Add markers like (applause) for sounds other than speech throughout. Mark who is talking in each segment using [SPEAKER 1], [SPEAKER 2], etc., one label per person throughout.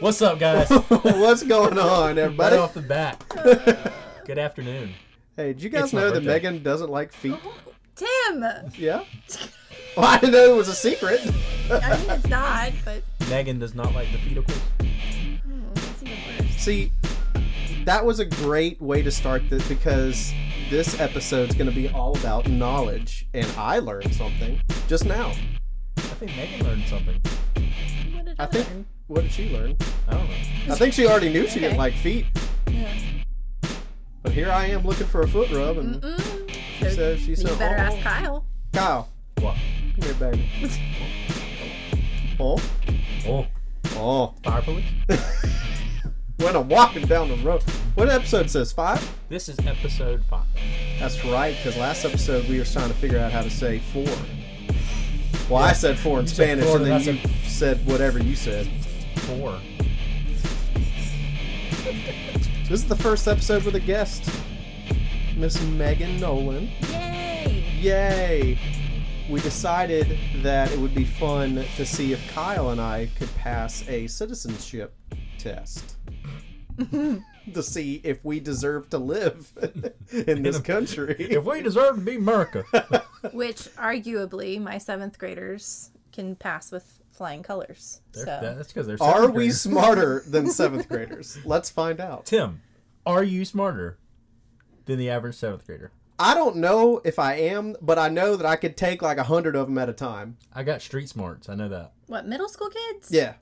[SPEAKER 1] What's up,
[SPEAKER 2] (laughs)
[SPEAKER 1] guys?
[SPEAKER 2] What's going on,
[SPEAKER 1] right
[SPEAKER 2] everybody?
[SPEAKER 1] off the
[SPEAKER 2] (laughs)
[SPEAKER 1] bat. Good afternoon.
[SPEAKER 2] Hey, did you guys
[SPEAKER 1] It's my
[SPEAKER 2] know that
[SPEAKER 1] birthday.
[SPEAKER 2] Megan doesn't like feet?
[SPEAKER 3] Tim!
[SPEAKER 2] Yeah. Well, I didn't know it was a secret.
[SPEAKER 3] I mean, it's not, but
[SPEAKER 1] Megan does not like the fetal quiz.
[SPEAKER 3] oh, that's even worse.
[SPEAKER 2] See, that was a great way to start this because this episode's going to be all about knowledge, and I learned something just now.
[SPEAKER 1] I think Megan learned something.
[SPEAKER 3] What did
[SPEAKER 2] I think.
[SPEAKER 3] learn?
[SPEAKER 2] What did she learn?
[SPEAKER 1] I don't know.
[SPEAKER 2] I think she already knew she didn't
[SPEAKER 3] Okay.
[SPEAKER 2] like feet,
[SPEAKER 3] Yeah.
[SPEAKER 2] but here I am looking for a foot rub, and
[SPEAKER 3] Mm-mm.
[SPEAKER 2] she said, she
[SPEAKER 3] Mm. You
[SPEAKER 2] said,
[SPEAKER 3] better
[SPEAKER 2] "Oh,
[SPEAKER 3] ask Kyle.
[SPEAKER 2] Kyle,
[SPEAKER 1] What?
[SPEAKER 2] come here, baby. oh,
[SPEAKER 1] Oh,
[SPEAKER 2] oh.
[SPEAKER 1] fire police?
[SPEAKER 2] When I'm walking down the road, what episode says five?
[SPEAKER 1] This is episode five.
[SPEAKER 2] That's right, because last episode we were trying to figure out how to say four. Well, I said four in
[SPEAKER 1] You said
[SPEAKER 2] Spanish,
[SPEAKER 1] four,
[SPEAKER 2] and then
[SPEAKER 1] and
[SPEAKER 2] you
[SPEAKER 1] I
[SPEAKER 2] said whatever you said.
[SPEAKER 1] Four.
[SPEAKER 2] This is the first episode with a guest, Miss Megan Nolan.
[SPEAKER 3] Yay!
[SPEAKER 2] Yay! We decided that it would be fun to see if Kyle and I could pass a citizenship
[SPEAKER 1] (laughs)
[SPEAKER 2] test to see if we deserve to live (laughs) in this
[SPEAKER 1] a-
[SPEAKER 2] country.
[SPEAKER 1] If we deserve to be
[SPEAKER 2] (laughs)
[SPEAKER 1] America.
[SPEAKER 3] Which arguably my seventh graders can pass with flying colors.
[SPEAKER 1] They're-
[SPEAKER 3] so
[SPEAKER 1] that- That's because they're
[SPEAKER 2] Are
[SPEAKER 1] seventh
[SPEAKER 2] we
[SPEAKER 1] graders.
[SPEAKER 2] smarter than seventh graders? Let's find out.
[SPEAKER 1] Tim, are you smarter than the average seventh grader?
[SPEAKER 2] I don't know if I am, but I know that I could take like a hundred of them at a time.
[SPEAKER 1] I got street smarts. I know that.
[SPEAKER 3] what middle school kids?
[SPEAKER 2] Yeah,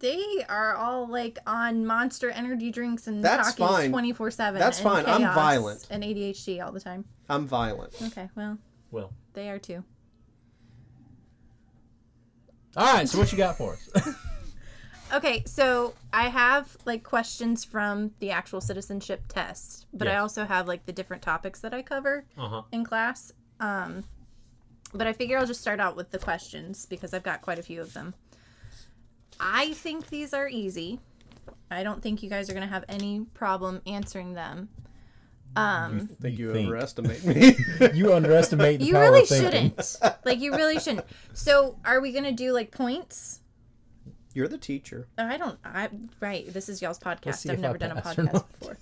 [SPEAKER 3] They are all like on monster energy drinks and
[SPEAKER 2] That's fine.
[SPEAKER 3] talkies twenty four seven.
[SPEAKER 2] That's fine. I'm violent.
[SPEAKER 3] and ADHD all the time.
[SPEAKER 2] I'm violent.
[SPEAKER 3] Okay, well
[SPEAKER 1] Well.
[SPEAKER 3] they are too.
[SPEAKER 1] All right, so what you got for us?
[SPEAKER 3] Okay, so I have like questions from the actual citizenship test, but I
[SPEAKER 1] Yes.
[SPEAKER 3] also have like the different topics that I cover
[SPEAKER 1] uh-huh.
[SPEAKER 3] in class. Um, but I figure I'll just start out with the questions because I've got quite a few of them. I think these are easy. I don't think you guys are going to have any problem answering them. Um,
[SPEAKER 2] I think (laughs) you,
[SPEAKER 1] think.
[SPEAKER 2] overestimate me. (laughs)
[SPEAKER 1] You underestimate the
[SPEAKER 3] you
[SPEAKER 1] power
[SPEAKER 3] really
[SPEAKER 1] of thinking.
[SPEAKER 3] shouldn't. Like, you really shouldn't. So, are we going to do like points?
[SPEAKER 2] You're the teacher.
[SPEAKER 3] Oh, I don't. I right. This is y'all's podcast.
[SPEAKER 1] see
[SPEAKER 3] I've
[SPEAKER 1] if
[SPEAKER 3] never
[SPEAKER 1] I
[SPEAKER 3] done a
[SPEAKER 1] pass or
[SPEAKER 3] podcast
[SPEAKER 1] not.
[SPEAKER 3] before.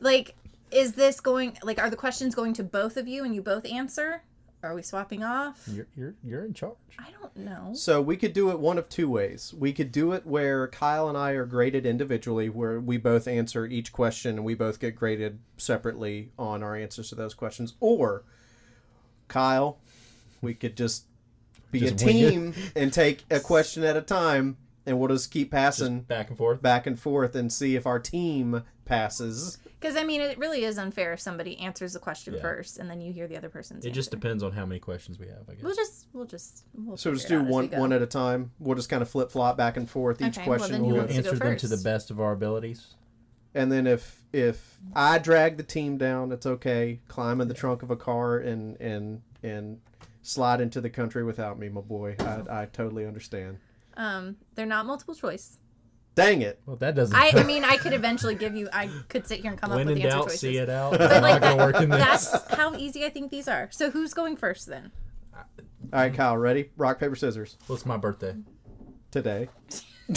[SPEAKER 3] Like, is this going? Like, are the questions going to both of you and you both answer? Are we swapping off?
[SPEAKER 1] You're, you're, you're in charge.
[SPEAKER 3] I don't know.
[SPEAKER 2] So we could do it one of two ways. We could do it where Kyle and I are graded individually, where we both answer each question and we both get graded separately on our answers to those questions. Or Kyle, we could just be a
[SPEAKER 1] Just wing it.
[SPEAKER 2] team and take a question at a time, and we'll just keep passing.
[SPEAKER 1] Back and forth.
[SPEAKER 2] back and forth and see if our team passes.
[SPEAKER 3] Because I mean, it really is unfair if somebody answers the question
[SPEAKER 1] Yeah.
[SPEAKER 3] first and then you hear the other person's.
[SPEAKER 1] It just
[SPEAKER 3] answer.
[SPEAKER 1] depends on how many questions we have, I guess.
[SPEAKER 3] We'll just. We'll just. We'll
[SPEAKER 2] So just
[SPEAKER 3] figure
[SPEAKER 2] do
[SPEAKER 3] it out as
[SPEAKER 2] one
[SPEAKER 3] we go.
[SPEAKER 2] one at a time. We'll just kind of flip flop back and forth each
[SPEAKER 3] Okay, well,
[SPEAKER 2] question.
[SPEAKER 3] then who
[SPEAKER 2] we'll
[SPEAKER 3] wants
[SPEAKER 2] go-
[SPEAKER 3] to go
[SPEAKER 1] answer them to the
[SPEAKER 3] first?
[SPEAKER 1] best of our abilities.
[SPEAKER 2] and then if if I drag the team down, it's okay. Climb in the trunk of a car and and and slide into the country without me, my boy. I, I totally understand.
[SPEAKER 3] Um, they're not
[SPEAKER 1] (laughs)
[SPEAKER 3] multiple choice.
[SPEAKER 2] Dang it!
[SPEAKER 1] Well, that doesn't.
[SPEAKER 3] I, I
[SPEAKER 1] (laughs)
[SPEAKER 3] mean, I could eventually give you. I could sit here and come
[SPEAKER 1] when
[SPEAKER 3] up with
[SPEAKER 1] in
[SPEAKER 3] the answer
[SPEAKER 1] doubt,
[SPEAKER 3] choices.
[SPEAKER 1] see it out.
[SPEAKER 3] But
[SPEAKER 1] I'm not
[SPEAKER 3] like
[SPEAKER 1] gonna work
[SPEAKER 3] that,
[SPEAKER 1] in this.
[SPEAKER 3] that's how easy I think these are. So who's going first then?
[SPEAKER 2] All right, Kyle, ready? Rock paper scissors
[SPEAKER 1] What's my birthday?
[SPEAKER 3] (laughs)
[SPEAKER 2] today. (laughs)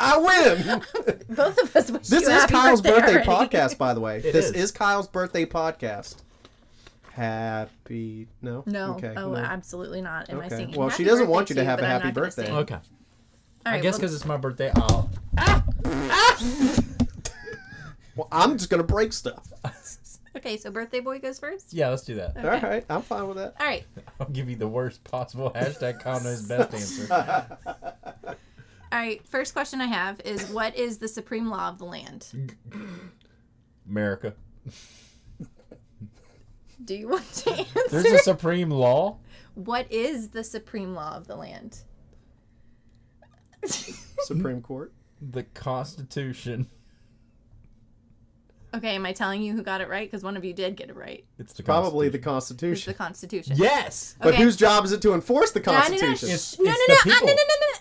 [SPEAKER 2] I win.
[SPEAKER 3] Both of us wish
[SPEAKER 2] This
[SPEAKER 3] you a
[SPEAKER 2] is
[SPEAKER 3] happy (laughs)
[SPEAKER 2] Kyle's birthday,
[SPEAKER 3] birthday already.
[SPEAKER 2] podcast, by the way.
[SPEAKER 1] It
[SPEAKER 2] this is.
[SPEAKER 1] is.
[SPEAKER 2] Kyle's birthday podcast. Happy no.
[SPEAKER 3] No,
[SPEAKER 2] Okay.
[SPEAKER 3] oh,
[SPEAKER 2] no.
[SPEAKER 3] absolutely not. Am I
[SPEAKER 2] Okay.
[SPEAKER 3] singing?
[SPEAKER 2] Well, she
[SPEAKER 3] happy
[SPEAKER 2] doesn't
[SPEAKER 3] birthday
[SPEAKER 2] want you to have a
[SPEAKER 3] but I'm
[SPEAKER 2] happy
[SPEAKER 3] not gonna
[SPEAKER 2] birthday.
[SPEAKER 3] sing.
[SPEAKER 1] Okay.
[SPEAKER 3] All
[SPEAKER 1] I
[SPEAKER 3] right,
[SPEAKER 1] guess
[SPEAKER 3] well, ah!
[SPEAKER 1] because it's my birthday, I'll.
[SPEAKER 2] Well, I'm just gonna break stuff.
[SPEAKER 3] (laughs) okay, so birthday boy goes first.
[SPEAKER 1] Yeah, let's do that.
[SPEAKER 2] All right, I'm fine with that.
[SPEAKER 3] All right,
[SPEAKER 1] I'll give you the worst possible hashtag Connor's best
[SPEAKER 2] (laughs)
[SPEAKER 1] answer.
[SPEAKER 3] all right. First question I have is, what is the supreme law of the land?
[SPEAKER 1] America.
[SPEAKER 3] Do you want to
[SPEAKER 1] There's
[SPEAKER 3] answer?
[SPEAKER 1] a supreme law.
[SPEAKER 3] What is the supreme law of the land? (laughs)
[SPEAKER 1] (laughs)
[SPEAKER 2] Supreme Court.
[SPEAKER 1] The Constitution.
[SPEAKER 3] Okay, am I telling you who got it right? Because one of you did get it right.
[SPEAKER 1] It's the
[SPEAKER 2] Probably the
[SPEAKER 1] Constitution.
[SPEAKER 3] It's
[SPEAKER 2] Constitution.
[SPEAKER 3] the Constitution.
[SPEAKER 1] Yes.
[SPEAKER 2] But
[SPEAKER 3] Okay.
[SPEAKER 2] whose job is it to enforce the
[SPEAKER 3] No, no, no,
[SPEAKER 2] Constitution?
[SPEAKER 1] It's-
[SPEAKER 3] no, no,
[SPEAKER 1] it's
[SPEAKER 3] no,
[SPEAKER 1] the
[SPEAKER 3] uh, no,
[SPEAKER 1] people.
[SPEAKER 3] no, no, no,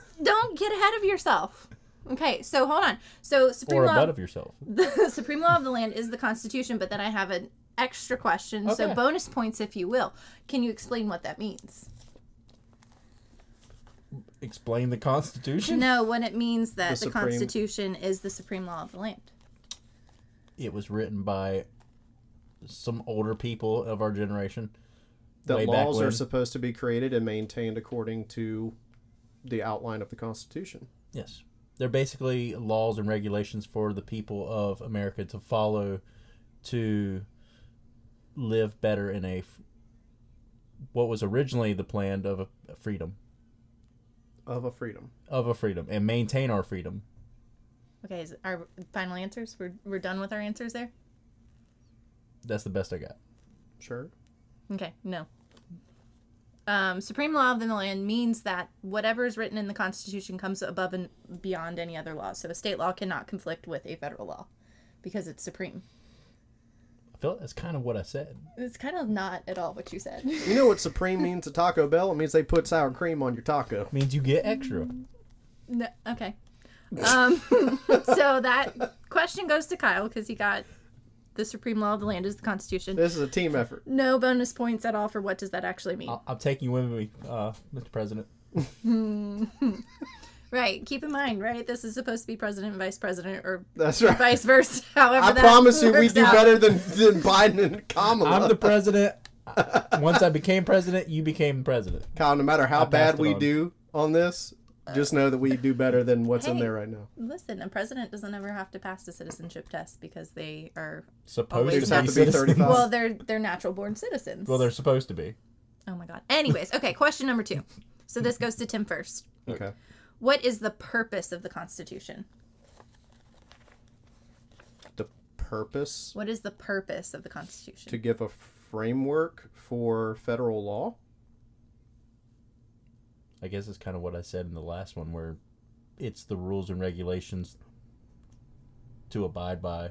[SPEAKER 3] no. Don't get ahead of yourself. Okay, so hold on. So supreme
[SPEAKER 1] Or
[SPEAKER 3] law,
[SPEAKER 1] above of yourself.
[SPEAKER 3] the (laughs) supreme law of the land is the Constitution, but then I have an extra question. So
[SPEAKER 1] Okay.
[SPEAKER 3] bonus points, if you will. Can you explain what that means?
[SPEAKER 1] explain the Constitution?
[SPEAKER 3] No, when it means that
[SPEAKER 2] The
[SPEAKER 3] the,
[SPEAKER 2] supreme-
[SPEAKER 3] Constitution is the supreme law of the land.
[SPEAKER 1] It was written by some older people of our generation.
[SPEAKER 2] That
[SPEAKER 1] Way back
[SPEAKER 2] laws are
[SPEAKER 1] when.
[SPEAKER 2] supposed to be created and maintained according to the outline of the Constitution.
[SPEAKER 1] Yes. They're basically laws and regulations for the people of America to follow to live better in a f- what was originally the plan of a a freedom
[SPEAKER 2] Of a freedom.
[SPEAKER 1] of a freedom and maintain our freedom.
[SPEAKER 3] Okay, is our final answers? We're, we're done with our answers there?
[SPEAKER 1] That's the best I got.
[SPEAKER 2] Sure.
[SPEAKER 3] Okay, no. Um, supreme law of the land means that whatever is written in the Constitution comes above and beyond any other law. So a state law cannot conflict with a federal law because it's supreme.
[SPEAKER 1] I feel that's kind of what I said.
[SPEAKER 3] It's kind of not at all what you said.
[SPEAKER 2] You know what supreme means to Taco Bell? It means they put sour cream on your taco.
[SPEAKER 1] means you get extra.
[SPEAKER 3] no, okay. Um, (laughs) so that question goes to Kyle because he got the supreme law of the land is the Constitution.
[SPEAKER 2] This is a team effort.
[SPEAKER 3] No bonus points at all for what does that actually mean.
[SPEAKER 2] Oh.
[SPEAKER 1] I'll, I'm taking you with me, uh, Mr. President.
[SPEAKER 3] Right. Keep in mind, right? This is supposed to be president and vice president or
[SPEAKER 2] That's right.
[SPEAKER 3] vice versa. (laughs) However,
[SPEAKER 2] I
[SPEAKER 3] that
[SPEAKER 2] promise you, we
[SPEAKER 3] (laughs) works
[SPEAKER 2] do
[SPEAKER 3] out.
[SPEAKER 2] better than, than Biden and Kamala.
[SPEAKER 1] I'm the president. (laughs) Once I became president, you became president.
[SPEAKER 2] Kyle, no matter how
[SPEAKER 1] passed
[SPEAKER 2] bad
[SPEAKER 1] it
[SPEAKER 2] we
[SPEAKER 1] on.
[SPEAKER 2] do on this, just know that we do better than what's in
[SPEAKER 3] Hey.
[SPEAKER 2] there right now.
[SPEAKER 3] Listen, a president doesn't ever have to pass the citizenship test because they are
[SPEAKER 1] Supposed
[SPEAKER 3] Always
[SPEAKER 1] to,
[SPEAKER 3] have
[SPEAKER 1] be
[SPEAKER 3] to
[SPEAKER 2] be
[SPEAKER 1] citizens.
[SPEAKER 2] 35.
[SPEAKER 3] well, they're they're natural born
[SPEAKER 1] (laughs)
[SPEAKER 3] citizens.
[SPEAKER 1] Well, they're supposed to be.
[SPEAKER 3] oh my god. Anyways, okay, question number two. So this goes to Tim first.
[SPEAKER 2] Okay.
[SPEAKER 3] What is the purpose of the Constitution?
[SPEAKER 2] The purpose
[SPEAKER 3] What is the purpose of the Constitution?
[SPEAKER 2] to give a framework for federal law.
[SPEAKER 1] I guess it's kind of what I said in the last one, where it's the rules and regulations to abide by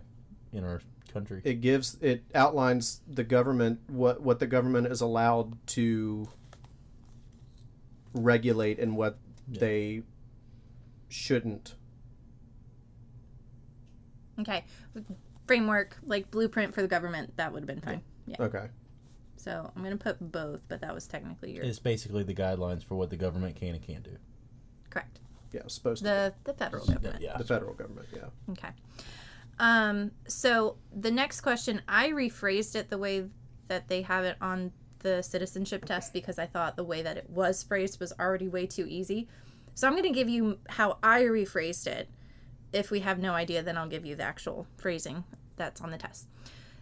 [SPEAKER 1] in our country.
[SPEAKER 2] It gives it outlines the government what what the government is allowed to regulate and what they shouldn't.
[SPEAKER 3] okay. Framework, like blueprint for the government, that would have been fine. Yeah.
[SPEAKER 2] Okay.
[SPEAKER 3] So I'm gonna put both, but that was technically your
[SPEAKER 1] It's basically the guidelines for what the government can and can't do.
[SPEAKER 3] correct.
[SPEAKER 2] Yeah, supposed to.
[SPEAKER 3] The the federal government.
[SPEAKER 1] Yeah.
[SPEAKER 2] The federal government, yeah.
[SPEAKER 3] Okay. Um, so the next question, I rephrased it the way that they have it on the citizenship test because I thought the way that it was phrased was already way too easy. So I'm going to give you how I rephrased it. If we have no idea, then I'll give you the actual phrasing that's on the test.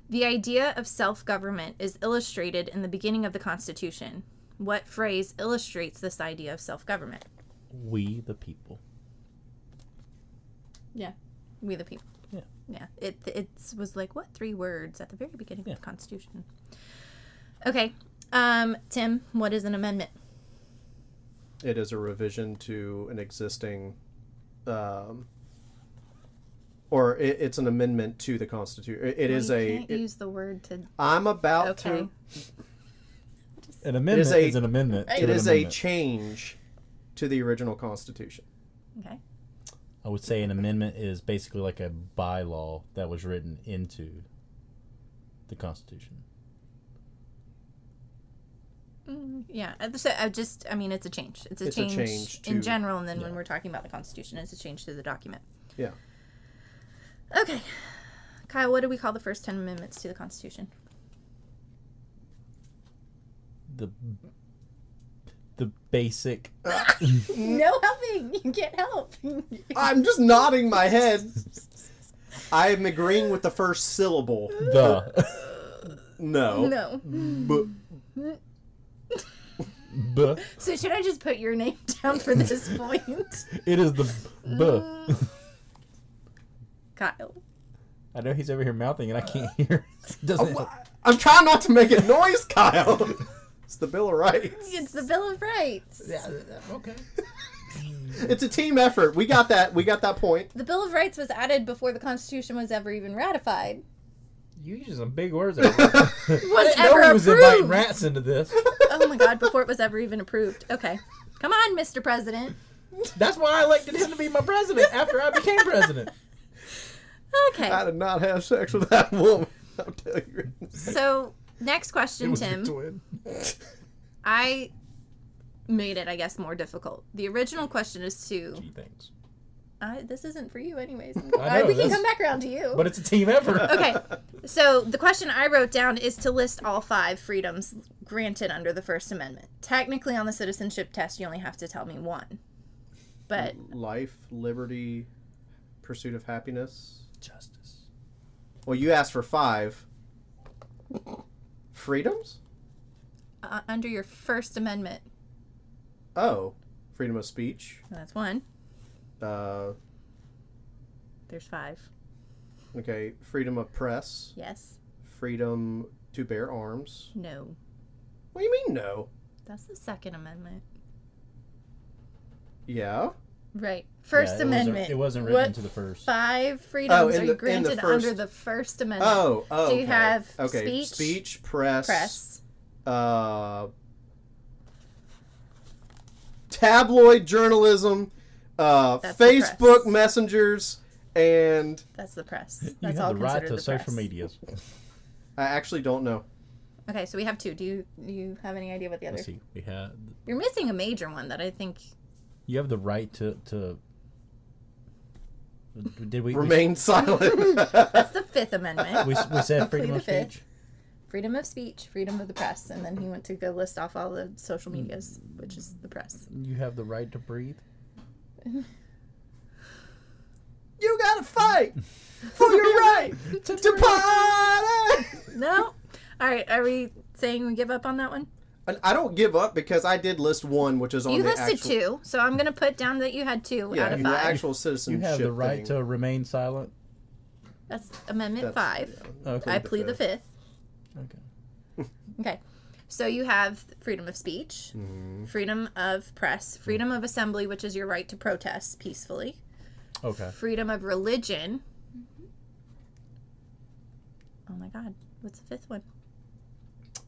[SPEAKER 3] The idea of self government is illustrated in the beginning of the Constitution. What phrase illustrates this idea of self government?
[SPEAKER 1] We the people.
[SPEAKER 3] We the people.
[SPEAKER 1] Yeah.
[SPEAKER 3] Yeah. It it was like what three words at the very beginning
[SPEAKER 1] Yeah.
[SPEAKER 3] of the Constitution. Okay. Um, Tim, what is an amendment?
[SPEAKER 2] It is a revision to an existing, um, or it, it's an amendment to the Constitution. It, it is
[SPEAKER 3] you
[SPEAKER 2] a.
[SPEAKER 3] Can't
[SPEAKER 2] it-
[SPEAKER 3] use the word to.
[SPEAKER 2] I'm about
[SPEAKER 3] Okay.
[SPEAKER 2] to.
[SPEAKER 1] An amendment is,
[SPEAKER 2] a-
[SPEAKER 1] an amendment. to
[SPEAKER 2] It
[SPEAKER 1] an
[SPEAKER 2] is a
[SPEAKER 1] amendment.
[SPEAKER 2] change to the original Constitution.
[SPEAKER 3] Okay.
[SPEAKER 1] I would say an amendment is basically like a bylaw that was written into the Constitution. Mm-hmm.
[SPEAKER 3] Mm, yeah. Uh, So I just, I mean, it's a change. It's a
[SPEAKER 2] It's a
[SPEAKER 3] change,
[SPEAKER 2] change to-
[SPEAKER 3] in general, and then when
[SPEAKER 1] yeah.
[SPEAKER 3] we're talking about the Constitution, it's a change to the document.
[SPEAKER 2] Yeah.
[SPEAKER 3] Okay. Kyle, what do we call the first ten amendments to the Constitution?
[SPEAKER 1] The the
[SPEAKER 2] (laughs)
[SPEAKER 1] basic
[SPEAKER 3] no helping. You can't help.
[SPEAKER 2] I'm just nodding my
[SPEAKER 3] (laughs)
[SPEAKER 2] head. I am agreeing with the first syllable.
[SPEAKER 1] the
[SPEAKER 2] No.
[SPEAKER 3] no.
[SPEAKER 2] Bu-
[SPEAKER 1] b.
[SPEAKER 3] So should I just put your name down for this
[SPEAKER 2] (laughs)
[SPEAKER 3] point?
[SPEAKER 1] It is the
[SPEAKER 2] Mm.
[SPEAKER 1] b.
[SPEAKER 3] Kyle.
[SPEAKER 1] I know he's over here mouthing and I can't (laughs) hear. It doesn't.
[SPEAKER 2] Oh, I'm trying not to make a noise,
[SPEAKER 3] (laughs)
[SPEAKER 2] Kyle. It's the Bill of Rights.
[SPEAKER 3] It's the Bill of Rights.
[SPEAKER 1] okay.
[SPEAKER 2] It's a team effort. We got that. We got that
[SPEAKER 3] (laughs)
[SPEAKER 2] point.
[SPEAKER 3] The Bill of Rights was added before the Constitution was ever even ratified.
[SPEAKER 1] You using some big words. over there.
[SPEAKER 3] Was
[SPEAKER 1] No
[SPEAKER 3] ever
[SPEAKER 1] one was inviting
[SPEAKER 3] approved.
[SPEAKER 1] rats into this.
[SPEAKER 3] oh my God! Before it was ever even approved. Okay, come on, Mr. President.
[SPEAKER 1] That's why I elected him to be my president after I became
[SPEAKER 3] (laughs)
[SPEAKER 1] president.
[SPEAKER 2] I
[SPEAKER 1] Uh,
[SPEAKER 3] Okay.
[SPEAKER 2] did not have sex with that woman. (laughs) I'll tell you.
[SPEAKER 3] So next question, Tim.
[SPEAKER 1] twin.
[SPEAKER 3] I made it, I guess, more difficult. The original question is to.
[SPEAKER 1] Gee, thanks.
[SPEAKER 3] I, this isn't for you, anyways.
[SPEAKER 1] I know,
[SPEAKER 3] Uh, we can
[SPEAKER 1] this-
[SPEAKER 3] come back around to you.
[SPEAKER 1] But it's a team effort.
[SPEAKER 3] (laughs) okay, so the question I wrote down is to list all five freedoms granted under the First Amendment. Technically, on the citizenship test, you only have to tell me one. But
[SPEAKER 2] Life, liberty, pursuit of happiness.
[SPEAKER 1] Justice.
[SPEAKER 2] Well, you asked for five. Freedoms?
[SPEAKER 3] uh, under your First Amendment,
[SPEAKER 2] Oh, freedom of speech.
[SPEAKER 3] that's one.
[SPEAKER 2] Uh,
[SPEAKER 3] There's five.
[SPEAKER 2] okay, freedom of press.
[SPEAKER 3] Yes.
[SPEAKER 2] Freedom to bear arms.
[SPEAKER 3] No.
[SPEAKER 2] What do you mean, no?
[SPEAKER 3] That's the Second Amendment.
[SPEAKER 2] Yeah.
[SPEAKER 3] Right. First
[SPEAKER 1] Yeah, it wasn't-
[SPEAKER 3] Amendment.
[SPEAKER 1] It wasn't
[SPEAKER 3] What
[SPEAKER 1] written into the first. Oh,
[SPEAKER 3] five
[SPEAKER 2] in
[SPEAKER 3] freedoms
[SPEAKER 2] the-
[SPEAKER 3] are you
[SPEAKER 2] in the
[SPEAKER 3] granted
[SPEAKER 2] first-
[SPEAKER 3] under the First Amendment?
[SPEAKER 2] Oh, oh.
[SPEAKER 3] So you
[SPEAKER 2] okay.
[SPEAKER 3] have
[SPEAKER 2] okay.
[SPEAKER 3] speech,
[SPEAKER 2] speech, press,
[SPEAKER 3] Press.
[SPEAKER 2] uh, tabloid journalism, uh,
[SPEAKER 3] That's the
[SPEAKER 2] Facebook
[SPEAKER 3] press.
[SPEAKER 2] messengers, and
[SPEAKER 3] That's the press.
[SPEAKER 1] You
[SPEAKER 3] That's
[SPEAKER 1] have
[SPEAKER 3] all
[SPEAKER 1] the right
[SPEAKER 3] considered
[SPEAKER 1] to
[SPEAKER 3] the
[SPEAKER 1] social
[SPEAKER 3] press. (laughs)
[SPEAKER 1] medias.
[SPEAKER 2] I actually don't know.
[SPEAKER 3] Okay, so we have two. Do you do you have any idea what the other?
[SPEAKER 1] Let's see. We have
[SPEAKER 3] You're missing a major one that I think.
[SPEAKER 1] you have the right to to. uh, Did we we-
[SPEAKER 2] (laughs) Remain silent.
[SPEAKER 3] That's the Fifth Amendment.
[SPEAKER 1] (laughs) We, we
[SPEAKER 3] (laughs)
[SPEAKER 1] said freedom of
[SPEAKER 3] Plead the
[SPEAKER 1] speech.
[SPEAKER 3] freedom of speech, freedom of the press, and then he went to go list off all the social medias, which is the press.
[SPEAKER 1] You have the right to breathe.
[SPEAKER 2] you gotta fight for your right to party.
[SPEAKER 3] No. All right. Are we saying we give up on that one?
[SPEAKER 2] And I don't give up because I did list one, which is on
[SPEAKER 3] You
[SPEAKER 2] the
[SPEAKER 3] listed
[SPEAKER 2] actual,
[SPEAKER 3] two, so I'm gonna put down that you had two
[SPEAKER 2] yeah,
[SPEAKER 3] out of
[SPEAKER 2] the
[SPEAKER 3] five.
[SPEAKER 2] actual
[SPEAKER 1] You
[SPEAKER 2] citizenship.
[SPEAKER 1] have the right
[SPEAKER 2] thing.
[SPEAKER 1] to remain silent.
[SPEAKER 3] That's Amendment
[SPEAKER 2] That's-
[SPEAKER 3] Five.
[SPEAKER 1] Okay.
[SPEAKER 3] I plead the Fifth.
[SPEAKER 1] okay.
[SPEAKER 3] Okay. So you have freedom of speech,
[SPEAKER 2] Mm-hmm.
[SPEAKER 3] freedom of press, freedom of assembly, which is your right to protest peacefully,
[SPEAKER 1] Okay.
[SPEAKER 3] freedom of religion. Oh my God. What's the fifth one?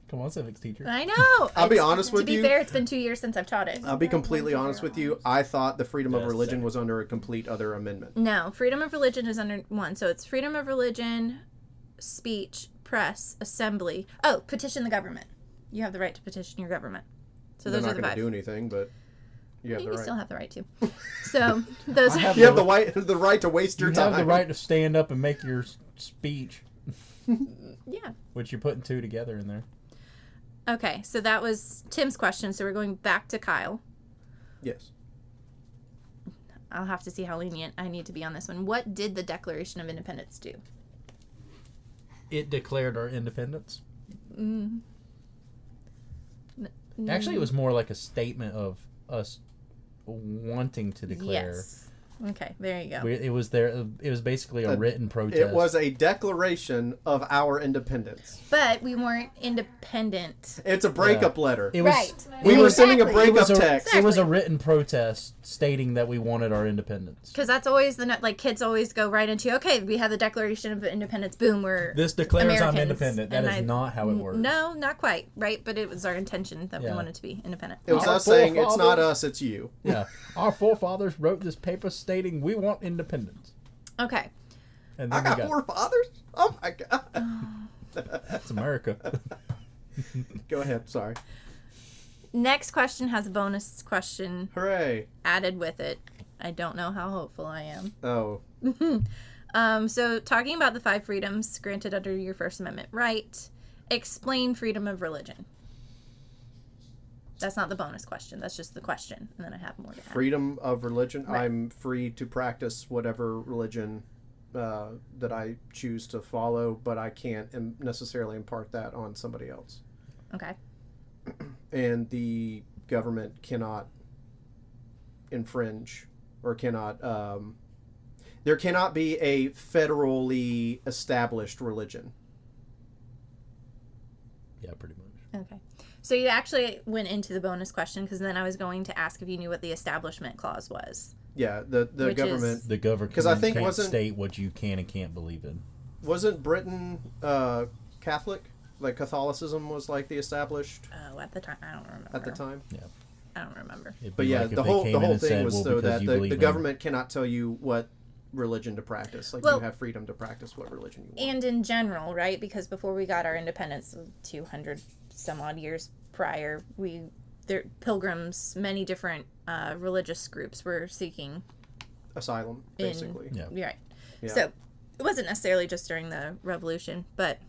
[SPEAKER 1] Come on, civics teacher.
[SPEAKER 3] I know.
[SPEAKER 2] I'll be
[SPEAKER 3] It's-
[SPEAKER 2] honest
[SPEAKER 3] to
[SPEAKER 2] with
[SPEAKER 3] be
[SPEAKER 2] you.
[SPEAKER 3] fair, it's been two years since I've taught it.
[SPEAKER 2] I'll be completely honest with you. I thought the freedom of
[SPEAKER 1] Yes,
[SPEAKER 2] religion
[SPEAKER 1] sir.
[SPEAKER 2] was under a complete other amendment.
[SPEAKER 3] No, freedom of religion is under one. So it's freedom of religion, speech, press, assembly. Oh, petition the government. You have the right to petition your government. So
[SPEAKER 2] They're
[SPEAKER 3] those
[SPEAKER 2] not
[SPEAKER 3] are the
[SPEAKER 2] gonna
[SPEAKER 3] five.
[SPEAKER 2] do anything, but you have
[SPEAKER 3] you
[SPEAKER 2] the right.
[SPEAKER 3] still have the
[SPEAKER 2] (laughs)
[SPEAKER 3] right to. So those
[SPEAKER 1] I
[SPEAKER 3] are
[SPEAKER 1] have
[SPEAKER 2] you have the right, the right to waste your
[SPEAKER 1] You
[SPEAKER 2] time.
[SPEAKER 1] have the right to stand up and make your s- speech,
[SPEAKER 3] (laughs) yeah.
[SPEAKER 1] which you're putting two together in there.
[SPEAKER 3] Okay, so that was Tim's question. So we're going back to Kyle.
[SPEAKER 2] Yes.
[SPEAKER 3] I'll have to see how lenient I need to be on this one. What did the Declaration of Independence do?
[SPEAKER 1] It declared our independence.
[SPEAKER 3] Mm.
[SPEAKER 1] Actually, it was more like a statement of us wanting to declare.
[SPEAKER 3] Yes. Okay, there you go.
[SPEAKER 1] We, it was there. It was basically a
[SPEAKER 2] Uh,
[SPEAKER 1] written protest.
[SPEAKER 2] It was a declaration of our independence.
[SPEAKER 3] But we weren't independent.
[SPEAKER 2] It's a breakup letter.
[SPEAKER 1] It was.
[SPEAKER 3] right.
[SPEAKER 2] we were sending a
[SPEAKER 3] Exactly.
[SPEAKER 1] It
[SPEAKER 2] breakup
[SPEAKER 1] was, a,
[SPEAKER 2] text.
[SPEAKER 1] it was a written protest stating that we wanted our independence.
[SPEAKER 3] Because that's always the no- like kids always go right into okay we have the Declaration of Independence boom we're
[SPEAKER 1] This declares
[SPEAKER 3] Americans,
[SPEAKER 1] I'm independent. That
[SPEAKER 3] and
[SPEAKER 1] is
[SPEAKER 3] I-
[SPEAKER 1] not how it works.
[SPEAKER 3] no not quite right but it was our intention that we
[SPEAKER 1] Yeah.
[SPEAKER 3] wanted to be independent.
[SPEAKER 2] It was
[SPEAKER 1] Our
[SPEAKER 2] us saying, it's not
[SPEAKER 1] forefathers-
[SPEAKER 2] us, it's you.
[SPEAKER 1] Yeah. Our forefathers wrote this paper stating we want independence.
[SPEAKER 3] okay,
[SPEAKER 1] And
[SPEAKER 2] I
[SPEAKER 1] then
[SPEAKER 2] got,
[SPEAKER 1] we got
[SPEAKER 2] forefathers? Oh my God.
[SPEAKER 1] (laughs) it's
[SPEAKER 2] (laughs)
[SPEAKER 1] America.
[SPEAKER 2] Go ahead. Sorry.
[SPEAKER 3] next question has a bonus question
[SPEAKER 2] Hooray.
[SPEAKER 3] added with it. I don't know how hopeful I am.
[SPEAKER 2] Oh.
[SPEAKER 3] Um, so, talking about the five freedoms granted under your First Amendment right, explain freedom of religion. That's not the bonus question. That's just the question, and then I have more to add.
[SPEAKER 2] Freedom of religion.
[SPEAKER 3] Right.
[SPEAKER 2] I'm free to practice whatever religion uh, that I choose to follow, but I can't im- necessarily impart that on somebody else.
[SPEAKER 3] Okay.
[SPEAKER 2] and the government cannot infringe or cannot um, there cannot be a federally established religion
[SPEAKER 1] yeah, pretty much.
[SPEAKER 3] Okay. So you actually went into the bonus question because then I was going to ask if you knew what the Establishment Clause was.
[SPEAKER 2] yeah the the
[SPEAKER 3] Which
[SPEAKER 2] government
[SPEAKER 3] is-
[SPEAKER 1] The government
[SPEAKER 2] 'Cause I think
[SPEAKER 1] can't
[SPEAKER 2] wasn't-
[SPEAKER 1] state what you can and can't believe in.
[SPEAKER 2] wasn't britain uh, catholic like catholicism was like the established
[SPEAKER 3] Oh, at the time, I don't remember.
[SPEAKER 2] at the time
[SPEAKER 3] I don't remember.
[SPEAKER 1] It'd
[SPEAKER 2] but
[SPEAKER 1] be
[SPEAKER 2] yeah
[SPEAKER 1] like if
[SPEAKER 2] the
[SPEAKER 1] they
[SPEAKER 2] whole
[SPEAKER 1] came
[SPEAKER 2] the
[SPEAKER 1] in
[SPEAKER 2] whole
[SPEAKER 1] and
[SPEAKER 2] thing
[SPEAKER 1] said,
[SPEAKER 2] was
[SPEAKER 1] well,
[SPEAKER 2] so
[SPEAKER 1] because
[SPEAKER 2] that
[SPEAKER 1] you
[SPEAKER 2] the,
[SPEAKER 1] believe
[SPEAKER 2] the
[SPEAKER 1] in-
[SPEAKER 2] government cannot tell you what religion to practice like
[SPEAKER 3] Well-
[SPEAKER 2] you have freedom to practice what religion you want
[SPEAKER 3] And in general, right? Because before we got our independence, 200 some odd years prior, we their pilgrims, many different uh, religious groups were seeking.
[SPEAKER 2] Asylum,
[SPEAKER 3] In-
[SPEAKER 2] basically.
[SPEAKER 1] Yeah.
[SPEAKER 3] You're right.
[SPEAKER 2] Yeah.
[SPEAKER 3] So it wasn't necessarily just during the revolution, but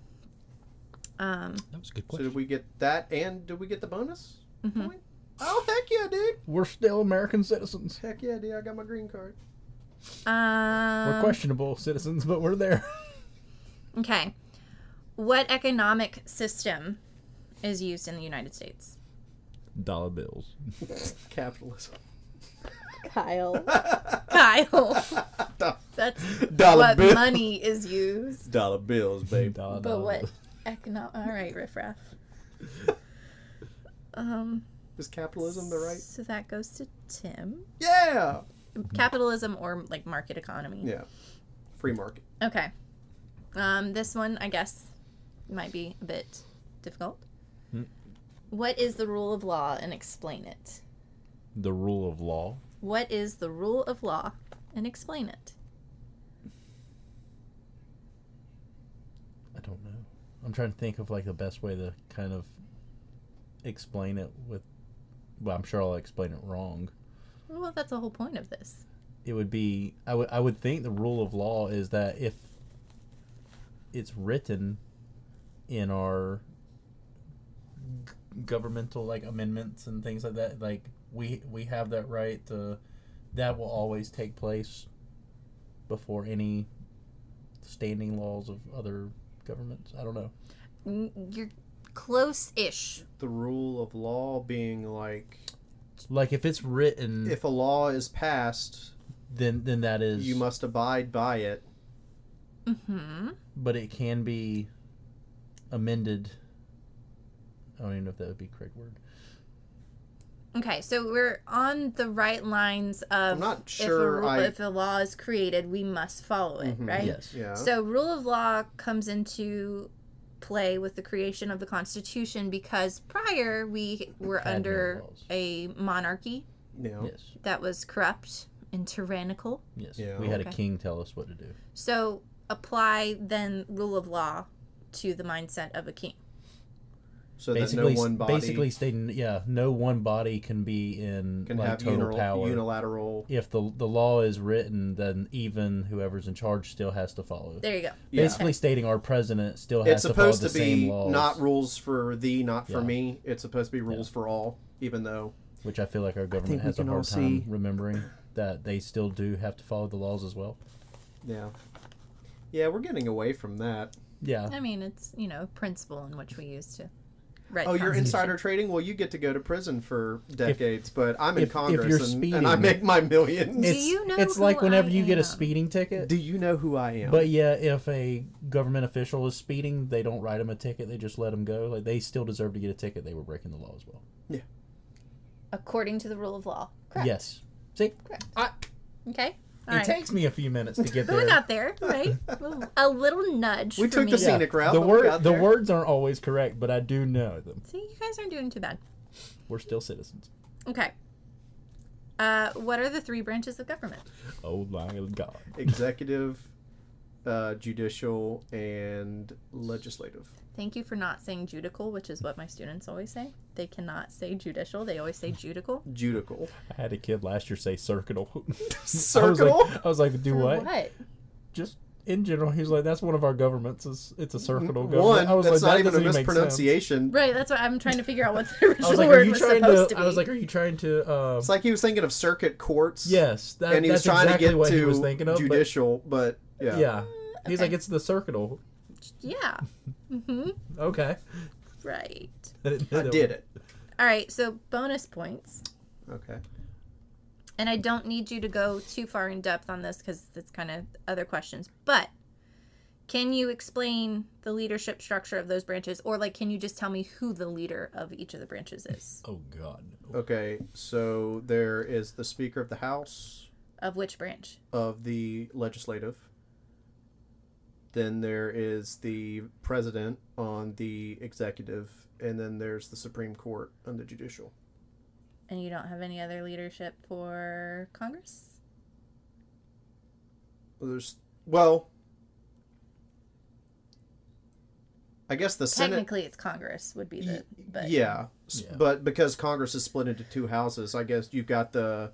[SPEAKER 3] um,
[SPEAKER 4] That was a good
[SPEAKER 2] So
[SPEAKER 4] question.
[SPEAKER 2] did we get that, and did we get the bonus
[SPEAKER 3] Mm-hmm.
[SPEAKER 2] point? Oh heck yeah, dude!
[SPEAKER 1] We're still American citizens.
[SPEAKER 2] Heck yeah, dude! I got my
[SPEAKER 1] (laughs)
[SPEAKER 2] green card.
[SPEAKER 1] We're
[SPEAKER 3] um
[SPEAKER 1] questionable citizens, but we're there.
[SPEAKER 3] okay. What economic system is used in the United States?
[SPEAKER 4] (laughs) Dollar bills.
[SPEAKER 2] Capitalism.
[SPEAKER 3] Kyle. Kyle. That's
[SPEAKER 2] Dollar
[SPEAKER 3] what
[SPEAKER 2] bill.
[SPEAKER 3] money is used.
[SPEAKER 2] Dollar bills, babe.
[SPEAKER 4] Dollar,
[SPEAKER 3] But
[SPEAKER 4] dollar
[SPEAKER 3] what
[SPEAKER 4] bills.
[SPEAKER 3] economic? All right, riffraff. Um,
[SPEAKER 2] Is capitalism the right?
[SPEAKER 3] so that goes to Tim.
[SPEAKER 2] Yeah.
[SPEAKER 3] Capitalism or like market economy.
[SPEAKER 2] Yeah. Free market.
[SPEAKER 3] Okay. Um, this one, I guess, might be a bit difficult.
[SPEAKER 4] Hmm.
[SPEAKER 3] What is the rule of law and explain it?
[SPEAKER 1] The rule of law.
[SPEAKER 3] What is the rule of law and explain it?
[SPEAKER 1] I don't know. I'm trying to think of like the best way to kind of explain it with. Well, I'm sure I'll explain it wrong.
[SPEAKER 3] Well, that's the whole point of this.
[SPEAKER 1] It would be. I would. I would think the rule of law is that if it's written in our g- governmental like amendments and things like that, like we we have that right to. That will always take place before any standing laws of other governments. I don't know.
[SPEAKER 3] N- You're close-ish.
[SPEAKER 2] The rule of law being like,
[SPEAKER 1] Like if it's written,
[SPEAKER 2] if a law is passed,
[SPEAKER 1] then then that Mm. is.
[SPEAKER 2] you must abide by it.
[SPEAKER 3] Mm-hmm.
[SPEAKER 1] But it can be amended. I don't even know if that would be the correct word.
[SPEAKER 3] Okay, so we're on the right lines of
[SPEAKER 2] I'm not
[SPEAKER 3] if, a
[SPEAKER 2] sure
[SPEAKER 3] rule,
[SPEAKER 2] I-
[SPEAKER 3] if a law is created, we must follow it,
[SPEAKER 2] Mhm.
[SPEAKER 3] right?
[SPEAKER 1] Yes.
[SPEAKER 2] Yeah.
[SPEAKER 3] So rule of law comes into play with the creation of the Constitution because prior we were
[SPEAKER 1] Had no
[SPEAKER 3] under
[SPEAKER 1] laws.
[SPEAKER 3] a monarchy
[SPEAKER 2] yeah.
[SPEAKER 1] Yes.
[SPEAKER 3] that was corrupt and tyrannical.
[SPEAKER 1] Yes.
[SPEAKER 2] Yeah.
[SPEAKER 1] We had a
[SPEAKER 3] Okay.
[SPEAKER 1] king tell us what to do.
[SPEAKER 3] So apply then rule of law to the mindset of a king.
[SPEAKER 2] So
[SPEAKER 1] basically,
[SPEAKER 2] that no one body
[SPEAKER 1] basically stating, yeah, no one body can be in
[SPEAKER 2] can
[SPEAKER 1] like
[SPEAKER 2] have
[SPEAKER 1] total
[SPEAKER 2] unilateral-
[SPEAKER 1] power.
[SPEAKER 2] unilateral.
[SPEAKER 1] if the the law is written, then even whoever's in charge still has to follow.
[SPEAKER 3] There you go.
[SPEAKER 2] Yeah.
[SPEAKER 1] Basically stating our president still has
[SPEAKER 2] it's
[SPEAKER 1] to follow
[SPEAKER 2] supposed
[SPEAKER 1] the
[SPEAKER 2] to
[SPEAKER 1] same
[SPEAKER 2] be
[SPEAKER 1] laws,
[SPEAKER 2] not rules for thee, not for
[SPEAKER 1] Yeah.
[SPEAKER 2] me. It's supposed to be rules for all, even though
[SPEAKER 1] which I feel like our government
[SPEAKER 2] we
[SPEAKER 1] has a
[SPEAKER 2] can all
[SPEAKER 1] hard time
[SPEAKER 2] see-
[SPEAKER 1] remembering that they still do have to follow the laws as well.
[SPEAKER 2] yeah. Yeah, we're getting away from that.
[SPEAKER 1] Yeah.
[SPEAKER 3] I mean, it's you know principle in which we use to. Right.
[SPEAKER 2] Oh, you're insider trading? Well, you get to go to prison for decades, but I'm in
[SPEAKER 1] if- if
[SPEAKER 2] Congress
[SPEAKER 1] you're
[SPEAKER 2] and, and
[SPEAKER 1] speeding-
[SPEAKER 2] I make my millions.
[SPEAKER 1] It's-
[SPEAKER 3] you know
[SPEAKER 1] It's
[SPEAKER 3] who
[SPEAKER 1] like whenever
[SPEAKER 3] I
[SPEAKER 1] you get a
[SPEAKER 3] am?
[SPEAKER 1] speeding ticket.
[SPEAKER 2] Do you know who I am?
[SPEAKER 1] but yeah, if a government official is speeding, they don't write him a ticket. They just let him go. Like they still deserve to get a ticket. They were breaking the law as well.
[SPEAKER 3] According to the rule of law. Correct.
[SPEAKER 1] Yes. See,
[SPEAKER 3] Okay.
[SPEAKER 1] it
[SPEAKER 3] All right.
[SPEAKER 1] takes me a few minutes to get
[SPEAKER 3] But we
[SPEAKER 1] there.
[SPEAKER 3] got there, right?
[SPEAKER 2] (laughs)
[SPEAKER 3] a little nudge.
[SPEAKER 2] we
[SPEAKER 3] for
[SPEAKER 2] took
[SPEAKER 3] me.
[SPEAKER 2] the scenic route.
[SPEAKER 1] the
[SPEAKER 2] but we
[SPEAKER 1] word,
[SPEAKER 2] got
[SPEAKER 1] the
[SPEAKER 2] there.
[SPEAKER 1] words aren't always correct, but I do know them.
[SPEAKER 3] See, you guys aren't doing too bad.
[SPEAKER 1] We're still citizens.
[SPEAKER 3] Okay. Uh, what are the three branches of government?
[SPEAKER 4] Oh my god.
[SPEAKER 2] executive, uh, judicial, and legislative.
[SPEAKER 3] Thank you for not saying judical, which is what my students always say. They cannot say judicial; they always say judical.
[SPEAKER 2] Judical.
[SPEAKER 1] I had a kid last year say circuital. (laughs) I
[SPEAKER 2] Circle.
[SPEAKER 1] was like, I was like do
[SPEAKER 3] For
[SPEAKER 1] what? Just in general, he was like, that's one of our governments. It's, it's a circutal government.
[SPEAKER 2] Mm-hmm. One,
[SPEAKER 1] I was
[SPEAKER 2] that's
[SPEAKER 1] like,
[SPEAKER 2] not
[SPEAKER 1] that
[SPEAKER 2] even a
[SPEAKER 1] doesn't make sense.
[SPEAKER 2] mispronunciation.
[SPEAKER 3] Right. That's what I'm trying to figure out what the
[SPEAKER 1] (laughs) I
[SPEAKER 3] original
[SPEAKER 1] was like, are
[SPEAKER 3] word
[SPEAKER 1] you
[SPEAKER 3] was
[SPEAKER 1] trying
[SPEAKER 3] supposed
[SPEAKER 1] to?
[SPEAKER 3] to be.
[SPEAKER 1] I was like, are you trying to? Uh,
[SPEAKER 2] It's like he was thinking of circuit courts.
[SPEAKER 1] yes, that,
[SPEAKER 2] and he was
[SPEAKER 1] that's
[SPEAKER 2] trying
[SPEAKER 1] exactly
[SPEAKER 2] to get
[SPEAKER 1] what
[SPEAKER 2] to
[SPEAKER 1] he was thinking of. but-
[SPEAKER 2] judicial, but, yeah.
[SPEAKER 1] yeah, he's
[SPEAKER 3] okay.
[SPEAKER 1] like, it's the circuital.
[SPEAKER 3] yeah. hmm
[SPEAKER 1] Okay, (laughs)
[SPEAKER 3] Right.
[SPEAKER 2] I did it.
[SPEAKER 3] All right. So bonus points,
[SPEAKER 2] Okay.
[SPEAKER 3] and I don't need you to go too far in depth on this because it's kind of other questions. But can you explain the leadership structure of those branches, or like, can you just tell me who the leader of each of the branches is?
[SPEAKER 4] Oh god.
[SPEAKER 2] Okay, so there is the Speaker of the House
[SPEAKER 3] Of which branch?
[SPEAKER 2] of the Legislative. Then there is the President on the Executive, and then there's the Supreme Court on the Judicial.
[SPEAKER 3] And you don't have any other leadership for Congress?
[SPEAKER 2] Well, there's well. I guess the Senate.
[SPEAKER 3] Technically, it's Congress would be the. But
[SPEAKER 2] yeah. S-
[SPEAKER 1] Yeah.
[SPEAKER 2] but because Congress is split into two houses, I guess you've got the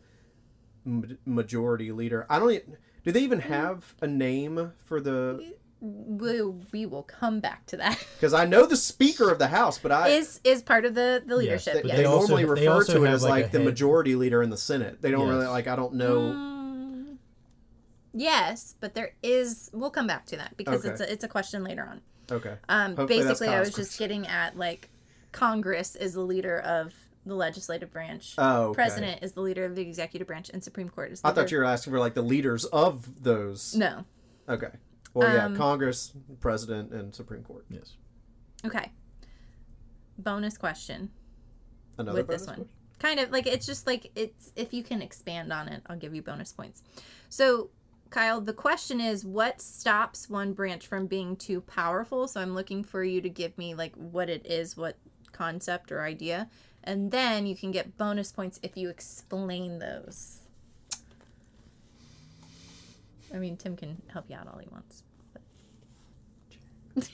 [SPEAKER 2] ma- majority leader. I don't. e- Do they
[SPEAKER 3] Mm.
[SPEAKER 2] even have a name for the?
[SPEAKER 3] we, we will come back to that. (laughs)
[SPEAKER 2] Because I know the Speaker of the House, but I
[SPEAKER 3] Is is part of the the leadership?
[SPEAKER 2] they,
[SPEAKER 1] but
[SPEAKER 3] yes.
[SPEAKER 2] they
[SPEAKER 1] They also-
[SPEAKER 2] normally
[SPEAKER 1] they
[SPEAKER 2] refer
[SPEAKER 1] also
[SPEAKER 2] to it
[SPEAKER 1] have,
[SPEAKER 2] as
[SPEAKER 1] like,
[SPEAKER 2] like,
[SPEAKER 1] a
[SPEAKER 2] the
[SPEAKER 1] head.
[SPEAKER 2] majority leader in the Senate. They don't really
[SPEAKER 1] Yes.
[SPEAKER 2] like. I don't know.
[SPEAKER 3] Mm, yes, but there is. We'll come back to that because
[SPEAKER 2] Okay.
[SPEAKER 3] it's a, it's a question later on.
[SPEAKER 2] Okay.
[SPEAKER 3] Um,
[SPEAKER 2] Hopefully that's
[SPEAKER 3] basically, I was
[SPEAKER 2] Congress.
[SPEAKER 3] just getting at like Congress is the leader of the legislative branch.
[SPEAKER 2] Oh, okay.
[SPEAKER 3] President is the leader of the executive branch, and Supreme Court is. The
[SPEAKER 2] I thought you were asking for like the leaders of those.
[SPEAKER 3] No.
[SPEAKER 2] Okay. Well, yeah,
[SPEAKER 3] Um,
[SPEAKER 2] Congress, President, and Supreme Court.
[SPEAKER 1] Yes.
[SPEAKER 3] Okay. Bonus question
[SPEAKER 2] Another
[SPEAKER 3] with this
[SPEAKER 2] bonus
[SPEAKER 3] one.
[SPEAKER 2] question?
[SPEAKER 3] Kind of like it's just like it's if you can expand on it, I'll give you bonus points. So, Kyle, the question is what stops one branch from being too powerful? So, I'm looking for you to give me like what it is, what concept or idea, and then you can get bonus points if you explain those. I mean, Tim can help you out all he wants.
[SPEAKER 2] (laughs)
[SPEAKER 3] but- (laughs)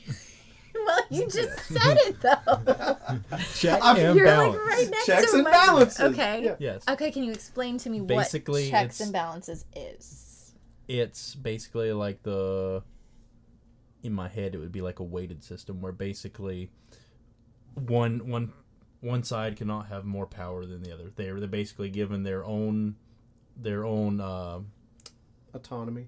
[SPEAKER 3] well, you just said it though.
[SPEAKER 4] Check
[SPEAKER 2] I'm-
[SPEAKER 3] (laughs)
[SPEAKER 4] and
[SPEAKER 3] You're
[SPEAKER 4] balance.
[SPEAKER 3] like right next
[SPEAKER 2] Checks
[SPEAKER 3] to
[SPEAKER 2] and
[SPEAKER 3] my-
[SPEAKER 2] balances.
[SPEAKER 3] Okay.
[SPEAKER 2] Yeah.
[SPEAKER 1] Yes.
[SPEAKER 3] Okay, can you explain to me
[SPEAKER 1] Basically,
[SPEAKER 3] what checks
[SPEAKER 1] it's-
[SPEAKER 3] and balances is?
[SPEAKER 1] it's basically like the in my head it would be like a weighted system where basically one one one side cannot have more power than the other they're they're basically given their own their own uh,
[SPEAKER 2] Autonomy.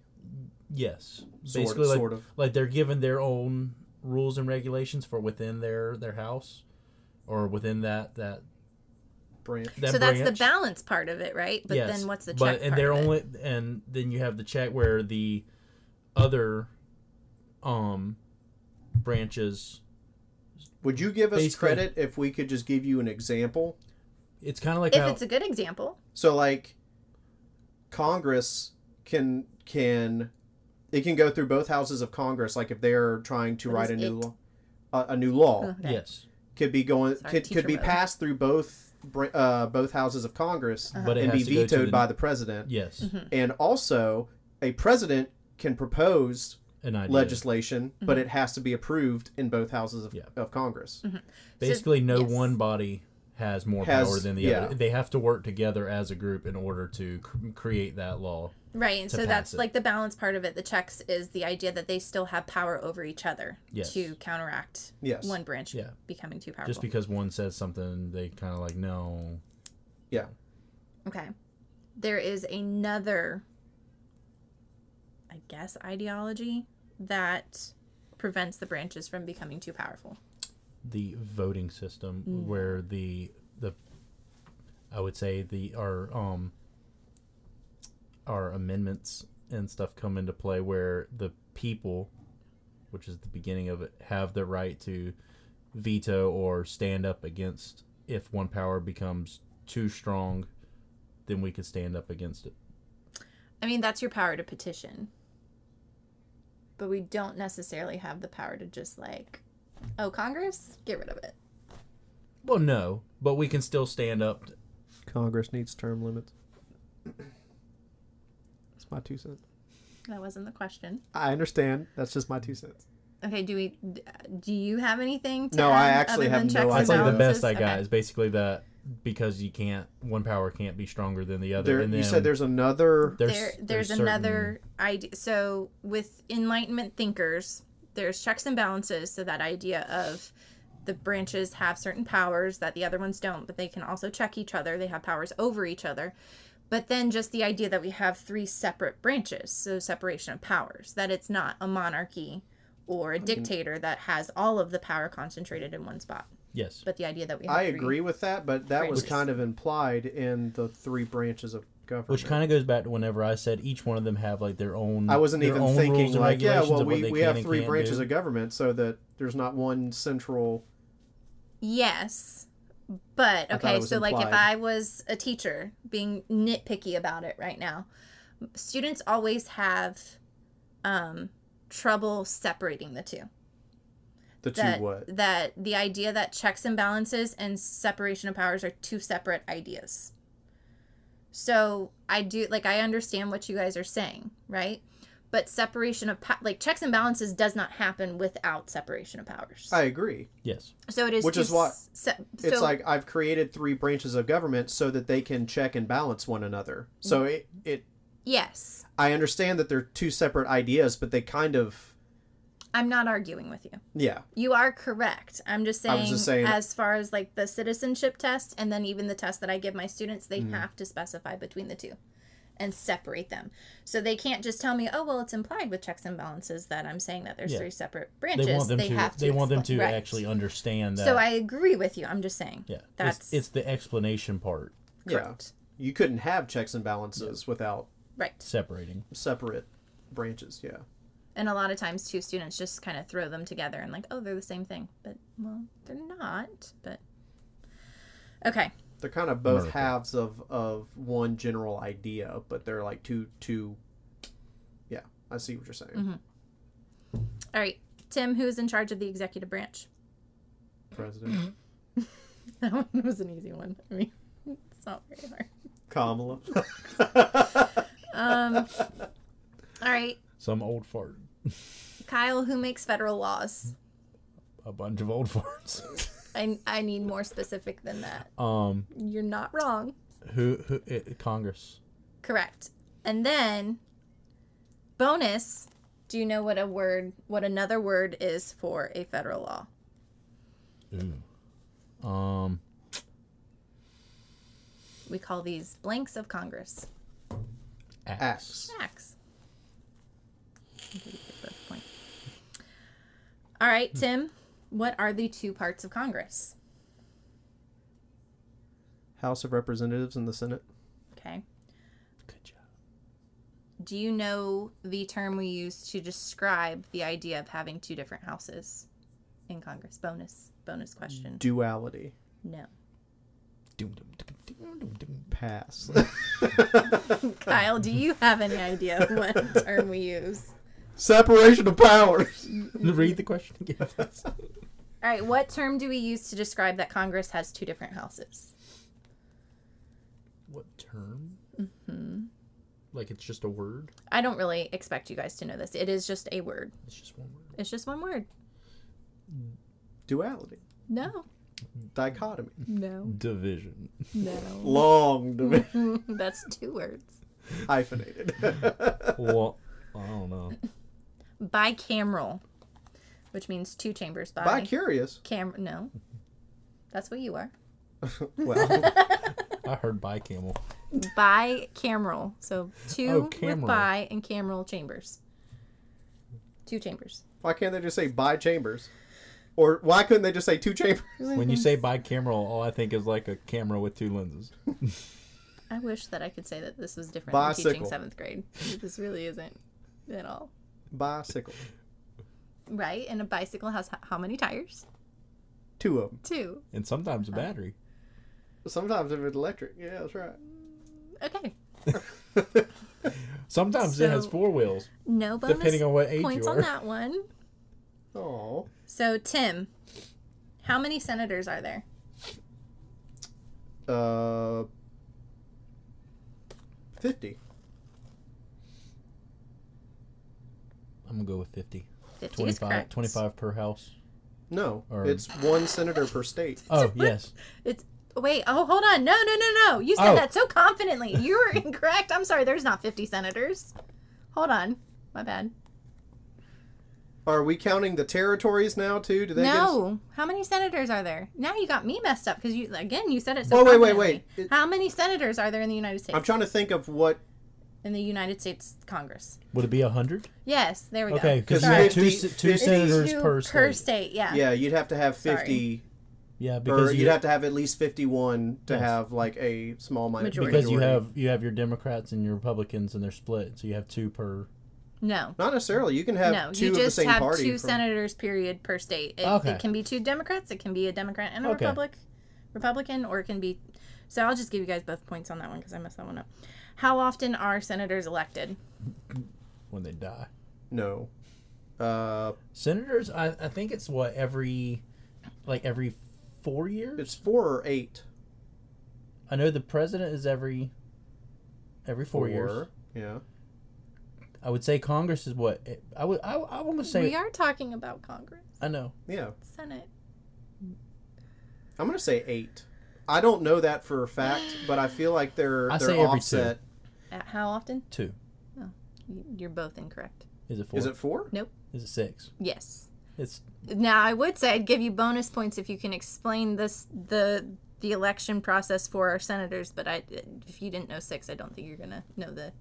[SPEAKER 1] yes
[SPEAKER 2] Sort,
[SPEAKER 1] basically like,
[SPEAKER 2] sort of.
[SPEAKER 1] like they're given their own rules and regulations for within their their house or within that that
[SPEAKER 2] Branch.
[SPEAKER 1] that
[SPEAKER 3] so that's the
[SPEAKER 1] branch.
[SPEAKER 3] balance part of it, right? But
[SPEAKER 1] Yes,
[SPEAKER 3] then what's the check
[SPEAKER 1] but and
[SPEAKER 3] part
[SPEAKER 1] they're
[SPEAKER 3] of it?
[SPEAKER 1] only and then you have the check where the other um branches
[SPEAKER 2] Would you give us
[SPEAKER 1] Basically-
[SPEAKER 2] credit if we could just give you an example?
[SPEAKER 1] it's kind of like
[SPEAKER 3] If
[SPEAKER 1] how,
[SPEAKER 3] it's a good example,
[SPEAKER 2] So like Congress can can it can go through both houses of Congress like if they're trying to
[SPEAKER 3] What
[SPEAKER 2] write
[SPEAKER 3] is
[SPEAKER 2] a new
[SPEAKER 3] it?
[SPEAKER 2] law a, a new law
[SPEAKER 3] Okay.
[SPEAKER 1] yes
[SPEAKER 2] could be going
[SPEAKER 3] Sorry,
[SPEAKER 2] could, could
[SPEAKER 3] teacher
[SPEAKER 2] be
[SPEAKER 3] mode.
[SPEAKER 2] passed through both br- uh, both houses of Congress
[SPEAKER 3] Uh-huh.
[SPEAKER 1] but it
[SPEAKER 2] and
[SPEAKER 1] has to
[SPEAKER 2] be
[SPEAKER 1] go to
[SPEAKER 2] vetoed
[SPEAKER 1] the-
[SPEAKER 2] by the president.
[SPEAKER 1] yes
[SPEAKER 3] Hmm.
[SPEAKER 2] And also a president can propose
[SPEAKER 3] Mm-hmm.
[SPEAKER 1] an idea
[SPEAKER 2] legislation, but it has to be approved in both houses of,
[SPEAKER 1] Yeah.
[SPEAKER 2] of Congress.
[SPEAKER 3] Mm-hmm.
[SPEAKER 1] basically no
[SPEAKER 3] yes.
[SPEAKER 1] one body has more
[SPEAKER 2] Has-
[SPEAKER 1] power than the
[SPEAKER 2] yeah.
[SPEAKER 1] other they have to work together as a group in order to cr- create that law
[SPEAKER 3] right? And
[SPEAKER 1] To
[SPEAKER 3] so that's
[SPEAKER 1] pass it.
[SPEAKER 3] like the balance part of it. The checks is the idea that they still have power over each other
[SPEAKER 1] Yes.
[SPEAKER 3] to counteract
[SPEAKER 2] Yes.
[SPEAKER 3] one branch
[SPEAKER 1] Yeah.
[SPEAKER 3] becoming too powerful.
[SPEAKER 1] just because one says something they kind of like no
[SPEAKER 2] Yeah.
[SPEAKER 3] Okay. There is another, I guess, ideology that prevents the branches from becoming too powerful.
[SPEAKER 1] the voting system where the the I would say the our um our amendments and stuff come into play where the people which is the beginning of it have the right to veto or stand up against if one power becomes too strong then we could stand up against it
[SPEAKER 3] I mean, that's your power to petition. But we don't necessarily have the power to just like, oh, Congress, get rid of it.
[SPEAKER 1] well no but we can still stand up
[SPEAKER 2] Congress needs term limits. That's my two cents.
[SPEAKER 3] That wasn't the question.
[SPEAKER 2] I understand. That's just my two cents.
[SPEAKER 3] Okay, do we? d- Do you have anything? To
[SPEAKER 2] No, I
[SPEAKER 3] add
[SPEAKER 2] actually
[SPEAKER 3] other
[SPEAKER 2] have
[SPEAKER 3] than
[SPEAKER 2] no
[SPEAKER 3] checks
[SPEAKER 1] That's
[SPEAKER 2] idea.
[SPEAKER 3] and
[SPEAKER 1] like the
[SPEAKER 3] balances?
[SPEAKER 1] best I got
[SPEAKER 3] Okay.
[SPEAKER 1] is basically that because you can't one power can't be stronger than the other.
[SPEAKER 2] There,
[SPEAKER 1] and
[SPEAKER 2] you
[SPEAKER 1] then
[SPEAKER 2] said there's another.
[SPEAKER 1] there's,
[SPEAKER 3] there, there's,
[SPEAKER 1] certain-
[SPEAKER 3] another idea. So with Enlightenment thinkers, there's checks and balances. So that idea of the branches have certain powers that the other ones don't, but they can also check each other. They have powers over each other. But then just the idea that we have three separate branches, so separation of powers, that it's not a monarchy or a dictator that has all of the power concentrated in one spot.
[SPEAKER 1] yes.
[SPEAKER 3] But the idea that we have
[SPEAKER 2] I
[SPEAKER 3] three-
[SPEAKER 2] agree with that, but that was
[SPEAKER 3] Branches.
[SPEAKER 2] kind of implied in the three branches of government.
[SPEAKER 1] Which kind of goes back to whenever I said each one of them have like their own.
[SPEAKER 2] I wasn't
[SPEAKER 1] their
[SPEAKER 2] even
[SPEAKER 1] own
[SPEAKER 2] thinking
[SPEAKER 1] rules and
[SPEAKER 2] like, yeah,
[SPEAKER 1] regulations
[SPEAKER 2] well,
[SPEAKER 1] of what
[SPEAKER 2] we,
[SPEAKER 1] they
[SPEAKER 2] we
[SPEAKER 1] can
[SPEAKER 2] have
[SPEAKER 1] and
[SPEAKER 2] three
[SPEAKER 1] can't
[SPEAKER 2] branches
[SPEAKER 1] do.
[SPEAKER 2] of government, so that there's not one central.
[SPEAKER 3] Yes. But
[SPEAKER 2] I thought it
[SPEAKER 3] okay,
[SPEAKER 2] was
[SPEAKER 3] so like if
[SPEAKER 2] implied.
[SPEAKER 3] I was a teacher being nitpicky about it right now, students always have um trouble separating the two.
[SPEAKER 2] The two
[SPEAKER 3] That
[SPEAKER 2] what?
[SPEAKER 3] that the idea that checks and balances and separation of powers are two separate ideas. So I do like I understand what you guys are saying, right? but separation of po- like checks and balances does not happen without separation of powers.
[SPEAKER 2] I agree.
[SPEAKER 1] Yes.
[SPEAKER 3] So it is
[SPEAKER 2] Which
[SPEAKER 3] two
[SPEAKER 2] is why-
[SPEAKER 3] s- se-
[SPEAKER 2] It's
[SPEAKER 3] so-
[SPEAKER 2] like I've created three branches of government so that they can check and balance one another. So it it
[SPEAKER 3] yes,
[SPEAKER 2] I understand that they're two separate ideas, but they kind of
[SPEAKER 3] I'm not arguing with you.
[SPEAKER 2] yeah.
[SPEAKER 3] You are correct. I'm just
[SPEAKER 2] I was
[SPEAKER 3] saying,
[SPEAKER 2] just saying-
[SPEAKER 3] as far as like the citizenship test and then even the test that I give my students,
[SPEAKER 1] Mm-hmm.
[SPEAKER 3] they have to specify between the two and separate them. So they can't just tell me, "Oh, well, it's implied with checks and balances that I'm saying that there's
[SPEAKER 1] Yeah.
[SPEAKER 3] three separate
[SPEAKER 1] They
[SPEAKER 3] branches."
[SPEAKER 1] want them to.
[SPEAKER 3] have to
[SPEAKER 1] they want them to
[SPEAKER 3] explain- Right.
[SPEAKER 1] actually understand that.
[SPEAKER 3] So I agree with you. I'm just saying.
[SPEAKER 1] Yeah.
[SPEAKER 3] That's
[SPEAKER 1] It's, it's the explanation part
[SPEAKER 3] correct.
[SPEAKER 2] Yeah. You couldn't have checks and balances without
[SPEAKER 3] Right.
[SPEAKER 1] separating.
[SPEAKER 2] separate branches, yeah.
[SPEAKER 3] And a lot of times, two students just kind of throw them together and like, "Oh, they're the same thing," but well, they're not. But okay.
[SPEAKER 2] They're kind of both
[SPEAKER 1] America.
[SPEAKER 2] halves of of one general idea, but they're like two two Yeah, I see what you're saying.
[SPEAKER 3] All right, Tim, who's in charge of the executive branch? (laughs)
[SPEAKER 2] President
[SPEAKER 3] That one was an easy one. I mean, (laughs) it's not very hard.
[SPEAKER 2] Kamala.
[SPEAKER 3] Um, all right,
[SPEAKER 1] Some old fart.
[SPEAKER 3] Kyle, who makes federal laws?
[SPEAKER 1] A bunch of old (laughs) farts.
[SPEAKER 3] I, I need more specific than that.
[SPEAKER 1] um.
[SPEAKER 3] You're not wrong.
[SPEAKER 1] Who? Who? It, Congress.
[SPEAKER 3] Correct. And then, bonus, do you know what a word, what another word is for a federal law?
[SPEAKER 1] Ooh. Um.
[SPEAKER 3] We call these blanks of Congress.
[SPEAKER 1] Acts.
[SPEAKER 2] Acts.
[SPEAKER 3] Facts. I think you get the point. All right, Tim, what are the two parts of Congress?
[SPEAKER 2] House of Representatives and the Senate.
[SPEAKER 3] Okay.
[SPEAKER 1] Good job.
[SPEAKER 3] Do you know the term we use to describe the idea of having two different houses in Congress? Bonus, bonus question.
[SPEAKER 2] Duality.
[SPEAKER 3] No.
[SPEAKER 1] Doom, doom, doom, doom, doom, doom.
[SPEAKER 2] Pass.
[SPEAKER 3] Kyle, do you have any idea what (laughs) term we use?
[SPEAKER 2] Separation of powers.
[SPEAKER 1] Read the question again. (laughs)
[SPEAKER 3] All right, what term do we use to describe that Congress has two different houses?
[SPEAKER 1] what term? Mm-hmm. Like it's just a word.
[SPEAKER 3] Hmm. I don't really expect you guys to know this. It is just a word.
[SPEAKER 1] It's just one word.
[SPEAKER 3] It's just one word.
[SPEAKER 2] Duality.
[SPEAKER 3] No.
[SPEAKER 2] Dichotomy.
[SPEAKER 3] No.
[SPEAKER 1] Division.
[SPEAKER 3] No.
[SPEAKER 2] (laughs)
[SPEAKER 3] (laughs)
[SPEAKER 2] Long division.
[SPEAKER 3] That's two words.
[SPEAKER 2] Hyphenated.
[SPEAKER 1] (laughs) well, I don't know.
[SPEAKER 3] Bicameral, which means two chambers
[SPEAKER 2] (laughs)
[SPEAKER 3] by,
[SPEAKER 2] Bi curious.
[SPEAKER 3] cam. No, that's what you are.
[SPEAKER 2] Well,
[SPEAKER 1] I heard
[SPEAKER 3] (laughs)
[SPEAKER 1] bicameral.
[SPEAKER 3] Bicameral, so
[SPEAKER 1] Oh,
[SPEAKER 3] two with
[SPEAKER 1] cameral.
[SPEAKER 3] bi and cameral chambers. Two chambers.
[SPEAKER 2] (laughs) why can't they just say bi chambers? Or why couldn't they just say two chambers? (laughs)
[SPEAKER 1] When
[SPEAKER 3] Mm-hmm.
[SPEAKER 1] you say bicameral, all I think is like a camera with two lenses.
[SPEAKER 3] I wish that I could say that this was different than teaching
[SPEAKER 2] Bicycle.
[SPEAKER 3] seventh grade. This really isn't at all.
[SPEAKER 2] Bicycle.
[SPEAKER 3] Right, and a bicycle has h- how many tires?
[SPEAKER 2] Two of them.
[SPEAKER 3] Two.
[SPEAKER 1] And sometimes a
[SPEAKER 3] Uh,
[SPEAKER 1] battery.
[SPEAKER 2] Sometimes if it's electric. Yeah, that's right.
[SPEAKER 3] Okay.
[SPEAKER 1] Sometimes it has
[SPEAKER 3] So-
[SPEAKER 1] four wheels.
[SPEAKER 3] No bonus
[SPEAKER 1] Depending on what age
[SPEAKER 3] points
[SPEAKER 1] you
[SPEAKER 3] on
[SPEAKER 1] are.
[SPEAKER 3] that one.
[SPEAKER 2] Oh,
[SPEAKER 3] So Tim, how many senators are there?
[SPEAKER 2] Uh, 50.
[SPEAKER 1] I'm gonna go with 50.
[SPEAKER 3] 50 is
[SPEAKER 1] 25,
[SPEAKER 3] correct.
[SPEAKER 1] 25 per house.
[SPEAKER 2] No,
[SPEAKER 1] Or-
[SPEAKER 2] it's one senator per state.
[SPEAKER 3] (laughs)
[SPEAKER 1] Oh yes,
[SPEAKER 3] It's wait. Oh, hold on. No, no, no, no. You said
[SPEAKER 1] Oh.
[SPEAKER 3] that so confidently. (laughs) You were incorrect. I'm sorry. There's not 50 senators. Hold on. My bad.
[SPEAKER 2] Are we counting the territories now, too? Do they get us-
[SPEAKER 3] No. How many senators are there? Now you got me messed up because you again you said it so.
[SPEAKER 2] Oh, wait, wait,
[SPEAKER 3] confidently.
[SPEAKER 2] wait. It-
[SPEAKER 3] How many senators are there in the United States?
[SPEAKER 2] I'm trying to think of what.
[SPEAKER 3] in the United States Congress.
[SPEAKER 1] would it be hundred?
[SPEAKER 3] Yes. There we
[SPEAKER 1] Okay,
[SPEAKER 3] go.
[SPEAKER 1] because you
[SPEAKER 3] Sorry.
[SPEAKER 1] have two,
[SPEAKER 2] 50
[SPEAKER 1] se- two
[SPEAKER 2] It's
[SPEAKER 1] senators
[SPEAKER 3] Two
[SPEAKER 1] per state.
[SPEAKER 3] yeah.
[SPEAKER 2] Yeah, you'd have to have 50,
[SPEAKER 1] Yeah,
[SPEAKER 2] or
[SPEAKER 1] because
[SPEAKER 2] you'd
[SPEAKER 1] you
[SPEAKER 2] have to have at least 51 to
[SPEAKER 1] Yes.
[SPEAKER 2] have like a small minority.
[SPEAKER 3] Majority.
[SPEAKER 1] because you have you have your Democrats and your Republicans and they're split, so you have two per.
[SPEAKER 3] No.
[SPEAKER 2] Not necessarily. You can have
[SPEAKER 3] No,
[SPEAKER 2] two
[SPEAKER 3] you
[SPEAKER 2] of the
[SPEAKER 3] just
[SPEAKER 2] same
[SPEAKER 3] have
[SPEAKER 2] party.
[SPEAKER 3] two
[SPEAKER 2] from-
[SPEAKER 3] senators, period, per state. It,
[SPEAKER 1] Okay.
[SPEAKER 3] it can be two Democrats, it can be a Democrat and a
[SPEAKER 1] Okay.
[SPEAKER 3] Republic, Republican, or it can be. So I'll just give you guys both points on that one because I messed that one up. How often are senators elected?
[SPEAKER 1] when they die.
[SPEAKER 2] No. Uh,
[SPEAKER 1] Senators, I, I think it's what every, like every four years.
[SPEAKER 2] it's four or eight.
[SPEAKER 1] I know the president is every, every four, years.
[SPEAKER 2] Yeah.
[SPEAKER 1] I would say Congress is what I would. I, I want to say.
[SPEAKER 3] we are talking about Congress,
[SPEAKER 1] I know.
[SPEAKER 2] Yeah.
[SPEAKER 3] Senate.
[SPEAKER 2] I'm gonna say eight. I don't know that for a fact, but I feel like they're
[SPEAKER 1] I
[SPEAKER 2] they're
[SPEAKER 1] say every two.
[SPEAKER 2] offset.
[SPEAKER 3] At Uh, how often?
[SPEAKER 1] Two.
[SPEAKER 3] Y- You're both incorrect.
[SPEAKER 1] Is it four?
[SPEAKER 2] Is it four?
[SPEAKER 1] Is it six?
[SPEAKER 3] Yes.
[SPEAKER 1] It's
[SPEAKER 3] Now I would say I'd give you bonus points if you can explain this the the election process for our senators, but I if you didn't know six, I don't think you're gonna know the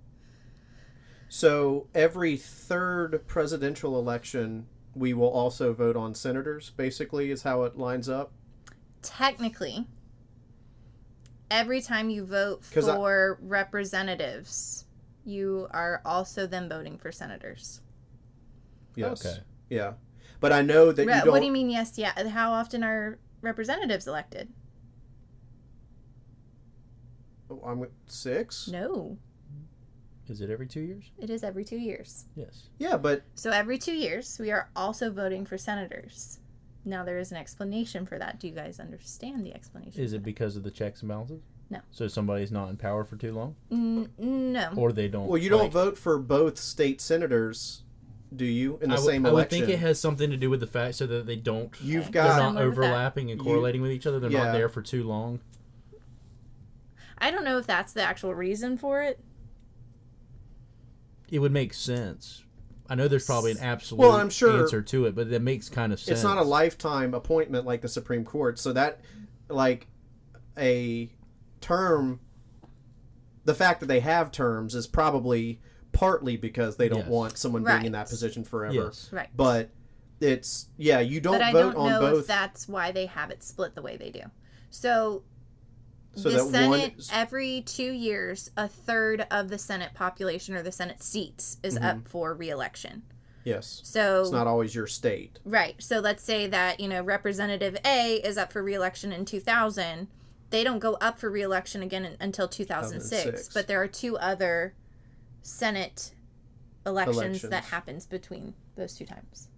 [SPEAKER 2] So every third presidential election, we will also vote on senators. Basically, is how it lines up.
[SPEAKER 3] technically every time you vote
[SPEAKER 2] 'Cause I-
[SPEAKER 3] for representatives, you are also then voting for senators.
[SPEAKER 2] Yes.
[SPEAKER 1] Okay.
[SPEAKER 2] Yeah. But I know that
[SPEAKER 3] Re-
[SPEAKER 2] you don't.
[SPEAKER 3] what do you mean? Yes, yeah. How often are representatives elected?
[SPEAKER 2] Oh, I'm six.
[SPEAKER 3] No,
[SPEAKER 1] is it every two years?
[SPEAKER 3] it is every two years.
[SPEAKER 1] Yes.
[SPEAKER 2] Yeah, but
[SPEAKER 3] So every two years, we are also voting for senators. Now there is an explanation for that. Do you guys understand the explanation?
[SPEAKER 1] Is it because of the checks and balances?
[SPEAKER 3] No. Mm-hmm.
[SPEAKER 1] So somebody's not in power for too long,
[SPEAKER 3] N- no.
[SPEAKER 1] or they don't.
[SPEAKER 2] well, you don't
[SPEAKER 1] like-
[SPEAKER 2] vote for both state senators, do you? In the
[SPEAKER 1] I would-
[SPEAKER 2] same
[SPEAKER 1] I would
[SPEAKER 2] election.
[SPEAKER 1] think it has something to do with the fact so that they don't.
[SPEAKER 2] You've
[SPEAKER 1] They're
[SPEAKER 2] got.
[SPEAKER 1] not
[SPEAKER 3] Somewhere with that.
[SPEAKER 1] overlapping and
[SPEAKER 2] You-
[SPEAKER 1] correlating with each other. They're
[SPEAKER 2] Yeah.
[SPEAKER 1] not there for too long.
[SPEAKER 3] I don't know if that's the actual reason for it.
[SPEAKER 1] It would make sense. I know there's probably an absolute
[SPEAKER 2] Well, I'm sure-
[SPEAKER 1] answer to it, but that makes kind of sense.
[SPEAKER 2] it's not a lifetime appointment like the Supreme Court. So that, like, a term, the fact that they have terms is probably partly because they don't
[SPEAKER 1] Yes.
[SPEAKER 2] want someone being in that
[SPEAKER 3] Right.
[SPEAKER 2] position forever.
[SPEAKER 1] Yes.
[SPEAKER 3] Right.
[SPEAKER 2] But it's yeah, you don't
[SPEAKER 3] but I
[SPEAKER 2] vote
[SPEAKER 3] don't
[SPEAKER 2] on
[SPEAKER 3] know if
[SPEAKER 2] both.
[SPEAKER 3] that's why they have it split the way they do. So,
[SPEAKER 2] So
[SPEAKER 3] the
[SPEAKER 2] that one
[SPEAKER 3] Senate,
[SPEAKER 2] is-
[SPEAKER 3] every two years, a third of the Senate population or the Senate seats is up for reelection.
[SPEAKER 2] yes,
[SPEAKER 3] So
[SPEAKER 2] Mm-hmm. it's not always your state.
[SPEAKER 3] Right. So let's say that, you know, Representative A is up for reelection in 2000. They don't go up for reelection again in, until 2006,
[SPEAKER 2] 2006.
[SPEAKER 3] but there are two other Senate elections, that
[SPEAKER 2] Elections.
[SPEAKER 3] happens between those two times.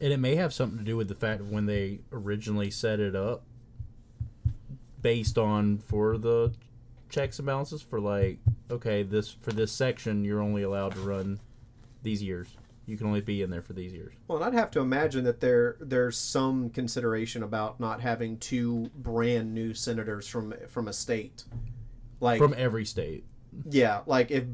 [SPEAKER 1] and it may have something to do with the fact of when they originally set it up based on for the checks and balances for like okay this for this section you're only allowed to run these years you can only be in there for these years
[SPEAKER 2] Well, and I'd have to imagine that there there's some consideration about not having two brand new senators from from a state. Like
[SPEAKER 1] from every state
[SPEAKER 2] Yeah, like if,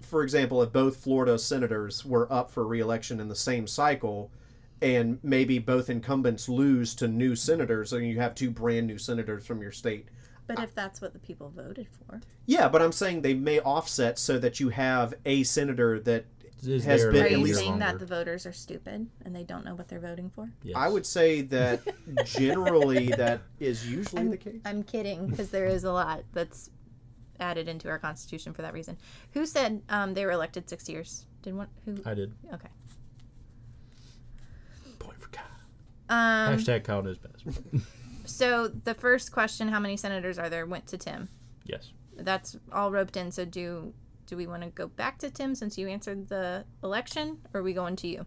[SPEAKER 2] for example, if both Florida senators were up for reelection in the same cycle, and maybe both incumbents lose to new senators, and you have two brand new senators from your state.
[SPEAKER 3] But if that's what the people voted for.
[SPEAKER 2] Yeah, but I'm saying they may offset so that you have a senator that
[SPEAKER 1] is
[SPEAKER 2] Has
[SPEAKER 1] there
[SPEAKER 2] been
[SPEAKER 3] Are
[SPEAKER 2] at
[SPEAKER 1] a
[SPEAKER 3] you
[SPEAKER 2] least-
[SPEAKER 1] year
[SPEAKER 3] saying that
[SPEAKER 1] longer.
[SPEAKER 3] the voters are stupid and they don't know what they're voting for?
[SPEAKER 1] Yes.
[SPEAKER 2] I would
[SPEAKER 1] (laughs)
[SPEAKER 2] say that generally that is usually the case.
[SPEAKER 3] I'm kidding because there is a lot that's added into our Constitution for that reason. Who said um, they were elected six years? Did one? Who?
[SPEAKER 1] I did
[SPEAKER 3] Okay.
[SPEAKER 1] point for Kyle
[SPEAKER 3] Um,
[SPEAKER 1] hashtag Kyle knows best
[SPEAKER 3] So the first question, how many senators are there, went to Tim.
[SPEAKER 1] yes
[SPEAKER 3] That's all roped in. So do do we want to go back to Tim since you answered the election, or are we going to you?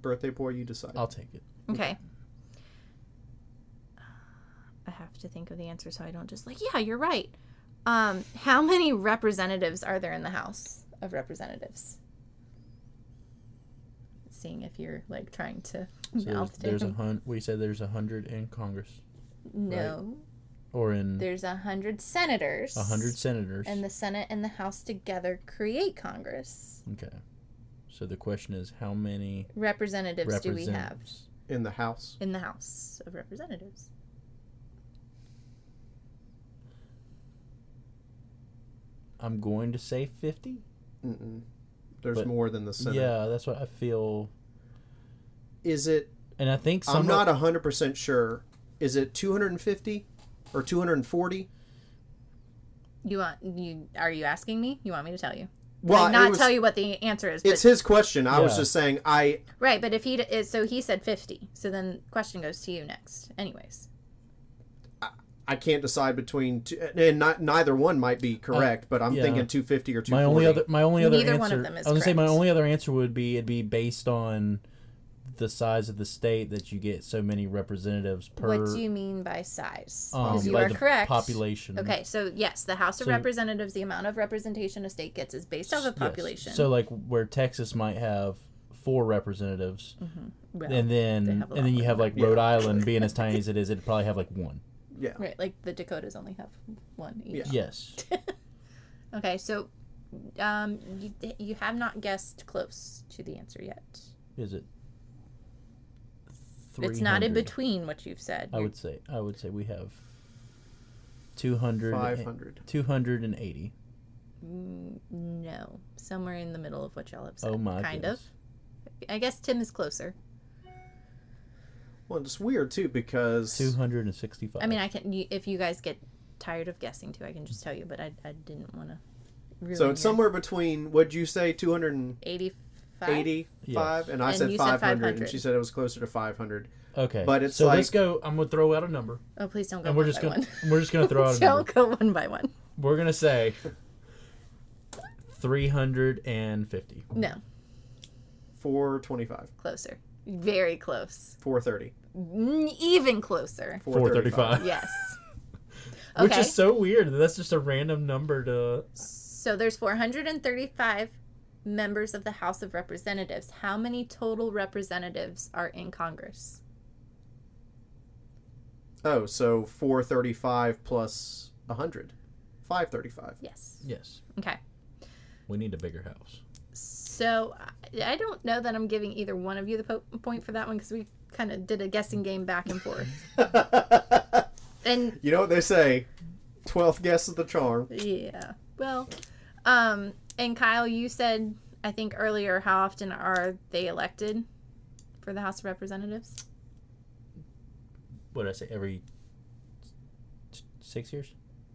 [SPEAKER 2] Birthday boy, you decide.
[SPEAKER 1] I'll take it
[SPEAKER 3] Okay. Uh, I have to think of the answer so I don't just like, yeah, you're right. Um, how many representatives are there in the House of Representatives? Seeing if you're like trying to
[SPEAKER 1] so there's,
[SPEAKER 3] mouth
[SPEAKER 1] there's a
[SPEAKER 3] down.
[SPEAKER 1] hun- we said there's a hundred in Congress
[SPEAKER 3] no,
[SPEAKER 1] or in
[SPEAKER 3] there's a hundred senators.
[SPEAKER 1] a hundred senators
[SPEAKER 3] and the Senate and the House together create Congress.
[SPEAKER 1] okay so the question is how many
[SPEAKER 3] Representatives do we have
[SPEAKER 1] representatives
[SPEAKER 2] In the House,
[SPEAKER 3] in the House of Representatives?
[SPEAKER 1] I'm going to say 50.
[SPEAKER 2] Mm-mm. there's
[SPEAKER 1] But-
[SPEAKER 2] more than the Senate.
[SPEAKER 1] Yeah, that's what I feel.
[SPEAKER 2] Is it?
[SPEAKER 1] And I think some
[SPEAKER 2] I'm not hundred percent sure. Is it 250 or 240?
[SPEAKER 3] You want you are you asking me? You want me to tell you?
[SPEAKER 2] Well,
[SPEAKER 3] like,
[SPEAKER 2] it
[SPEAKER 3] not
[SPEAKER 2] was-
[SPEAKER 3] tell you what the answer is,
[SPEAKER 2] It's
[SPEAKER 3] but
[SPEAKER 2] his question. I was
[SPEAKER 1] Yeah.
[SPEAKER 2] just saying. I
[SPEAKER 3] right. But if he d- is, so he said fifty. So then question goes to you next. Anyways,
[SPEAKER 2] I can't decide between two, and not neither one might be correct, but I'm
[SPEAKER 1] Uh, yeah.
[SPEAKER 2] thinking 250 or
[SPEAKER 1] my
[SPEAKER 2] 240.
[SPEAKER 1] only other my only other
[SPEAKER 3] Neither
[SPEAKER 1] answer
[SPEAKER 3] one of them is
[SPEAKER 1] I was gonna say my
[SPEAKER 3] correct.
[SPEAKER 1] only other answer would be it'd be based on the size of the state that you get so many representatives per
[SPEAKER 3] what do you mean by size?
[SPEAKER 1] um,
[SPEAKER 3] Because you
[SPEAKER 1] like
[SPEAKER 3] are
[SPEAKER 1] the
[SPEAKER 3] correct.
[SPEAKER 1] population.
[SPEAKER 3] Okay, so yes, the House of
[SPEAKER 1] So-
[SPEAKER 3] Representatives, the amount of representation a state gets is based off of
[SPEAKER 1] Yes.
[SPEAKER 3] population.
[SPEAKER 1] So like where Texas might have four representatives,
[SPEAKER 3] Well,
[SPEAKER 1] and then
[SPEAKER 3] they
[SPEAKER 1] and
[SPEAKER 3] have a lot
[SPEAKER 1] then you
[SPEAKER 3] more
[SPEAKER 1] have like
[SPEAKER 2] Yeah.
[SPEAKER 1] Rhode Island being as tiny as it is, it'd probably have like
[SPEAKER 3] (laughs)
[SPEAKER 1] one.
[SPEAKER 2] Yeah.
[SPEAKER 3] right, like the Dakotas only have one each.
[SPEAKER 1] Yes.
[SPEAKER 3] Okay, so um, you, you have not guessed close to the answer yet.
[SPEAKER 1] Is it?
[SPEAKER 3] It's not in
[SPEAKER 1] 300?
[SPEAKER 3] between what you've said.
[SPEAKER 1] I
[SPEAKER 3] You're-
[SPEAKER 1] would say I would say we have 200
[SPEAKER 2] Five hundred.
[SPEAKER 1] 280.
[SPEAKER 3] Mm, no, somewhere in the middle of what y'all have said.
[SPEAKER 1] Oh my
[SPEAKER 3] Kind
[SPEAKER 1] goodness.
[SPEAKER 3] of. I guess Tim is closer.
[SPEAKER 2] Well, it's weird too because
[SPEAKER 1] 265.
[SPEAKER 3] I mean, I can. You, if you guys get tired of guessing too, I can just tell you. But I, I didn't want to.
[SPEAKER 2] so it's somewhere between what'd you say two hundred and
[SPEAKER 3] eighty-five.
[SPEAKER 2] eighty-five, and I
[SPEAKER 3] And
[SPEAKER 2] said
[SPEAKER 3] you said
[SPEAKER 2] five hundred, and
[SPEAKER 3] 500.
[SPEAKER 2] she said it was closer to five hundred.
[SPEAKER 1] okay.
[SPEAKER 2] but it's
[SPEAKER 1] so
[SPEAKER 2] like-
[SPEAKER 1] let's go I'm going to throw out a number
[SPEAKER 3] Oh, please don't go.
[SPEAKER 1] and
[SPEAKER 3] one
[SPEAKER 1] we're just
[SPEAKER 3] by
[SPEAKER 1] going (laughs)
[SPEAKER 3] one.
[SPEAKER 1] we're just going to
[SPEAKER 3] (laughs)
[SPEAKER 1] throw out a number.
[SPEAKER 3] don't go one by one.
[SPEAKER 1] We're going to say 350.
[SPEAKER 3] No,
[SPEAKER 2] Four twenty-five.
[SPEAKER 3] closer. Very close.
[SPEAKER 2] Four thirty.
[SPEAKER 3] Mm,
[SPEAKER 1] (laughs)
[SPEAKER 3] Even closer.
[SPEAKER 1] 435.
[SPEAKER 3] Yes.
[SPEAKER 1] Which
[SPEAKER 3] Okay.
[SPEAKER 1] is so weird. that That's just a random number to
[SPEAKER 3] So there's 435 members of the House of Representatives. How many total representatives are in Congress?
[SPEAKER 2] Oh, so four thirty-five plus a hundred. Five
[SPEAKER 3] (laughs)
[SPEAKER 2] thirty-five.
[SPEAKER 3] Yes.
[SPEAKER 1] Yes.
[SPEAKER 3] Okay.
[SPEAKER 4] We need a bigger house.
[SPEAKER 3] So I- I don't know that I'm giving either one of you the po- point for that one because we kind of did a guessing game back and forth.
[SPEAKER 2] (laughs)
[SPEAKER 3] and
[SPEAKER 2] you know what they say? Twelfth guess is the charm.
[SPEAKER 3] yeah, well, um, and Kyle, you said I think earlier how often are they elected for the House of Representatives?
[SPEAKER 1] what did I say every s- 6 years?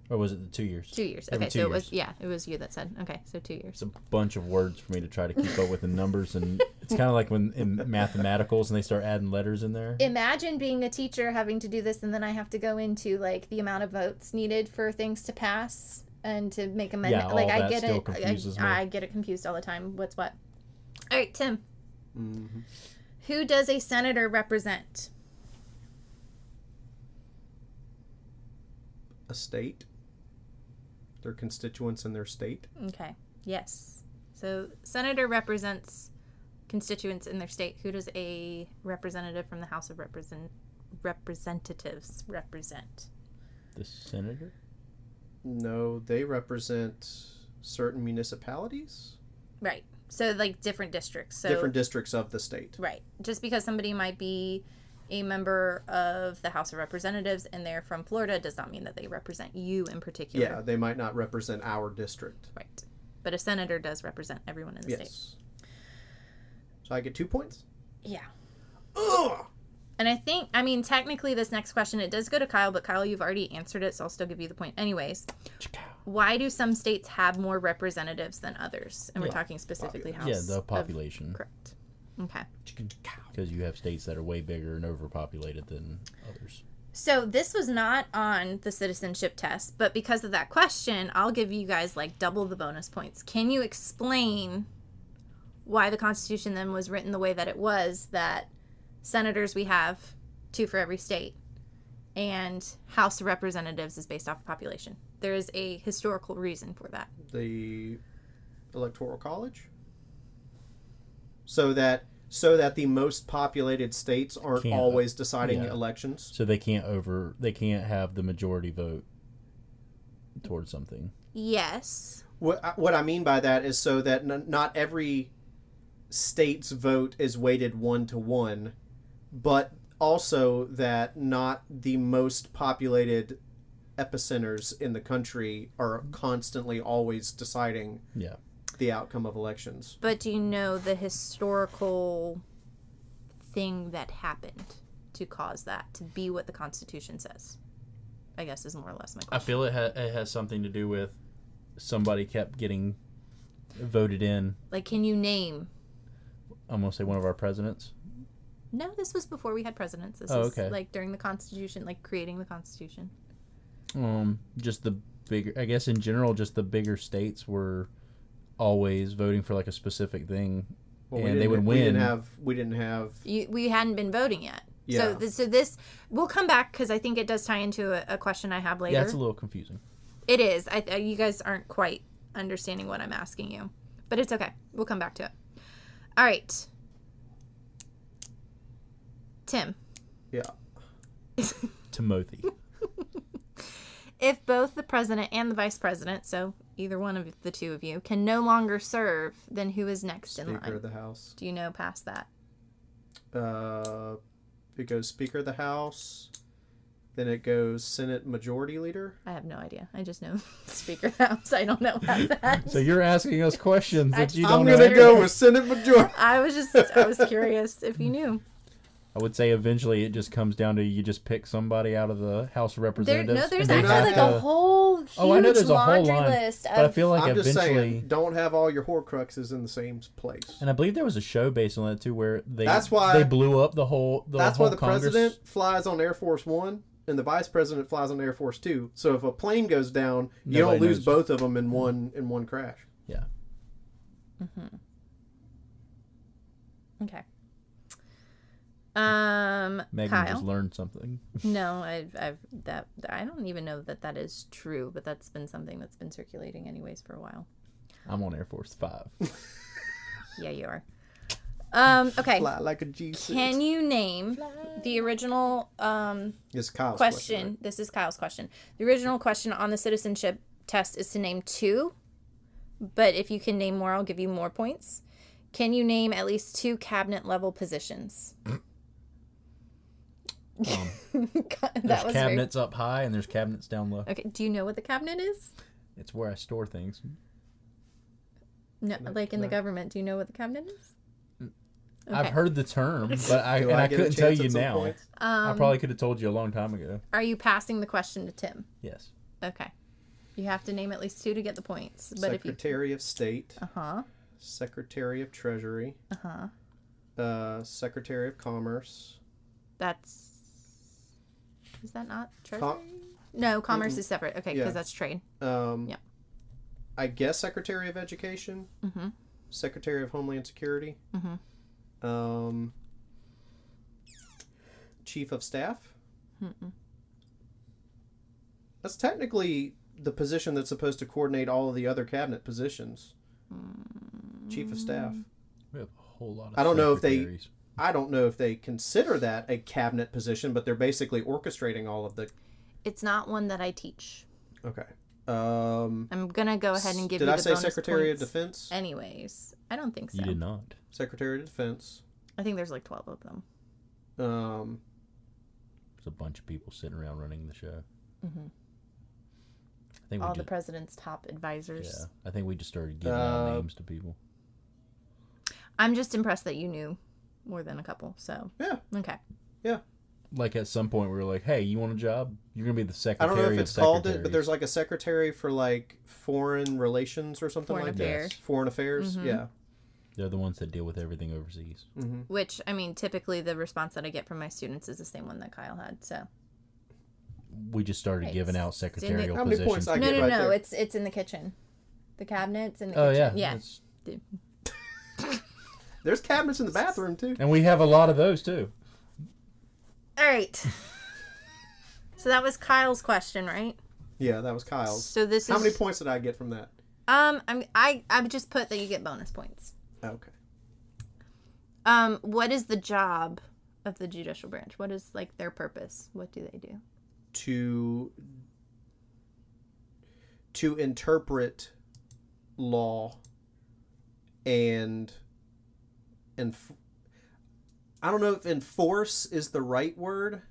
[SPEAKER 1] Or was it the 2 years?
[SPEAKER 3] Two years.
[SPEAKER 1] Every
[SPEAKER 3] Okay,
[SPEAKER 1] two
[SPEAKER 3] so it was yeah, it was you that said okay, so two years.
[SPEAKER 4] It's a bunch of words for me to try to keep up with the numbers, and it's kind of like when in
[SPEAKER 1] Mathematicals and they start adding letters in there.
[SPEAKER 3] imagine being a teacher having to do this and then i have to go into like the amount of votes needed for things to pass and to make them
[SPEAKER 1] Yeah,
[SPEAKER 3] like
[SPEAKER 1] all
[SPEAKER 3] i
[SPEAKER 1] that
[SPEAKER 3] get
[SPEAKER 1] still
[SPEAKER 3] it
[SPEAKER 1] confuses me.
[SPEAKER 3] I, I get it confused all the time what's what all right tim
[SPEAKER 2] Mhm.
[SPEAKER 3] who does a senator represent
[SPEAKER 2] A state. Their constituents in their state.
[SPEAKER 3] okay yes so senator represents constituents in their state who does a representative from the house of represent representatives represent
[SPEAKER 1] The senator?
[SPEAKER 2] No, they represent certain municipalities,
[SPEAKER 3] right so like different districts so
[SPEAKER 2] different districts of the state.
[SPEAKER 3] Right. Just because somebody might be a member of the House of Representatives and they're from Florida does not mean that they represent you in particular.
[SPEAKER 2] Yeah, they might not represent our district.
[SPEAKER 3] Right. But a senator does represent everyone in the state.
[SPEAKER 2] Yes. So I get two points.
[SPEAKER 3] Yeah.
[SPEAKER 2] Ugh!
[SPEAKER 3] And I think, I mean, technically, this next question, it does go to Kyle, but Kyle, you've already answered it, so I'll still give you the point. Anyways, why do some states have more representatives than others? And we're talking specifically
[SPEAKER 1] Yeah,
[SPEAKER 3] House.
[SPEAKER 1] the
[SPEAKER 3] of-
[SPEAKER 1] population.
[SPEAKER 3] correct. Okay.
[SPEAKER 1] because you have states that are way bigger and overpopulated than others.
[SPEAKER 3] So this was not on the citizenship test, but because of that question, I'll give you guys like double the bonus points. Can you explain why the Constitution then was written the way that it was that senators we have two for every state and House of Representatives is based off of population? There is a historical reason for that.
[SPEAKER 2] The electoral college. So that so that the most populated states aren't
[SPEAKER 1] Can't-
[SPEAKER 2] always deciding
[SPEAKER 1] yeah.
[SPEAKER 2] elections.
[SPEAKER 1] So they can't over they can't have the majority vote towards something.
[SPEAKER 3] Yes.
[SPEAKER 2] What I- what I mean by that is so that n- not every state's vote is weighted one to one, but also that not the most populated epicenters in the country are constantly always deciding
[SPEAKER 1] Yeah.
[SPEAKER 2] the outcome of elections.
[SPEAKER 3] But do you know the historical thing that happened to cause that to be what the Constitution says? I guess is more or less my question.
[SPEAKER 1] I feel it, ha- it has something to do with somebody kept getting voted in.
[SPEAKER 3] Like, can you name?
[SPEAKER 1] I'm gonna say one of our presidents.
[SPEAKER 3] No, this was before we had presidents. This
[SPEAKER 1] Oh,
[SPEAKER 3] was
[SPEAKER 1] okay.
[SPEAKER 3] like during the Constitution, like creating the Constitution.
[SPEAKER 1] Um, just the bigger. I guess in general, just the bigger states were always voting for like a specific thing
[SPEAKER 2] Well,
[SPEAKER 1] And
[SPEAKER 2] we
[SPEAKER 1] they
[SPEAKER 2] didn't-
[SPEAKER 1] would
[SPEAKER 2] We didn't
[SPEAKER 1] win.
[SPEAKER 2] have. We didn't have.
[SPEAKER 3] You, we hadn't been voting yet.
[SPEAKER 2] Yeah.
[SPEAKER 3] So, th- so this we'll come back because I think it does tie into a, a question I have later.
[SPEAKER 1] Yeah, it's a little confusing.
[SPEAKER 3] It is. I, I, you guys aren't quite understanding what I'm asking you, but it's okay. We'll come back to it. All right. Tim,
[SPEAKER 2] Yeah.
[SPEAKER 5] (laughs)
[SPEAKER 1] Timothy.
[SPEAKER 3] if both the president and the vice president, so either one of the two of you, can no longer serve, then who is next in
[SPEAKER 2] Speaker
[SPEAKER 3] line?
[SPEAKER 2] of the House.
[SPEAKER 3] Do you know past that?
[SPEAKER 2] Uh, it goes Speaker of the House. Then it goes Senate Majority Leader.
[SPEAKER 3] I have no idea. I just know (laughs) Speaker of the House. I don't know
[SPEAKER 1] (laughs)
[SPEAKER 3] past that.
[SPEAKER 1] so you're asking us questions that you
[SPEAKER 2] I'm
[SPEAKER 1] don't
[SPEAKER 2] gonna
[SPEAKER 1] know.
[SPEAKER 2] go with Senate Majority.
[SPEAKER 3] I was just, I was curious if you knew.
[SPEAKER 1] I would say eventually it just comes down to you just pick somebody out of the House of
[SPEAKER 5] There,
[SPEAKER 1] Representatives.
[SPEAKER 5] no, there's
[SPEAKER 1] and
[SPEAKER 2] they
[SPEAKER 5] actually
[SPEAKER 1] have
[SPEAKER 5] like
[SPEAKER 1] to-
[SPEAKER 5] a whole huge
[SPEAKER 1] Oh, I know there's a whole
[SPEAKER 5] laundry
[SPEAKER 1] line,
[SPEAKER 5] list of.
[SPEAKER 1] but I feel like
[SPEAKER 2] I'm just
[SPEAKER 1] eventually,
[SPEAKER 2] saying, don't have all your Horcruxes in the same place.
[SPEAKER 1] and I believe there was a show based on that too, where they
[SPEAKER 2] That's why-
[SPEAKER 1] they blew up the whole. The
[SPEAKER 2] That's
[SPEAKER 1] whole
[SPEAKER 2] why the
[SPEAKER 1] Congress.
[SPEAKER 2] president flies on Air Force One and the vice president flies on Air Force Two. So if a plane goes down, you
[SPEAKER 1] Nobody
[SPEAKER 2] don't lose
[SPEAKER 1] knows.
[SPEAKER 2] both of them in one in one crash.
[SPEAKER 1] Yeah,
[SPEAKER 3] Okay. Um,
[SPEAKER 1] Megan
[SPEAKER 3] Kyle.
[SPEAKER 1] just learned something. (laughs)
[SPEAKER 3] No, I've, I've that I don't even know that that is true, but that's been something that's been circulating anyways for a while.
[SPEAKER 1] I'm on Air Force Five.
[SPEAKER 3] Yeah, you are. Um, okay.
[SPEAKER 2] Fly like a G six.
[SPEAKER 3] Can you name the original um,
[SPEAKER 2] It's Kyle's
[SPEAKER 3] question?
[SPEAKER 2] question.
[SPEAKER 3] This is Kyle's question. The original question on the citizenship test is to name two, but if you can name more, I'll give you more points. Can you name at least two cabinet level positions? God,
[SPEAKER 1] There's
[SPEAKER 3] (laughs) that was very-
[SPEAKER 1] cabinets up high and there's cabinets down low.
[SPEAKER 3] okay. Do you know what the cabinet is?
[SPEAKER 1] It's where I store things.
[SPEAKER 3] No, like in the
[SPEAKER 2] no.
[SPEAKER 3] government. Do you know what the cabinet is?
[SPEAKER 1] I've
[SPEAKER 3] Okay.
[SPEAKER 1] heard the (laughs) term, but I
[SPEAKER 2] Do
[SPEAKER 1] and I,
[SPEAKER 2] get a
[SPEAKER 1] couldn't
[SPEAKER 2] chance
[SPEAKER 1] tell
[SPEAKER 2] at
[SPEAKER 1] you
[SPEAKER 2] some
[SPEAKER 1] now.
[SPEAKER 2] point?
[SPEAKER 1] I probably could have told you a long time ago.
[SPEAKER 3] Um, Are you passing the question to Tim?
[SPEAKER 1] Yes.
[SPEAKER 3] Okay. You have to name at least two to get the points. But if you
[SPEAKER 2] Secretary of State,
[SPEAKER 3] uh huh.
[SPEAKER 2] Secretary of Treasury,
[SPEAKER 3] Uh-huh.
[SPEAKER 2] uh, Secretary of Commerce.
[SPEAKER 3] That's is that not treasury?
[SPEAKER 2] Com-
[SPEAKER 3] no, commerce is separate. Okay, because
[SPEAKER 2] Yeah.
[SPEAKER 3] that's trade.
[SPEAKER 2] Um,
[SPEAKER 3] Yep.
[SPEAKER 2] I guess Secretary of Education,
[SPEAKER 3] Mhm.
[SPEAKER 2] Secretary of Homeland Security,
[SPEAKER 3] Mhm.
[SPEAKER 2] um, Chief of Staff.
[SPEAKER 3] Mm-mm.
[SPEAKER 2] That's technically the position that's supposed to coordinate all of the other cabinet positions.
[SPEAKER 3] Mm-hmm.
[SPEAKER 2] Chief of Staff.
[SPEAKER 1] We have a whole lot of
[SPEAKER 2] I don't know if they-
[SPEAKER 1] secretaries.
[SPEAKER 2] I don't know if they consider that a cabinet position, but they're basically orchestrating all of the.
[SPEAKER 3] It's not one that I teach.
[SPEAKER 2] Okay. Um,
[SPEAKER 3] I'm gonna go ahead and give
[SPEAKER 2] did
[SPEAKER 3] you
[SPEAKER 2] I
[SPEAKER 3] the
[SPEAKER 2] say
[SPEAKER 3] bonus
[SPEAKER 2] Secretary
[SPEAKER 3] points.
[SPEAKER 2] of Defense?
[SPEAKER 3] Anyways, I don't think so.
[SPEAKER 1] You did not.
[SPEAKER 2] Secretary of Defense.
[SPEAKER 3] I think there's like twelve of them.
[SPEAKER 2] Um,
[SPEAKER 1] There's a bunch of people sitting around running the show.
[SPEAKER 3] Mhm.
[SPEAKER 1] I think we
[SPEAKER 3] All the
[SPEAKER 1] just,
[SPEAKER 3] president's top advisors.
[SPEAKER 1] yeah. I think we just started giving out
[SPEAKER 2] Uh,
[SPEAKER 1] names to people.
[SPEAKER 3] I'm just impressed that you knew more than a couple. So
[SPEAKER 2] yeah.
[SPEAKER 3] okay.
[SPEAKER 1] Like at some point, we were like, "Hey, you want a job? You're gonna be the
[SPEAKER 2] I
[SPEAKER 1] secretary."
[SPEAKER 2] don't know
[SPEAKER 1] of
[SPEAKER 2] if it's called it, but
[SPEAKER 1] secretaries."
[SPEAKER 2] there's like a secretary for like foreign relations or something
[SPEAKER 3] Foreign
[SPEAKER 2] like
[SPEAKER 3] affairs. Mm-hmm.
[SPEAKER 2] that. Foreign affairs. Yeah.
[SPEAKER 1] They're the ones that deal with everything overseas.
[SPEAKER 2] Mm-hmm.
[SPEAKER 3] Which I mean, typically the response that I get from my students is the same one that Kyle had. So
[SPEAKER 1] We just started
[SPEAKER 3] Right.
[SPEAKER 1] giving out secretarial
[SPEAKER 2] How many
[SPEAKER 1] positions.
[SPEAKER 2] points I
[SPEAKER 3] no,
[SPEAKER 2] get
[SPEAKER 3] no,
[SPEAKER 2] right
[SPEAKER 3] no.
[SPEAKER 2] there?
[SPEAKER 3] It's it's in the kitchen, the cabinets in the
[SPEAKER 1] oh yeah,
[SPEAKER 3] kitchen. Yeah,
[SPEAKER 1] that's-
[SPEAKER 2] There's cabinets in the bathroom too.
[SPEAKER 1] and we have a lot of those too.
[SPEAKER 3] All right. (laughs) so that was Kyle's question, right?
[SPEAKER 2] Yeah, that was Kyle's.
[SPEAKER 3] So this
[SPEAKER 2] How
[SPEAKER 3] is
[SPEAKER 2] many points did I get from that?
[SPEAKER 3] um I'm I I would just put that you get bonus points.
[SPEAKER 2] Okay.
[SPEAKER 3] Um, what is the job of the judicial branch? What is like their purpose? What do they do?
[SPEAKER 2] To to interpret law and and I don't know if enforce is the right word.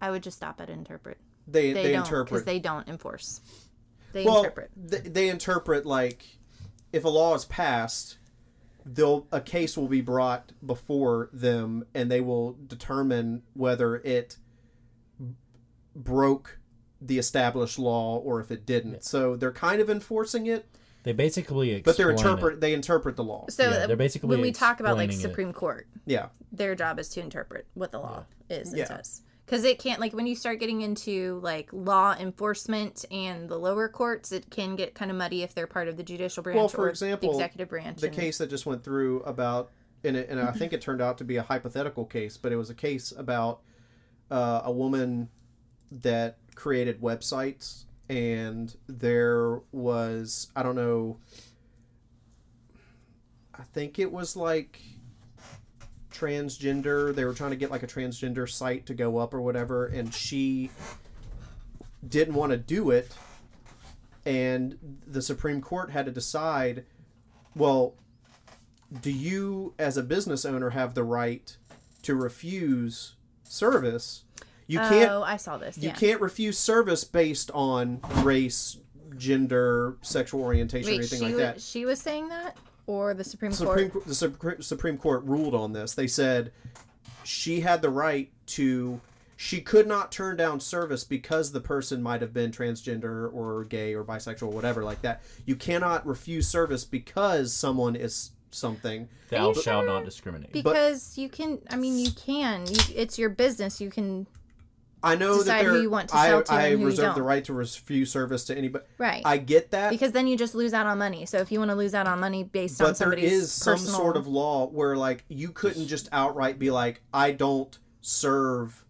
[SPEAKER 3] I would just stop at interpret.
[SPEAKER 2] They
[SPEAKER 3] They,
[SPEAKER 2] they,
[SPEAKER 3] don't because
[SPEAKER 2] interpret
[SPEAKER 3] they don't enforce. They
[SPEAKER 2] well,
[SPEAKER 3] interpret.
[SPEAKER 2] th- they interpret like if a law is passed, they'll a case will be brought before them, and they will determine whether it b- broke the established law or if it didn't. So they're kind of enforcing it,
[SPEAKER 1] They basically
[SPEAKER 2] but they're
[SPEAKER 1] explain it.
[SPEAKER 2] interpret they interpret the law.
[SPEAKER 3] So
[SPEAKER 1] Yeah, they're basically
[SPEAKER 3] when we talk about like
[SPEAKER 1] explaining it.
[SPEAKER 3] Supreme Court,
[SPEAKER 2] Yeah,
[SPEAKER 3] their job is to interpret what the law is and
[SPEAKER 2] Yeah.
[SPEAKER 3] says. because it can't like when you start getting into like law enforcement and the lower courts it can get kind of muddy if they're part of the judicial branch
[SPEAKER 2] Well, for
[SPEAKER 3] or
[SPEAKER 2] example,
[SPEAKER 3] the executive branch
[SPEAKER 2] the
[SPEAKER 3] and-
[SPEAKER 2] case that just went through about and, it, and I think it turned out to be a hypothetical case, but it was a case about uh, a woman that created websites, and there was I don't know, I think it was like transgender. They were trying to get like a transgender site to go up or whatever, and she didn't want to do it, and the Supreme Court had to decide well, do you, as a business owner, have the right to refuse service? You can't.
[SPEAKER 3] oh i saw this
[SPEAKER 2] You
[SPEAKER 3] yeah
[SPEAKER 2] can't refuse service based on race, gender, sexual orientation, or
[SPEAKER 3] wait
[SPEAKER 2] anything
[SPEAKER 3] she,
[SPEAKER 2] like
[SPEAKER 3] was,
[SPEAKER 2] that.
[SPEAKER 3] she was saying that or the supreme,
[SPEAKER 2] Supreme
[SPEAKER 3] court
[SPEAKER 2] Court- the Supre- Supreme Court ruled on this. They said she had the right to she could not turn down service because the person might have been transgender or gay or bisexual or whatever like that. You cannot refuse service because someone is something.
[SPEAKER 1] Thou
[SPEAKER 3] you
[SPEAKER 1] shall
[SPEAKER 3] sure?
[SPEAKER 1] not discriminate.
[SPEAKER 3] because you can i mean you can you, it's your business you can
[SPEAKER 2] I know
[SPEAKER 3] Decide
[SPEAKER 2] that
[SPEAKER 3] who
[SPEAKER 2] there-
[SPEAKER 3] you want to
[SPEAKER 2] I,
[SPEAKER 3] sell to
[SPEAKER 2] I
[SPEAKER 3] and who you
[SPEAKER 2] reserve the
[SPEAKER 3] don't.
[SPEAKER 2] right to refuse service to anybody.
[SPEAKER 3] right
[SPEAKER 2] I get that.
[SPEAKER 3] because then you just lose out on money so if you want to lose out on money based on
[SPEAKER 2] but there
[SPEAKER 3] somebody's
[SPEAKER 2] is some
[SPEAKER 3] personal-
[SPEAKER 2] sort of law where like you couldn't just outright be like I don't serve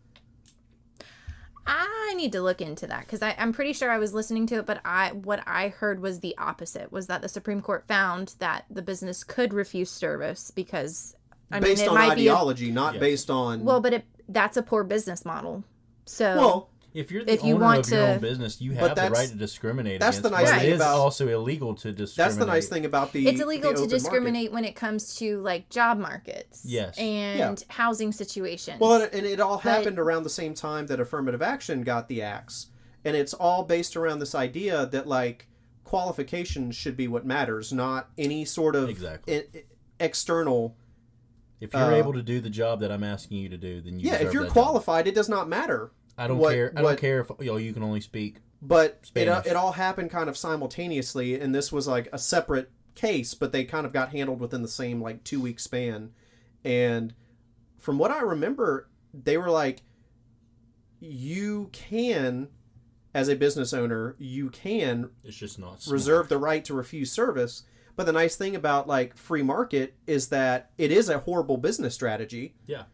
[SPEAKER 3] I need to look into that because I'm pretty sure I was listening to it, but I what I heard was the opposite. Was that the Supreme Court found that the business could refuse service because I mean
[SPEAKER 2] based
[SPEAKER 3] it
[SPEAKER 2] on
[SPEAKER 3] might
[SPEAKER 2] ideology, not based on
[SPEAKER 3] be a, well, but it, that's a poor business model. So
[SPEAKER 2] well
[SPEAKER 1] If you're the
[SPEAKER 3] If you
[SPEAKER 1] owner
[SPEAKER 3] want
[SPEAKER 1] of your
[SPEAKER 3] to-
[SPEAKER 1] own business, you
[SPEAKER 2] But
[SPEAKER 1] have the
[SPEAKER 2] that's-
[SPEAKER 1] right to discriminate.
[SPEAKER 2] that's the
[SPEAKER 1] against,
[SPEAKER 2] nice
[SPEAKER 1] but
[SPEAKER 2] thing
[SPEAKER 1] It is
[SPEAKER 2] about-
[SPEAKER 1] also illegal to discriminate.
[SPEAKER 2] That's the nice thing about the.
[SPEAKER 3] it's illegal
[SPEAKER 2] the open
[SPEAKER 3] to
[SPEAKER 2] market.
[SPEAKER 3] discriminate when it comes to like job markets,
[SPEAKER 1] Yes.
[SPEAKER 3] and housing situations.
[SPEAKER 2] Well, and- and it all happened around the same time that affirmative action got the axe, and it's all based around this idea that like qualifications should be what matters, not any sort of
[SPEAKER 1] Exactly.
[SPEAKER 2] e- e- external.
[SPEAKER 1] If you're
[SPEAKER 2] uh,
[SPEAKER 1] able to do the job that I'm asking you to do, then you
[SPEAKER 2] Yeah, if
[SPEAKER 1] deserve
[SPEAKER 2] you're
[SPEAKER 1] that job.
[SPEAKER 2] qualified, it does not matter.
[SPEAKER 1] I don't
[SPEAKER 2] what-
[SPEAKER 1] care. I
[SPEAKER 2] what-
[SPEAKER 1] don't care if you, know, you can only speak.
[SPEAKER 2] But it, uh,
[SPEAKER 1] Spanish.
[SPEAKER 2] it all happened kind of simultaneously, and this was like a separate case, but they kind of got handled within the same like two week span. And from what I remember, they were like, you can, as a business owner, you can
[SPEAKER 1] It's just not smart.
[SPEAKER 2] reserve the right to refuse service. But the nice thing about like free market is that it is a horrible business strategy.
[SPEAKER 1] Yeah,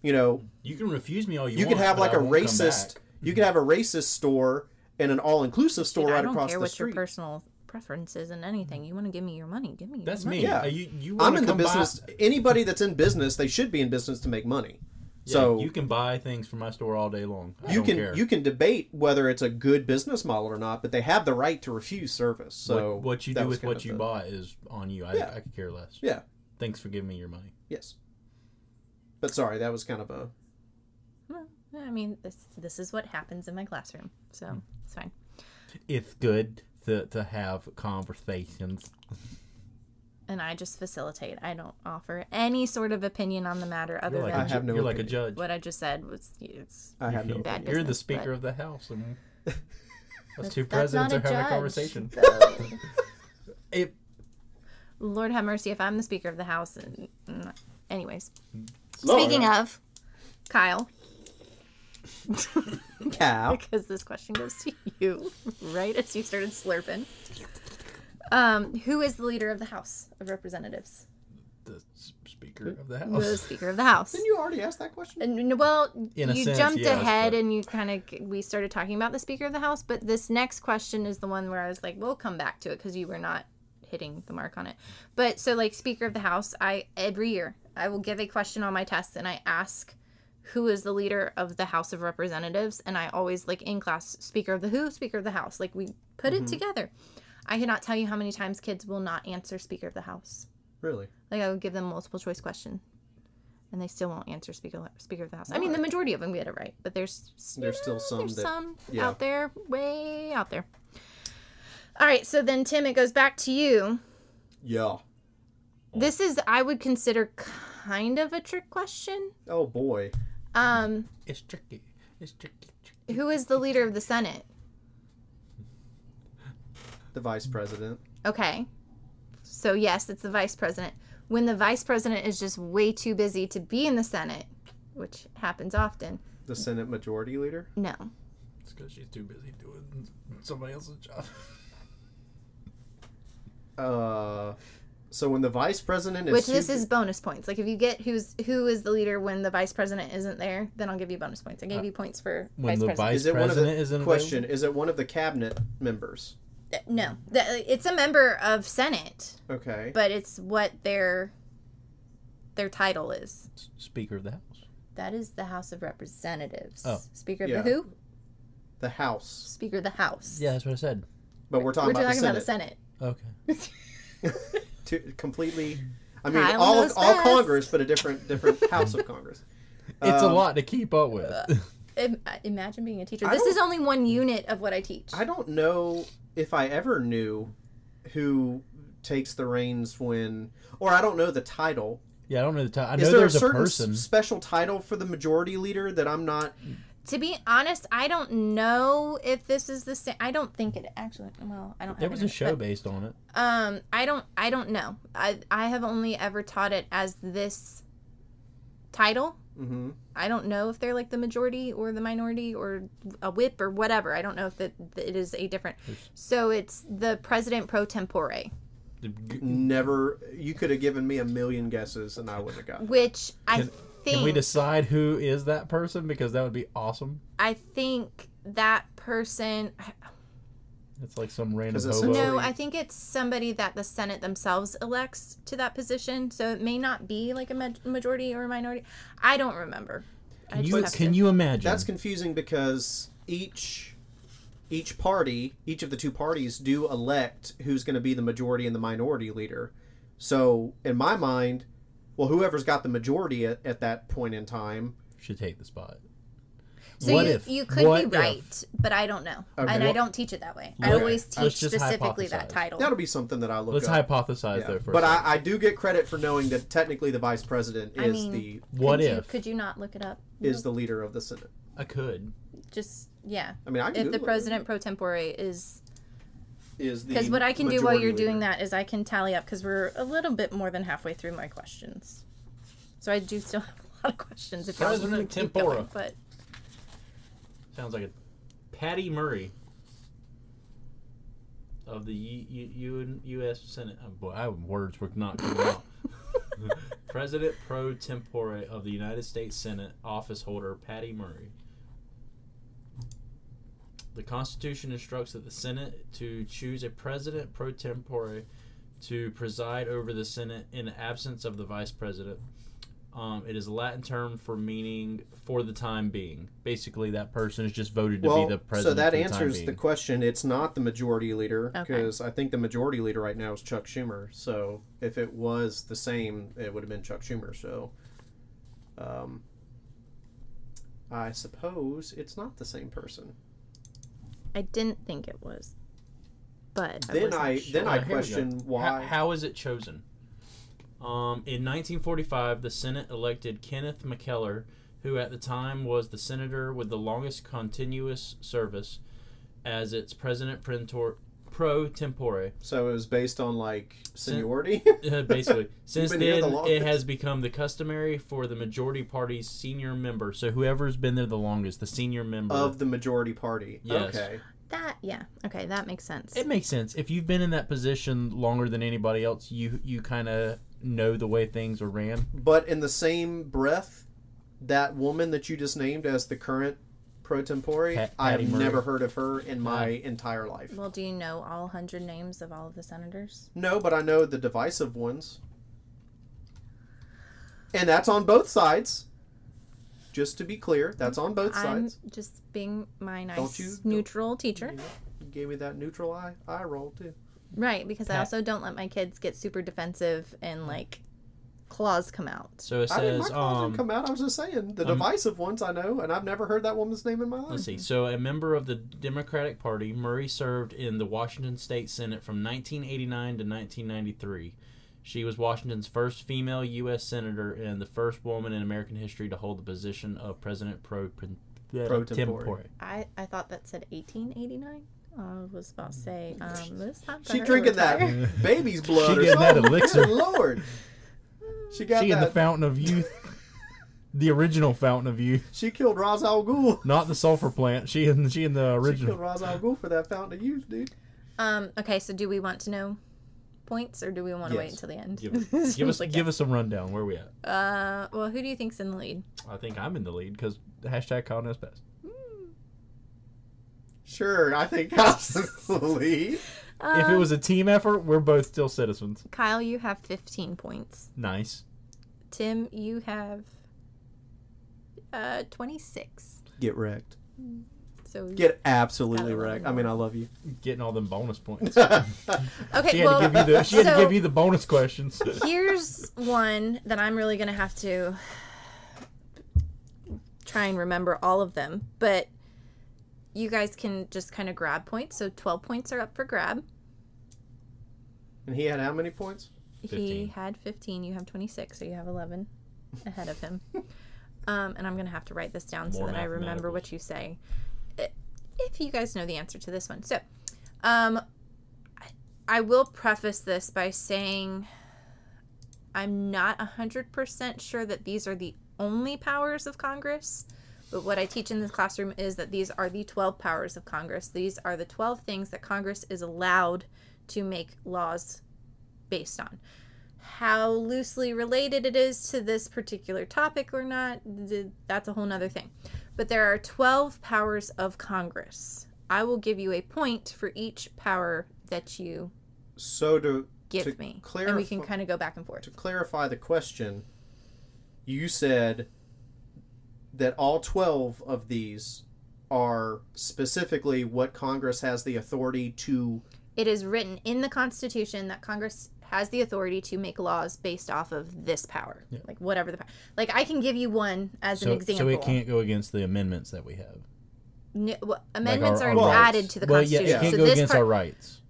[SPEAKER 2] You know,
[SPEAKER 1] you can refuse me all you,
[SPEAKER 2] you
[SPEAKER 1] want.
[SPEAKER 2] could have
[SPEAKER 1] but
[SPEAKER 2] like
[SPEAKER 1] I
[SPEAKER 2] a
[SPEAKER 1] won't come
[SPEAKER 2] racist,
[SPEAKER 1] back.
[SPEAKER 2] you could have a racist store and an all inclusive store
[SPEAKER 3] Dude,
[SPEAKER 2] right
[SPEAKER 3] I don't
[SPEAKER 2] across
[SPEAKER 3] care
[SPEAKER 2] the
[SPEAKER 3] what
[SPEAKER 2] street.
[SPEAKER 3] your personal preference is and anything. You want to give me your money, give me. Your
[SPEAKER 1] That's
[SPEAKER 3] money.
[SPEAKER 1] me.
[SPEAKER 2] Yeah.
[SPEAKER 1] Uh, you, you
[SPEAKER 2] I'm
[SPEAKER 1] wanna
[SPEAKER 2] in the
[SPEAKER 1] come buy-
[SPEAKER 2] business. Anybody that's in business, they should be in business to make money.
[SPEAKER 1] Yeah,
[SPEAKER 2] so
[SPEAKER 1] you can buy things from my store all day long. I
[SPEAKER 2] you
[SPEAKER 1] don't
[SPEAKER 2] can
[SPEAKER 1] care.
[SPEAKER 2] you can debate whether it's a good business model or not, but they have the right to refuse service. So
[SPEAKER 1] what, what you
[SPEAKER 2] that
[SPEAKER 1] do
[SPEAKER 2] was
[SPEAKER 1] with
[SPEAKER 2] kind
[SPEAKER 1] what
[SPEAKER 2] of
[SPEAKER 1] you
[SPEAKER 2] the-
[SPEAKER 1] buy is on you. I,
[SPEAKER 2] Yeah.
[SPEAKER 1] I could care less.
[SPEAKER 2] Yeah.
[SPEAKER 1] Thanks for giving me your money.
[SPEAKER 2] Yes. But sorry, that was kind of a
[SPEAKER 3] I mean, this this is what happens in my classroom,
[SPEAKER 1] Hmm.
[SPEAKER 3] so it's fine.
[SPEAKER 1] It's good to to have conversations.
[SPEAKER 3] And I just facilitate. I don't offer any sort of opinion on the matter other
[SPEAKER 1] You're like,
[SPEAKER 3] than
[SPEAKER 1] a
[SPEAKER 2] have
[SPEAKER 1] ju-
[SPEAKER 2] no
[SPEAKER 1] you're like a
[SPEAKER 2] opinion.
[SPEAKER 1] judge.
[SPEAKER 3] what I just said was it's
[SPEAKER 2] I have
[SPEAKER 1] (laughs) You're
[SPEAKER 2] no.
[SPEAKER 3] bad
[SPEAKER 1] the
[SPEAKER 3] business,
[SPEAKER 1] speaker
[SPEAKER 3] but-
[SPEAKER 1] of the house,
[SPEAKER 2] (laughs)
[SPEAKER 1] and us
[SPEAKER 3] That's-
[SPEAKER 1] two
[SPEAKER 3] that's
[SPEAKER 1] presidents
[SPEAKER 3] not
[SPEAKER 1] are
[SPEAKER 3] a
[SPEAKER 1] having a
[SPEAKER 3] judge.
[SPEAKER 1] conversation. It
[SPEAKER 3] (laughs) Lord have mercy if I'm the speaker of the house. And, mm, anyways,
[SPEAKER 1] Hmm.
[SPEAKER 2] Laura.
[SPEAKER 3] speaking of Kyle, (laughs)
[SPEAKER 2] Cow.
[SPEAKER 3] because this question goes to you right as you started slurping. Um, who is the leader of the House of Representatives?
[SPEAKER 1] the s- speaker of the
[SPEAKER 3] The
[SPEAKER 1] house.
[SPEAKER 3] Speaker of the House.
[SPEAKER 2] Didn't you already ask that question?
[SPEAKER 3] And- n- Well,
[SPEAKER 1] In a
[SPEAKER 3] you
[SPEAKER 1] sense,
[SPEAKER 3] jumped
[SPEAKER 1] yes,
[SPEAKER 3] ahead
[SPEAKER 1] but-
[SPEAKER 3] and you kind of we started talking about the Speaker of the House, but this next question is the one where I was like, we'll come back to it because you were not hitting the mark on it. But so, like Speaker of the House, I every year I will give a question on my test and I ask who is the leader of the House of Representatives, and I always like in class Speaker of the Who, Speaker of the House, like we put
[SPEAKER 1] Mm-hmm.
[SPEAKER 3] it together. I cannot tell you how many times kids will not answer Speaker of the House.
[SPEAKER 2] Really?
[SPEAKER 3] Like I would give them multiple choice question, and they still won't answer speaker speaker of the house. I mean, the majority of them get it right, but there's you
[SPEAKER 2] There's still some
[SPEAKER 3] there's
[SPEAKER 2] that-
[SPEAKER 3] some
[SPEAKER 2] yeah.
[SPEAKER 3] out there way out there. All right, so then Tim, it goes back to you.
[SPEAKER 2] Yeah.
[SPEAKER 3] This is I would consider kind of a trick question.
[SPEAKER 2] Oh boy.
[SPEAKER 3] Um,
[SPEAKER 1] (laughs) It's tricky. It's tricky. tricky.
[SPEAKER 3] who is the leader of the Senate?
[SPEAKER 2] The vice president.
[SPEAKER 3] Okay, so yes, it's the vice president. When the vice president is just way too busy to be in the Senate, which happens often.
[SPEAKER 2] The Senate Majority Leader.
[SPEAKER 3] No.
[SPEAKER 1] It's because she's too busy doing somebody else's job.
[SPEAKER 2] Uh, so when the vice president is
[SPEAKER 3] Which this
[SPEAKER 2] too-
[SPEAKER 3] is bonus points. Like if you get who's who is the leader when the vice president isn't there, then I'll give you bonus points. I gave you points for
[SPEAKER 1] Uh, When
[SPEAKER 3] vice
[SPEAKER 1] the
[SPEAKER 3] president.
[SPEAKER 1] vice
[SPEAKER 2] is it one of
[SPEAKER 1] president
[SPEAKER 2] the
[SPEAKER 1] is in
[SPEAKER 2] question? Is it one of the cabinet members?
[SPEAKER 3] Uh, no, The- it's a member of Senate,
[SPEAKER 2] Okay.
[SPEAKER 3] but it's what their their title is.
[SPEAKER 1] Speaker of the House.
[SPEAKER 3] That is the House of Representatives.
[SPEAKER 1] Oh.
[SPEAKER 3] Speaker of
[SPEAKER 2] Yeah.
[SPEAKER 3] the who?
[SPEAKER 2] the House,
[SPEAKER 3] Speaker of the House.
[SPEAKER 1] Yeah, that's what I said.
[SPEAKER 2] but we're talking,
[SPEAKER 3] We're
[SPEAKER 2] about,
[SPEAKER 3] talking
[SPEAKER 2] the
[SPEAKER 3] about the Senate.
[SPEAKER 1] Okay.
[SPEAKER 2] Two, completely. I mean,
[SPEAKER 3] Kyle
[SPEAKER 2] all
[SPEAKER 3] knows
[SPEAKER 2] all
[SPEAKER 3] best.
[SPEAKER 2] Congress, but a different different
[SPEAKER 3] (laughs)
[SPEAKER 2] House of Congress.
[SPEAKER 1] It's a
[SPEAKER 2] Um,
[SPEAKER 1] lot to keep up with.
[SPEAKER 3] Im- uh, imagine being a teacher.
[SPEAKER 2] I
[SPEAKER 3] this
[SPEAKER 2] don't-
[SPEAKER 3] is only one unit of what I teach.
[SPEAKER 2] I don't know if I ever knew who takes the reins when, or I don't know the title.
[SPEAKER 1] (laughs) yeah, I don't know the time. I
[SPEAKER 2] Is
[SPEAKER 1] know
[SPEAKER 2] there a
[SPEAKER 1] there's a
[SPEAKER 2] certain s-
[SPEAKER 1] person.
[SPEAKER 2] special title for the majority leader that I'm not?
[SPEAKER 3] to be honest, I don't know if this is the same. I don't think it actually. Well, I don't.
[SPEAKER 1] There
[SPEAKER 3] have
[SPEAKER 1] was a
[SPEAKER 3] internet,
[SPEAKER 1] show
[SPEAKER 3] but,
[SPEAKER 1] based on it.
[SPEAKER 3] Um, I don't. I don't know. I I have only ever taught it as this title.
[SPEAKER 2] hmm
[SPEAKER 3] I don't know if they're like the majority or the minority or a whip or whatever. I don't know if that that it is a different. So it's the president pro tempore,
[SPEAKER 2] Never. You could have given me a million guesses, and I wouldn't have gotten.
[SPEAKER 3] which I
[SPEAKER 1] Can-
[SPEAKER 3] think
[SPEAKER 1] Can we decide who is that person? Because that would be awesome.
[SPEAKER 3] I think that person.
[SPEAKER 1] It's like some random
[SPEAKER 2] 'Cause it's
[SPEAKER 1] hobo.
[SPEAKER 2] Well,
[SPEAKER 3] No,
[SPEAKER 2] we-
[SPEAKER 3] I think it's somebody that the Senate themselves elects to that position. So it may not be like a ma- majority or a minority. I don't remember. I
[SPEAKER 1] Can
[SPEAKER 3] just
[SPEAKER 1] you,
[SPEAKER 3] have
[SPEAKER 1] can
[SPEAKER 3] to-
[SPEAKER 1] you imagine?
[SPEAKER 2] That's confusing because each each party, each of the two parties do elect who's going to be the majority and the minority leader. So, in my mind, well, whoever's got the majority at, at that point in time.
[SPEAKER 1] should take the spot.
[SPEAKER 3] So
[SPEAKER 1] what
[SPEAKER 3] you,
[SPEAKER 1] if?
[SPEAKER 3] you could
[SPEAKER 1] What
[SPEAKER 3] be
[SPEAKER 1] if?
[SPEAKER 3] right, but I don't know,
[SPEAKER 2] Okay.
[SPEAKER 3] and I
[SPEAKER 2] Well-
[SPEAKER 3] don't teach it that way. I
[SPEAKER 1] Let-
[SPEAKER 3] always
[SPEAKER 1] let's
[SPEAKER 3] teach
[SPEAKER 1] just
[SPEAKER 3] specifically that
[SPEAKER 1] hypothesize.
[SPEAKER 3] title.
[SPEAKER 2] That'll be something that I look
[SPEAKER 1] Let's
[SPEAKER 2] up.
[SPEAKER 1] hypothesize
[SPEAKER 2] Yeah.
[SPEAKER 1] there for
[SPEAKER 2] But
[SPEAKER 1] a
[SPEAKER 2] I,
[SPEAKER 1] second.
[SPEAKER 2] I do get credit for knowing that technically the vice president
[SPEAKER 3] I
[SPEAKER 2] is
[SPEAKER 3] mean-
[SPEAKER 2] the
[SPEAKER 1] what
[SPEAKER 3] could You,
[SPEAKER 1] if?
[SPEAKER 3] could you not look it up?
[SPEAKER 2] is the leader of the Senate.
[SPEAKER 1] I could.
[SPEAKER 3] Just yeah.
[SPEAKER 2] I mean, I can
[SPEAKER 3] If the
[SPEAKER 2] Google it.
[SPEAKER 3] president pro tempore is
[SPEAKER 2] is the
[SPEAKER 3] because what I can do while
[SPEAKER 2] majority
[SPEAKER 3] you're doing
[SPEAKER 2] leader.
[SPEAKER 3] that is I can tally up because we're a little bit more than halfway through my questions, so I do still (laughs) have a lot of questions. If y'all want me
[SPEAKER 1] President
[SPEAKER 3] to keep going,
[SPEAKER 1] tempora.
[SPEAKER 3] but
[SPEAKER 1] Sounds like a Patty Murray of the U- U- U- U.S. Senate. Oh boy, I, words were not coming out. President pro tempore of the United States Senate office holder Patty Murray. The Constitution instructs that the Senate to choose a president pro tempore to preside over the Senate in the absence of the vice president. Um, it is a Latin term for meaning for the time being. Basically, that person is just voted to
[SPEAKER 2] well,
[SPEAKER 1] be the president.
[SPEAKER 2] so that
[SPEAKER 1] for the time
[SPEAKER 2] answers the
[SPEAKER 1] being.
[SPEAKER 2] question. It's not the majority leader
[SPEAKER 3] Okay.
[SPEAKER 2] because I think the majority leader right now is Chuck Schumer. So if it was the same, it would have been Chuck Schumer. So, um, I suppose it's not the same person.
[SPEAKER 3] I didn't think it was. But I
[SPEAKER 2] then
[SPEAKER 3] wasn't
[SPEAKER 2] I
[SPEAKER 3] sure.
[SPEAKER 2] then I
[SPEAKER 1] Here we go.
[SPEAKER 2] question
[SPEAKER 1] How,
[SPEAKER 2] why.
[SPEAKER 1] how is it chosen? Um, in 1945, the Senate elected Kenneth McKellar, who at the time was the senator with the longest continuous service, as its president printor, pro tempore. (laughs)
[SPEAKER 2] so it was based on like seniority. (laughs)
[SPEAKER 1] Basically, since
[SPEAKER 2] been here
[SPEAKER 1] then,
[SPEAKER 2] the
[SPEAKER 1] it
[SPEAKER 2] longest.
[SPEAKER 1] has become the customary for the majority party's senior member. So whoever's been there the longest, the senior member.
[SPEAKER 2] of the majority party.
[SPEAKER 1] Yes.
[SPEAKER 2] Okay.
[SPEAKER 3] that yeah okay that makes sense.
[SPEAKER 1] it makes sense. If you've been in that position longer than anybody else, you you kind of know the way things are ran.
[SPEAKER 2] But in the same breath, that woman that you just named as the current pro tempore,
[SPEAKER 1] Pat-
[SPEAKER 2] I have
[SPEAKER 1] Patty Murray.
[SPEAKER 2] never heard of her in my entire life.
[SPEAKER 3] well, do you know all hundred names of all of the senators?
[SPEAKER 2] No, but I know the divisive ones. And that's on both sides. Just to be clear, that's on both
[SPEAKER 3] I'm
[SPEAKER 2] sides.
[SPEAKER 3] just being my nice
[SPEAKER 2] Don't you-
[SPEAKER 3] neutral teacher,
[SPEAKER 2] You gave me that neutral eye eye roll too.
[SPEAKER 1] Mm-hmm.
[SPEAKER 3] right? Because I
[SPEAKER 1] Pat-
[SPEAKER 3] also don't let my kids get super defensive and like claws come out.
[SPEAKER 1] Mm-hmm. So it
[SPEAKER 2] I didn't
[SPEAKER 1] says,
[SPEAKER 2] my claws
[SPEAKER 1] um,
[SPEAKER 2] didn't come out. I was just saying the divisive ones I know, and I've never heard that woman's name in my life.
[SPEAKER 1] Let's see. So, a member of the Democratic Party, Murray served in the Washington State Senate from 1989 to 1993. She was Washington's first female U.S. senator and the first woman in American history to hold the position of President pro,
[SPEAKER 2] Pro
[SPEAKER 1] pro
[SPEAKER 2] tempore.
[SPEAKER 1] tempore.
[SPEAKER 3] I I thought that said 1889. I was about
[SPEAKER 1] Mm.
[SPEAKER 3] to say
[SPEAKER 1] (laughs)
[SPEAKER 3] um, this time. for
[SPEAKER 2] She
[SPEAKER 3] her to
[SPEAKER 2] drinking
[SPEAKER 3] retire.
[SPEAKER 2] that baby's blood
[SPEAKER 1] She
[SPEAKER 2] or
[SPEAKER 1] getting that
[SPEAKER 2] something.
[SPEAKER 1] elixir.
[SPEAKER 2] Good lord. She got
[SPEAKER 1] She in the
[SPEAKER 2] that.
[SPEAKER 3] (laughs)
[SPEAKER 1] fountain of youth. the original Fountain of Youth,
[SPEAKER 2] She killed Ra's al Ghul.
[SPEAKER 1] not the sulfur plant. She and she and the
[SPEAKER 2] She killed
[SPEAKER 1] original.
[SPEAKER 2] Ra's al Ghul for that Fountain of Youth, dude.
[SPEAKER 3] Um, okay, so do we want to know points or do we want to wait
[SPEAKER 2] Yes.
[SPEAKER 3] until the end?
[SPEAKER 1] Give,
[SPEAKER 3] (laughs)
[SPEAKER 1] us- give us
[SPEAKER 3] Like,
[SPEAKER 1] give us some rundown. Where we at?
[SPEAKER 3] Uh, well, who do you think's in the lead?
[SPEAKER 1] I think I'm in the lead because hashtag Kyle knows best.
[SPEAKER 2] Sure, I think (laughs) absolutely.
[SPEAKER 1] if it
[SPEAKER 3] Um,
[SPEAKER 1] was a team effort, we're both still citizens.
[SPEAKER 3] Kyle, you have 15 points.
[SPEAKER 1] Nice.
[SPEAKER 3] Tim, you have uh 26.
[SPEAKER 2] Get wrecked.
[SPEAKER 3] So
[SPEAKER 2] Get absolutely
[SPEAKER 3] Gotta love
[SPEAKER 2] wrecked. I mean, I love you.
[SPEAKER 1] Getting all them bonus points. She
[SPEAKER 3] okay,
[SPEAKER 1] had
[SPEAKER 3] well,
[SPEAKER 1] to give you the she had
[SPEAKER 3] (laughs) so
[SPEAKER 1] to give you the bonus
[SPEAKER 3] (laughs)
[SPEAKER 1] questions.
[SPEAKER 3] here's one that I'm really gonna have to try and remember all of them, but you guys can just kind of grab points. So 12 points are up for grab.
[SPEAKER 2] And he had how many points?
[SPEAKER 3] He
[SPEAKER 1] 15.
[SPEAKER 3] had 15. You have 26, so you have 11 ahead of him. Um, and I'm going to have to write this down so
[SPEAKER 1] More
[SPEAKER 3] that I remember
[SPEAKER 1] mathematicals.
[SPEAKER 3] what you say. I- If you guys know the answer to this one. So, um, I- I will preface this by saying I'm not 100% sure that these are the only powers of Congress. But what I teach in this classroom is that these are the 12 powers of Congress. These are the 12 things that Congress is allowed to make laws based on. How loosely related it is to this particular topic or not, th- that's a whole nother thing. But there are 12 powers of Congress. I will give you a point for each power that you
[SPEAKER 2] So to
[SPEAKER 3] give
[SPEAKER 2] To
[SPEAKER 3] me. and we can
[SPEAKER 2] clarify-
[SPEAKER 3] kind of go back and forth.
[SPEAKER 2] to clarify the question, you said that all 12 of these are specifically what Congress has the authority to.
[SPEAKER 3] It is written in the Constitution that Congress has the authority to make laws based off of this power, like whatever the power. Like I can give you one as an
[SPEAKER 1] so,
[SPEAKER 3] example.
[SPEAKER 1] so it can't go against the amendments that we have.
[SPEAKER 3] No, well, amendments
[SPEAKER 1] our-
[SPEAKER 3] are
[SPEAKER 1] our rights.
[SPEAKER 3] added to the
[SPEAKER 1] well, yeah,
[SPEAKER 3] Constitution.
[SPEAKER 1] it can't
[SPEAKER 3] so
[SPEAKER 1] go
[SPEAKER 3] this
[SPEAKER 1] against
[SPEAKER 3] part,
[SPEAKER 1] our rights.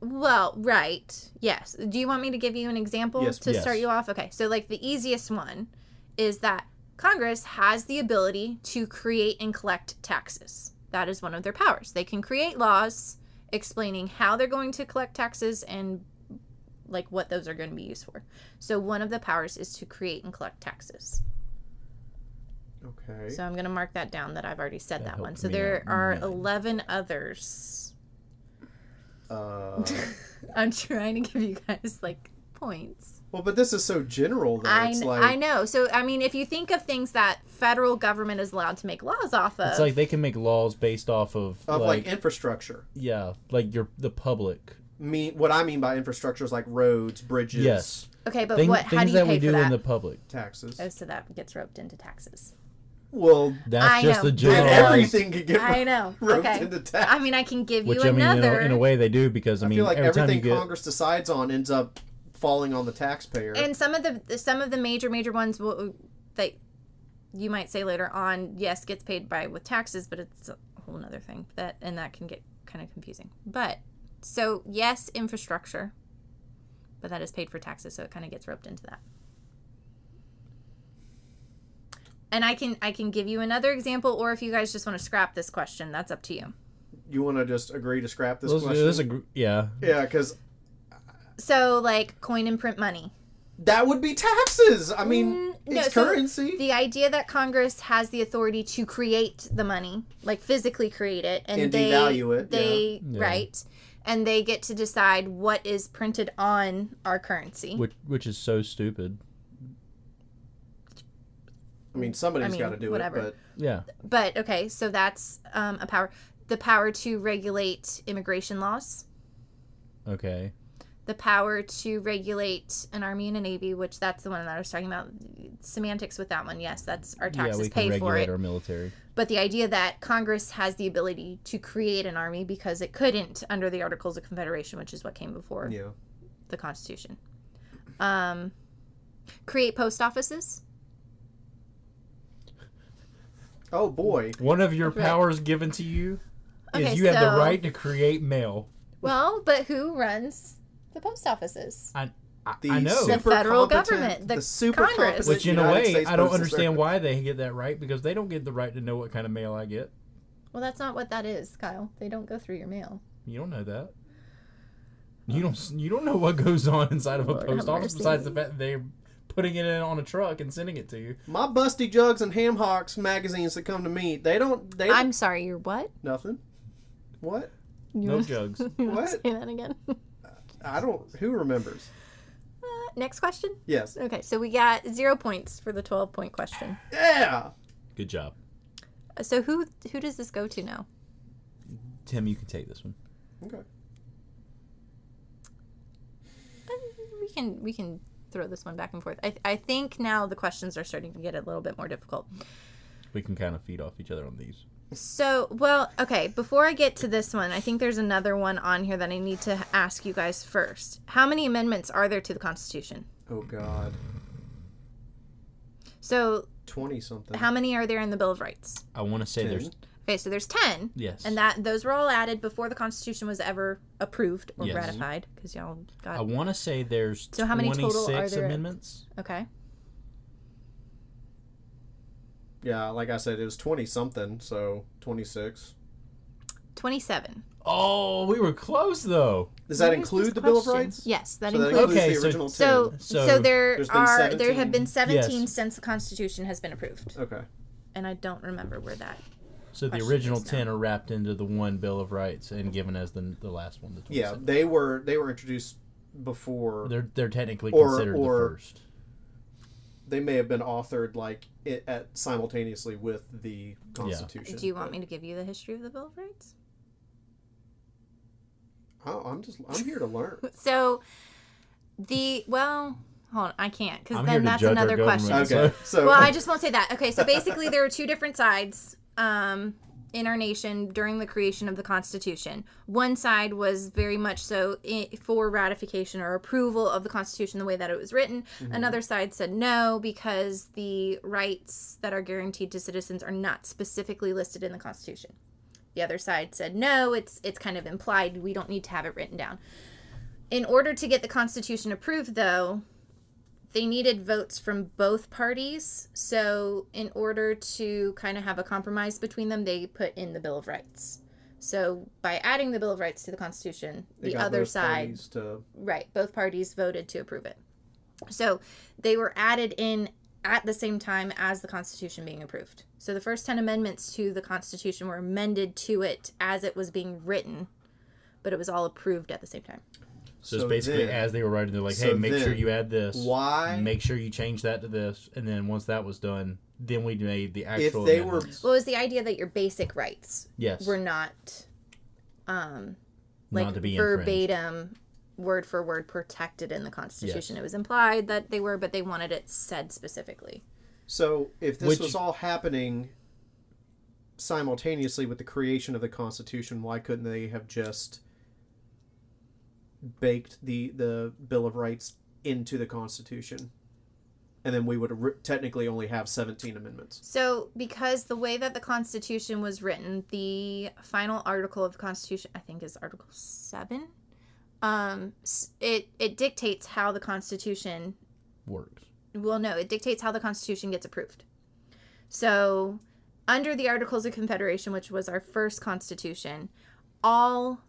[SPEAKER 3] Well, right. Yes. Do you want me to give you an example
[SPEAKER 2] Yes,
[SPEAKER 3] to
[SPEAKER 1] yes.
[SPEAKER 3] start you off? Okay. So, like, the easiest one is that Congress has the ability to create and collect taxes. That is one of their powers. They can create laws explaining how they're going to collect taxes and like what those are going to be used for. So, one of the powers is to create and collect taxes.
[SPEAKER 2] Okay.
[SPEAKER 3] So I'm going to mark that down that I've already said that, one.
[SPEAKER 1] helped
[SPEAKER 3] So
[SPEAKER 1] me
[SPEAKER 3] there
[SPEAKER 1] out
[SPEAKER 3] are
[SPEAKER 1] none.
[SPEAKER 3] 11 others. (laughs)
[SPEAKER 2] Uh,
[SPEAKER 3] I'm trying to give you guys like points.
[SPEAKER 2] well, but this is so general that
[SPEAKER 3] I,
[SPEAKER 2] it's
[SPEAKER 3] kn-
[SPEAKER 2] like.
[SPEAKER 3] I know. So I mean, if you think of things that federal government is allowed to make laws off of,
[SPEAKER 1] It's like they can make laws based off of,
[SPEAKER 2] Of
[SPEAKER 1] like,
[SPEAKER 2] like, infrastructure.
[SPEAKER 1] yeah, like your the public
[SPEAKER 2] Mean what I mean by infrastructure is like roads, bridges,
[SPEAKER 1] Yes.
[SPEAKER 3] okay, but
[SPEAKER 1] Thing-
[SPEAKER 3] what?
[SPEAKER 1] things
[SPEAKER 3] How do you
[SPEAKER 1] that
[SPEAKER 3] pay
[SPEAKER 1] we
[SPEAKER 3] for
[SPEAKER 1] do
[SPEAKER 3] that?
[SPEAKER 1] in the public.
[SPEAKER 2] taxes.
[SPEAKER 3] oh, so that gets roped
[SPEAKER 1] (laughs)
[SPEAKER 3] into taxes.
[SPEAKER 2] Well,
[SPEAKER 1] That's
[SPEAKER 3] I
[SPEAKER 1] just
[SPEAKER 3] know.
[SPEAKER 1] the
[SPEAKER 3] I
[SPEAKER 1] general.
[SPEAKER 2] dude,
[SPEAKER 3] know.
[SPEAKER 2] everything could get
[SPEAKER 3] I know.
[SPEAKER 2] (laughs) roped
[SPEAKER 3] okay.
[SPEAKER 2] into
[SPEAKER 3] I
[SPEAKER 2] tax.
[SPEAKER 3] mean, I can give
[SPEAKER 1] Which
[SPEAKER 3] you
[SPEAKER 1] I mean, in a,
[SPEAKER 3] another.
[SPEAKER 1] in a way they do because I
[SPEAKER 2] I
[SPEAKER 1] mean,
[SPEAKER 2] feel like
[SPEAKER 1] every time you
[SPEAKER 2] everything
[SPEAKER 1] get
[SPEAKER 2] Congress decides on ends up falling on the taxpayer.
[SPEAKER 3] and some of the some of the major major ones will, that you might say later on yes gets paid by with taxes but it's a whole nother thing that and that can get kind of confusing but so yes infrastructure but that is paid for taxes so it kind of gets roped into that and i can i can give you another example or if you guys just want to scrap this question that's up to you
[SPEAKER 2] you want to just agree to scrap this
[SPEAKER 1] Let's-
[SPEAKER 2] question?
[SPEAKER 1] there's a gr- yeah,
[SPEAKER 2] yeah, because
[SPEAKER 3] so like coin and print money
[SPEAKER 2] that would be taxes. I mean,
[SPEAKER 3] Mm, no,
[SPEAKER 2] it's
[SPEAKER 3] so
[SPEAKER 2] currency.
[SPEAKER 3] The idea that Congress has the authority to create the money, like physically create it, and,
[SPEAKER 2] And
[SPEAKER 3] they
[SPEAKER 2] devalue it,
[SPEAKER 3] They
[SPEAKER 1] Yeah.
[SPEAKER 3] right, and they get to decide what is printed on our currency.
[SPEAKER 1] which which is so stupid.
[SPEAKER 2] I mean, somebody's
[SPEAKER 3] I mean,
[SPEAKER 2] got to do
[SPEAKER 3] whatever.
[SPEAKER 2] it,
[SPEAKER 1] Yeah,
[SPEAKER 3] but okay, so that's um, a power. The power to regulate immigration laws.
[SPEAKER 1] okay,
[SPEAKER 3] The power to regulate an army and a navy, which that's the one that I was talking about. Semantics with that one, yes, that's our
[SPEAKER 1] yeah,
[SPEAKER 3] taxes
[SPEAKER 1] we can
[SPEAKER 3] pay for
[SPEAKER 1] regulate
[SPEAKER 3] it.
[SPEAKER 1] our military.
[SPEAKER 3] But the idea that Congress has the ability to create an army because it couldn't under the Articles of Confederation, which is what came before
[SPEAKER 2] but yeah.
[SPEAKER 3] the Constitution. Um, create post offices.
[SPEAKER 2] Oh boy,
[SPEAKER 1] One of your
[SPEAKER 3] Right.
[SPEAKER 1] powers given to you
[SPEAKER 3] Okay,
[SPEAKER 1] is you have
[SPEAKER 3] so-
[SPEAKER 1] the right to create mail.
[SPEAKER 3] Well, but who runs the post offices?
[SPEAKER 1] I, I,
[SPEAKER 2] the
[SPEAKER 1] I know.
[SPEAKER 2] super
[SPEAKER 3] federal
[SPEAKER 2] competent-
[SPEAKER 3] government, the
[SPEAKER 2] super
[SPEAKER 3] Congress.
[SPEAKER 1] Which, in a
[SPEAKER 2] United
[SPEAKER 1] way,
[SPEAKER 2] States
[SPEAKER 1] I don't
[SPEAKER 2] Postal
[SPEAKER 1] understand
[SPEAKER 2] Service.
[SPEAKER 1] why they get that right because they don't get the right to know what kind of mail I get.
[SPEAKER 3] Well, that's not what that is, Kyle. They don't go through your mail.
[SPEAKER 1] You don't know that. You don't. You don't know what goes on inside of a
[SPEAKER 3] Lord have
[SPEAKER 1] post office
[SPEAKER 3] mercy.
[SPEAKER 1] besides the fact that they're putting it in on a truck and sending it to you.
[SPEAKER 2] My busty jugs and ham hocks magazines that come to me, they don't. They
[SPEAKER 3] I'm sorry, you're what? (laughs)
[SPEAKER 2] nothing. What?
[SPEAKER 3] You
[SPEAKER 1] No
[SPEAKER 3] (laughs) wanna-
[SPEAKER 1] jugs.
[SPEAKER 3] you wanna
[SPEAKER 2] What?
[SPEAKER 3] Say that again. (laughs) Uh,
[SPEAKER 2] I don't. Who remembers?
[SPEAKER 3] next question.
[SPEAKER 2] Yes.
[SPEAKER 3] Okay, so we got zero points for the 12 point question.
[SPEAKER 2] Yeah.
[SPEAKER 4] Good job.
[SPEAKER 3] Uh, So who who does this go to now?
[SPEAKER 4] Tim, you can take this one.
[SPEAKER 2] Okay.
[SPEAKER 3] Uh, We can we can throw this one back and forth. I, I think now the questions are starting to get a little bit more difficult.
[SPEAKER 4] We can kind of feed off each other on these.
[SPEAKER 3] So, well, okay, before I get to this one, I think there's another one on here that I need to ask you guys first. How many amendments are there to the Constitution?
[SPEAKER 2] Oh God.
[SPEAKER 3] So,
[SPEAKER 2] Twenty something.
[SPEAKER 3] how many are there in the Bill of Rights?
[SPEAKER 4] I want to say there's
[SPEAKER 2] Ten.
[SPEAKER 3] Okay, so there's 10.
[SPEAKER 4] yes.
[SPEAKER 3] And that those were all added before the Constitution was ever approved or
[SPEAKER 4] Yes.
[SPEAKER 3] ratified because y'all got
[SPEAKER 4] I want to say there's
[SPEAKER 3] So how many total are
[SPEAKER 4] 26
[SPEAKER 3] there?
[SPEAKER 4] amendments.
[SPEAKER 3] okay.
[SPEAKER 2] Yeah, like I said, it was twenty something. So twenty six.
[SPEAKER 3] 27.
[SPEAKER 4] Oh, we were close though.
[SPEAKER 2] Does that
[SPEAKER 3] Where's this
[SPEAKER 2] include the Bill of
[SPEAKER 3] question?
[SPEAKER 2] Rights?
[SPEAKER 3] Yes, that
[SPEAKER 2] So that
[SPEAKER 3] includes
[SPEAKER 2] includes
[SPEAKER 4] Okay,
[SPEAKER 2] the
[SPEAKER 4] so-
[SPEAKER 2] original
[SPEAKER 3] So,
[SPEAKER 2] ten.
[SPEAKER 3] so,
[SPEAKER 4] So
[SPEAKER 3] there
[SPEAKER 2] there's been
[SPEAKER 3] are there have
[SPEAKER 2] 17.
[SPEAKER 3] been 17
[SPEAKER 4] Yes.
[SPEAKER 3] since the Constitution has been approved.
[SPEAKER 2] Okay.
[SPEAKER 3] And I don't remember where that.
[SPEAKER 4] So the
[SPEAKER 3] Question
[SPEAKER 4] original
[SPEAKER 3] is now.
[SPEAKER 4] 10 are wrapped into the one Bill of Rights and given as the, the last one. The
[SPEAKER 2] Yeah,
[SPEAKER 4] 27.
[SPEAKER 2] they were they were introduced before.
[SPEAKER 4] They're, they're technically
[SPEAKER 2] Or-
[SPEAKER 4] considered
[SPEAKER 2] or-
[SPEAKER 4] the first.
[SPEAKER 2] They may have been authored like it, at simultaneously with the Constitution.
[SPEAKER 3] Do you want me to give you the history of the Bill of Rights?
[SPEAKER 2] Oh, I'm just I'm here to
[SPEAKER 3] (laughs)
[SPEAKER 2] learn.
[SPEAKER 3] So the well, hold on, I can't because
[SPEAKER 4] I'm here
[SPEAKER 3] then
[SPEAKER 4] to
[SPEAKER 3] that's
[SPEAKER 4] judge our
[SPEAKER 3] another
[SPEAKER 4] government.
[SPEAKER 3] question.
[SPEAKER 2] Okay. So
[SPEAKER 3] Well, I just won't say that. Okay, so basically there are two different sides um, in our nation during the creation of the Constitution. One side was very much so i for ratification or approval of the Constitution the way that it was written. Another side said no because the rights that are guaranteed to citizens are not specifically listed in the Constitution. The other side said no, it's it's kind of implied. We don't need to have it written down. In order to get the Constitution approved, though, they needed votes from both parties. So, in order to kind of have a compromise between them, they put in the Bill of Rights. So, by adding the Bill of Rights to the Constitution,
[SPEAKER 2] They
[SPEAKER 3] the
[SPEAKER 2] got
[SPEAKER 3] other
[SPEAKER 2] both
[SPEAKER 3] side
[SPEAKER 2] parties to
[SPEAKER 3] Right. Both parties voted to approve it. So they were added in at the same time as the Constitution being approved. So the first 10 amendments to the Constitution were amended to it as it was being written, but it was all approved at the same time.
[SPEAKER 4] So, it's
[SPEAKER 2] So
[SPEAKER 4] basically
[SPEAKER 2] then-
[SPEAKER 4] as they were writing, they're like,
[SPEAKER 2] so
[SPEAKER 4] "Hey, make sure
[SPEAKER 2] then,
[SPEAKER 4] you add this.
[SPEAKER 2] why
[SPEAKER 4] Make sure you change that to this." And then once that was done, then we made the
[SPEAKER 2] if
[SPEAKER 4] actual.
[SPEAKER 2] they were
[SPEAKER 4] amendments.
[SPEAKER 3] What was the idea that your basic rights
[SPEAKER 4] yes,
[SPEAKER 3] were not um like
[SPEAKER 4] not to be infringed.
[SPEAKER 3] verbatim word for word protected in the Constitution. It was implied that they were, but they wanted it said specifically.
[SPEAKER 2] so if this
[SPEAKER 4] Which-
[SPEAKER 2] was all happening simultaneously with the creation of the Constitution, why couldn't they have just baked the the Bill of Rights into the Constitution? And then we would re- technically only have 17 amendments.
[SPEAKER 3] So, because the way that the Constitution was written, the final article of the Constitution, I think, is Article Seven. Um, s- it it dictates how the Constitution.
[SPEAKER 4] Works.
[SPEAKER 3] Well, no, it dictates how the Constitution gets approved. So, under the Articles of Confederation, which was our first Constitution, all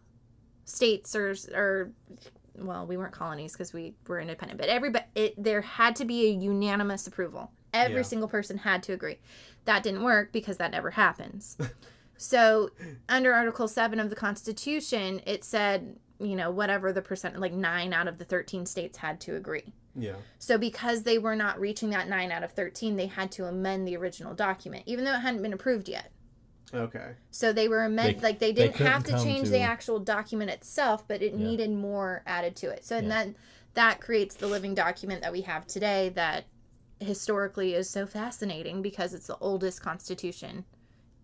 [SPEAKER 3] states or or well, we weren't colonies because we were independent, but everybody it, there had to be a unanimous approval. Every
[SPEAKER 2] Yeah.
[SPEAKER 3] single person had to agree. That didn't work because that never happens. so, under Article 7 of the Constitution, it said, you know, whatever the percent like 9 out of the 13 states had to agree.
[SPEAKER 2] Yeah.
[SPEAKER 3] So, because they were not reaching that 9 out of 13, they had to amend the original document even though it hadn't been approved yet.
[SPEAKER 2] Okay.
[SPEAKER 3] So they were amended,
[SPEAKER 4] They-
[SPEAKER 3] like they
[SPEAKER 4] they
[SPEAKER 3] didn't have to
[SPEAKER 4] couldn't come
[SPEAKER 3] change
[SPEAKER 4] to-
[SPEAKER 3] the actual document itself, but it
[SPEAKER 4] Yeah.
[SPEAKER 3] needed more added to it. So and
[SPEAKER 4] Yeah.
[SPEAKER 3] then that creates the living document that we have today that historically is so fascinating because it's the oldest constitution.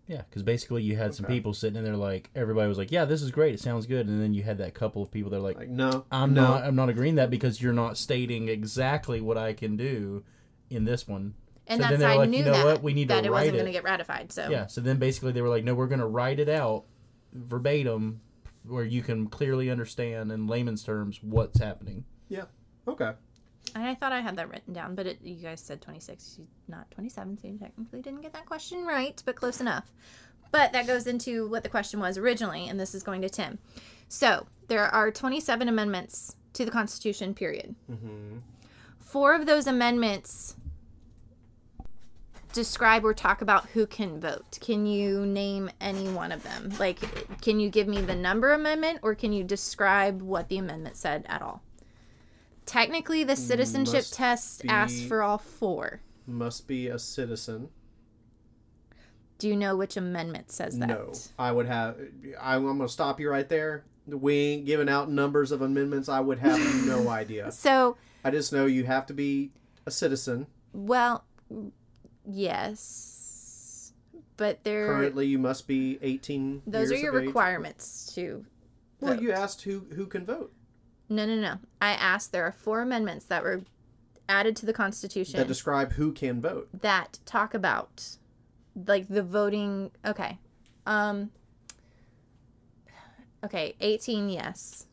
[SPEAKER 4] Yeah, because basically you had some
[SPEAKER 2] Okay.
[SPEAKER 4] people sitting in there like everybody was like, "Yeah, this is great. It sounds good." And then you had that couple of people that are like,
[SPEAKER 2] Like no.
[SPEAKER 4] "I'm
[SPEAKER 2] no.
[SPEAKER 4] not. I'm not agreeing that because you're not stating exactly what I can do in this one."
[SPEAKER 3] And
[SPEAKER 4] So
[SPEAKER 3] that
[SPEAKER 4] then they were
[SPEAKER 3] side
[SPEAKER 4] like,
[SPEAKER 3] knew
[SPEAKER 4] "You know
[SPEAKER 3] that,
[SPEAKER 4] what? We need to
[SPEAKER 3] that it wasn't
[SPEAKER 4] write
[SPEAKER 3] going to
[SPEAKER 4] it."
[SPEAKER 3] get ratified. So
[SPEAKER 4] Yeah. So then basically they were like, "No, we're going to write it out verbatim." Where you can clearly understand in layman's terms what's happening.
[SPEAKER 2] Yeah. Okay.
[SPEAKER 3] and I thought I had that written down, but it, you guys said 26, you- not 27, so you technically didn't get that question right, but close enough. But that goes into what the question was originally, and this is going to Tim. So there are 27 amendments to the Constitution, period.
[SPEAKER 2] Mhm.
[SPEAKER 3] four of those amendments describe or talk about who can vote. Can you name any one of them? Like, can you give me the number amendment or can you describe what the amendment said at all? Technically, the citizenship
[SPEAKER 2] Must
[SPEAKER 3] test
[SPEAKER 2] be-
[SPEAKER 3] asks for all four.
[SPEAKER 2] Must be a citizen.
[SPEAKER 3] Do you know which amendment says that?
[SPEAKER 2] No, I would have. I, I'm going to stop you right there. We ain't giving out numbers of amendments. I would have no idea.
[SPEAKER 3] So,
[SPEAKER 2] I just know you have to be a citizen.
[SPEAKER 3] well, yes, but there
[SPEAKER 2] Currently, you must be 18.
[SPEAKER 3] those are
[SPEAKER 2] years
[SPEAKER 3] your
[SPEAKER 2] of age.
[SPEAKER 3] requirements to
[SPEAKER 2] Well,
[SPEAKER 3] vote.
[SPEAKER 2] you asked who who can vote.
[SPEAKER 3] No, no, no. I asked. There are four amendments that were added to the Constitution
[SPEAKER 2] That
[SPEAKER 3] that,
[SPEAKER 2] describe who can vote.
[SPEAKER 3] talk about, like the voting. Okay, um, okay. Eighteen, yes,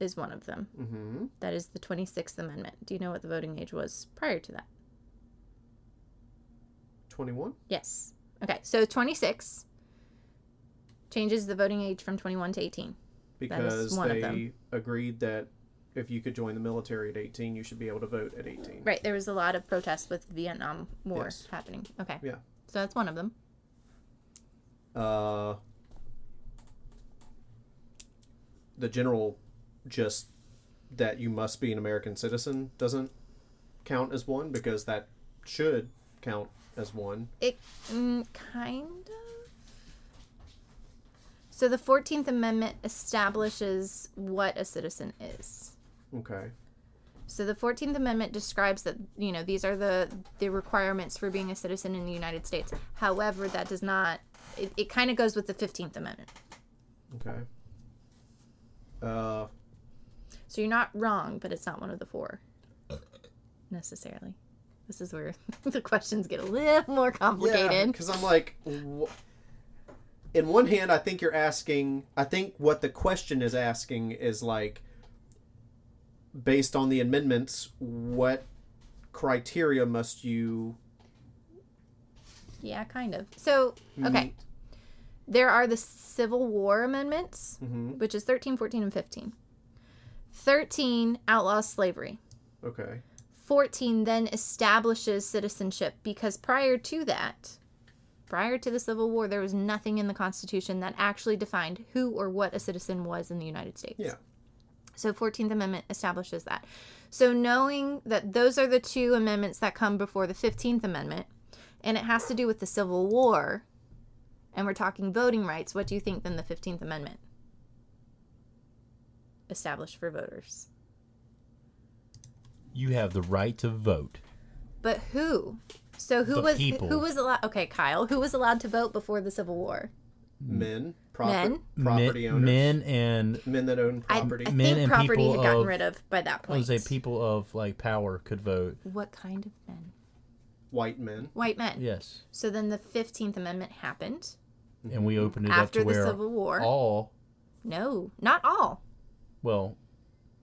[SPEAKER 3] is one of them.
[SPEAKER 2] Mm-hmm.
[SPEAKER 3] That is the Twenty Sixth Amendment. Do you know what the voting age was prior to that?
[SPEAKER 2] 21.
[SPEAKER 3] Yes. Okay, so twenty six changes the voting age from twenty one to eighteen.
[SPEAKER 2] because
[SPEAKER 3] one of
[SPEAKER 2] they
[SPEAKER 3] them.
[SPEAKER 2] agreed that if you could join the military at 18, you should be able to vote at 18.
[SPEAKER 3] Right. There was a lot of protests with the Vietnam War
[SPEAKER 2] Yes.
[SPEAKER 3] happening. Okay.
[SPEAKER 2] Yeah.
[SPEAKER 3] So that's one of them.
[SPEAKER 2] Uh, the general just that you must be an American citizen doesn't count as one because that should count as one.
[SPEAKER 3] It mm, kind of. So the Fourteenth Amendment establishes what a citizen is.
[SPEAKER 2] Okay.
[SPEAKER 3] So the Fourteenth Amendment describes that you know these are the the requirements for being a citizen in the United States. However, that does not. It, it kind of goes with the Fifteenth Amendment.
[SPEAKER 2] Okay. Uh,
[SPEAKER 3] So you're not wrong, but it's not one of the four necessarily. This is where (laughs) the questions get a little more complicated.
[SPEAKER 2] because I'm like, wh- in one hand, I think you're asking. I think what the question is asking is like, based on the amendments, what criteria must you?
[SPEAKER 3] yeah kind of. So okay.
[SPEAKER 2] meet?
[SPEAKER 3] There are the Civil War amendments,
[SPEAKER 2] Mhm.
[SPEAKER 3] which is 13, 14, and 15. 13 outlaws slavery.
[SPEAKER 2] Okay.
[SPEAKER 3] 14 then establishes citizenship because prior to that, prior to the Civil War, there was nothing in the Constitution that actually defined who or what a citizen was in the United States.
[SPEAKER 2] Yeah.
[SPEAKER 3] So 14th Amendment establishes that. So knowing that those are the two amendments that come before the 15th Amendment and it has to do with the Civil War and we're talking voting rights, what do you think then the 15th Amendment established for voters?
[SPEAKER 1] You have the right to vote.
[SPEAKER 3] But who? So who
[SPEAKER 1] The
[SPEAKER 3] was
[SPEAKER 1] people.
[SPEAKER 3] who was allowed Okay, Kyle, who was allowed to vote before the Civil War?
[SPEAKER 2] Men, proper,
[SPEAKER 3] Men?
[SPEAKER 2] property
[SPEAKER 1] Hmm. men,
[SPEAKER 2] owners, men,
[SPEAKER 1] men and
[SPEAKER 2] that own
[SPEAKER 3] I, I
[SPEAKER 2] property.
[SPEAKER 1] Men
[SPEAKER 3] think
[SPEAKER 1] and
[SPEAKER 3] property
[SPEAKER 1] people
[SPEAKER 3] had gotten
[SPEAKER 1] of-
[SPEAKER 3] rid of by that
[SPEAKER 1] I would
[SPEAKER 3] point.
[SPEAKER 1] say people of like power could vote.
[SPEAKER 3] what kind of men?
[SPEAKER 2] white men.
[SPEAKER 3] White men.
[SPEAKER 1] Yes,
[SPEAKER 3] So then the 15th Amendment happened
[SPEAKER 1] and we opened it
[SPEAKER 3] after
[SPEAKER 1] up to
[SPEAKER 3] the
[SPEAKER 1] where
[SPEAKER 3] Civil War.
[SPEAKER 1] all
[SPEAKER 3] No, not all.
[SPEAKER 1] well